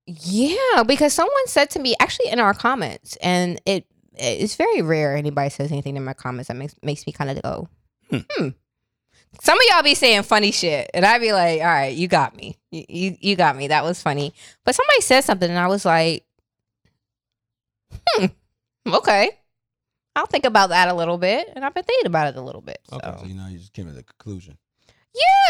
Speaker 2: Yeah, because someone said to me actually in our comments, and it it's very rare anybody says anything in my comments that makes makes me kind of go, hmm. Some of y'all be saying funny shit, and I'd be like, all right, you got me, you, you you got me. That was funny. But somebody said something, and I was like, hmm, okay. I'll think about that a little bit, and I've been thinking about it a little bit. So.
Speaker 1: Okay, so you know, you just came to the conclusion.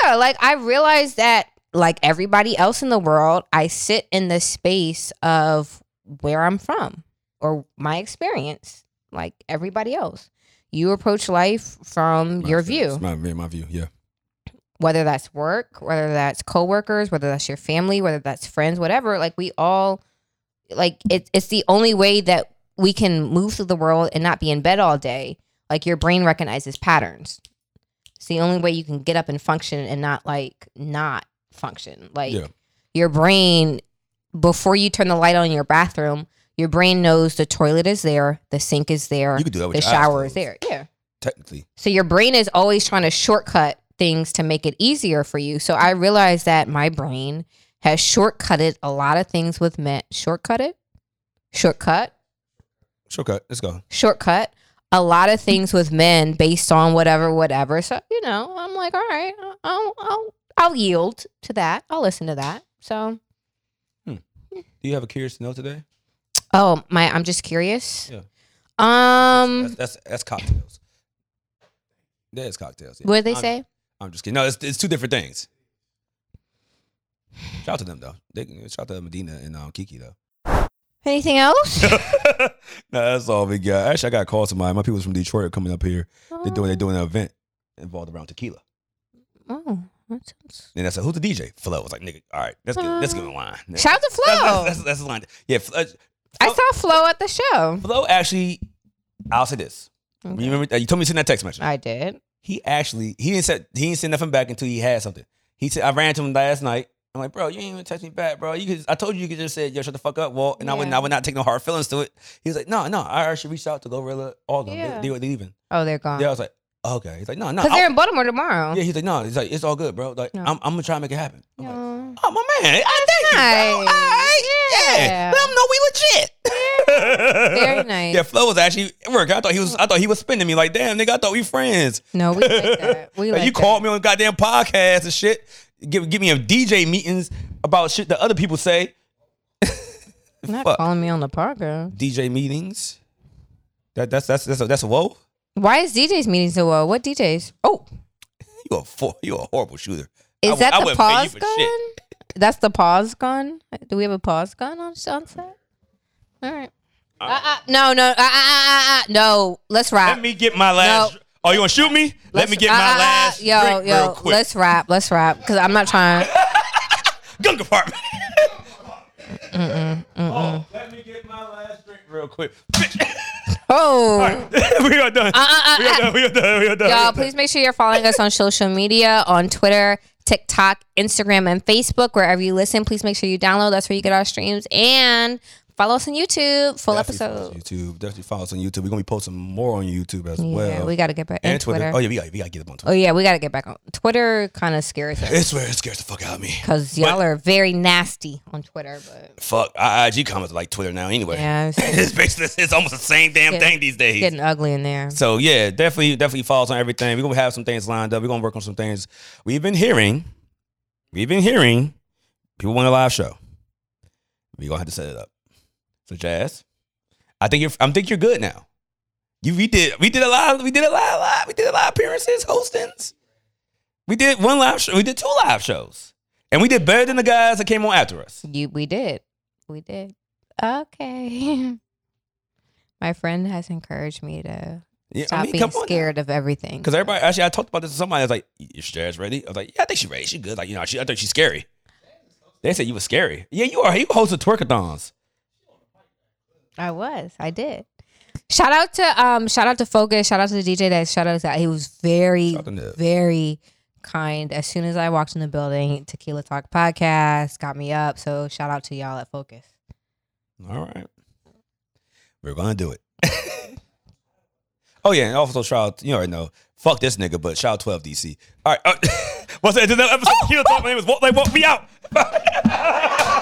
Speaker 2: Yeah, like I realized that, like everybody else in the world, I sit in the space of where I'm from or my experience, like everybody else. You approach life from your view,
Speaker 1: My, my view. Yeah.
Speaker 2: whether that's work, whether that's coworkers, whether that's your family, whether that's friends, whatever. Like we all, like it, it's the only way that we can move through the world and not be in bed all day. Like your brain recognizes patterns. It's the only way you can get up and function and not like not function. Like
Speaker 1: Yeah.
Speaker 2: your brain, before you turn the light on in your bathroom, your brain knows the toilet is there, the sink is there,
Speaker 1: You could do that with
Speaker 2: the
Speaker 1: your eyes
Speaker 2: shower is
Speaker 1: closed,
Speaker 2: there. Yeah.
Speaker 1: Technically,
Speaker 2: So your brain is always trying to shortcut things to make it easier for you. So I realized that my brain has shortcutted a lot of things with men. Shortcutted? Shortcut?
Speaker 1: shortcut. Let's go.
Speaker 2: Shortcut. A lot of things with men based on whatever, whatever. So, you know, I'm like, all right, I'll, I'll, I'll yield to that. I'll listen to that. So,
Speaker 1: Do you have a curious to know today?
Speaker 2: oh, my, I'm just curious.
Speaker 1: Yeah.
Speaker 2: Um,
Speaker 1: That's that's, that's cocktails. That is cocktails. yeah.
Speaker 2: what did they
Speaker 1: I'm-
Speaker 2: say?
Speaker 1: I'm just kidding. No, it's, it's two different things. Shout out to them though. They, shout out to Medina and um, Kiki though.
Speaker 2: Anything else?
Speaker 1: no, that's all we got. Actually, I got a call tomorrow. My people's from Detroit are coming up here. They're doing they're doing an event involved around tequila.
Speaker 2: Oh, that sounds.
Speaker 1: And I said, "Who's the DJ?" Flo was like, "Nigga, all right, let's get let's give him wine." That's,
Speaker 2: Shout out to Flo.
Speaker 1: that's, that's, that's the line. Yeah, Flo, uh,
Speaker 2: I saw Flo at the show.
Speaker 1: Flo actually. I'll say this: You remember that? You told me to send that text message.
Speaker 2: I did.
Speaker 1: he actually he didn't say he didn't send nothing back until he had something. He said I ran to him last night. I'm like, bro, you ain't even text me back, bro. You could I told you you could just say, yo, shut the fuck up, Walt, and I would
Speaker 2: Yeah.
Speaker 1: I would not take no hard feelings to it. He was like, no, no, I actually reached out to Gorilla, all of them.
Speaker 2: Yeah.
Speaker 1: They, they were leaving.
Speaker 2: Oh, they're gone.
Speaker 1: Yeah, I was like, okay. He's like, no, no.
Speaker 2: Because
Speaker 1: I-
Speaker 2: they're in Baltimore tomorrow.
Speaker 1: yeah, he's like, no. He's like, it's all good, bro. Like,
Speaker 2: No.
Speaker 1: I'm, I'm gonna try to make it happen. I'm like,
Speaker 2: Aw.
Speaker 1: oh my man, I thank you, bro. All
Speaker 2: nice.
Speaker 1: right, yeah.
Speaker 2: Yeah.
Speaker 1: Let him know we legit.
Speaker 2: Very nice.
Speaker 1: Yeah, Flo was actually at work. I thought he was. I thought he was spinning me like, damn, nigga. I thought we friends.
Speaker 2: No, we like that. We
Speaker 1: Like,
Speaker 2: like
Speaker 1: you
Speaker 2: that.
Speaker 1: called me on goddamn podcast and shit. Give give me a DJ meetings about shit that other people say.
Speaker 2: Not
Speaker 1: fuck.
Speaker 2: calling me on the parker.
Speaker 1: DJ meetings. That that's that's that's a, that's a whoa.
Speaker 2: Why is DJ's meeting so well? What DJs? Oh,
Speaker 1: You a fo- you a horrible shooter.
Speaker 2: is
Speaker 1: I,
Speaker 2: that
Speaker 1: I
Speaker 2: the
Speaker 1: wouldn't pay you
Speaker 2: pause
Speaker 1: for
Speaker 2: gun?
Speaker 1: shit.
Speaker 2: That's the pause gun. Do we have a pause gun on, on set? All right. Uh, uh, no, no, uh, uh, uh, uh, uh, no. Let's
Speaker 1: Let
Speaker 2: wrap.
Speaker 1: me get my last.
Speaker 2: No.
Speaker 1: Oh, you want to shoot me? Let
Speaker 2: Let's-
Speaker 1: me get
Speaker 2: uh,
Speaker 1: my
Speaker 2: uh, uh,
Speaker 1: last
Speaker 2: Yo,
Speaker 1: drink
Speaker 2: yo.
Speaker 1: real quick.
Speaker 2: Let's wrap. Let's wrap. Because I'm not trying.
Speaker 1: Gun compartment. Oh, let me get my last drink real quick.
Speaker 2: Oh.
Speaker 1: we are done.
Speaker 2: uh,
Speaker 1: we are done. We are done. We are done.
Speaker 2: Y'all, please make sure you're following us on social media on Twitter, TikTok, Instagram, and Facebook. Wherever you listen, please make sure you download. That's where you get our streams. And follow us on YouTube, full episode.
Speaker 1: YouTube. Definitely follow us on YouTube. We're gonna be posting more on YouTube as
Speaker 2: yeah,
Speaker 1: well.
Speaker 2: we got to get back. And,
Speaker 1: and Twitter.
Speaker 2: Twitter.
Speaker 1: Oh yeah, we got we got to get up on Twitter.
Speaker 2: Oh, yeah, we got to get back on. Twitter kind of scares us
Speaker 1: It's where it scares the fuck out of me.
Speaker 2: because y'all are very nasty on Twitter. But
Speaker 1: Fuck, I- IG comments are like Twitter now. Anyway,
Speaker 2: yeah, it's
Speaker 1: it's basically it's almost the same damn
Speaker 2: Yeah.
Speaker 1: thing these days.
Speaker 2: getting ugly in there.
Speaker 1: So yeah, definitely, definitely follows on everything. We're gonna have some things lined up. We're gonna work on some things. We've been hearing, we've been hearing, people want a live show. We're gonna have to set it up. So Jazz, I think you're I'm think you're good now. You we did we did a live we did a live live we did a live appearances, hostings. We did one live show, we did two live shows. And we did better than the guys that came on after us.
Speaker 2: You, we did. We did. Okay. My friend has encouraged me to
Speaker 1: Yeah,
Speaker 2: stop being scared of everything.
Speaker 1: Because everybody actually I talked about this to somebody. I was like, Is Jazz ready? I was like, Yeah, I think she ready. She good. Like, you know, she, I think she's scary. They said you were scary. Yeah, you are. You hosted twerkathons.
Speaker 2: I was. I did. Shout out to um shout out to Focus, shout out to the DJ that shout out to that. He was very,
Speaker 1: Shout out to Nip.
Speaker 2: very kind. As soon as I walked in the building, Tequila Talk Podcast got me up. So shout out to y'all at Focus.
Speaker 1: All right. We're gonna do it. oh yeah, and also shout out, you already know. Fuck this nigga, but shout out 12 DC. All right. Uh, what's that? Another episode. of Heel Talk. My name is Walt Like Walt. We out.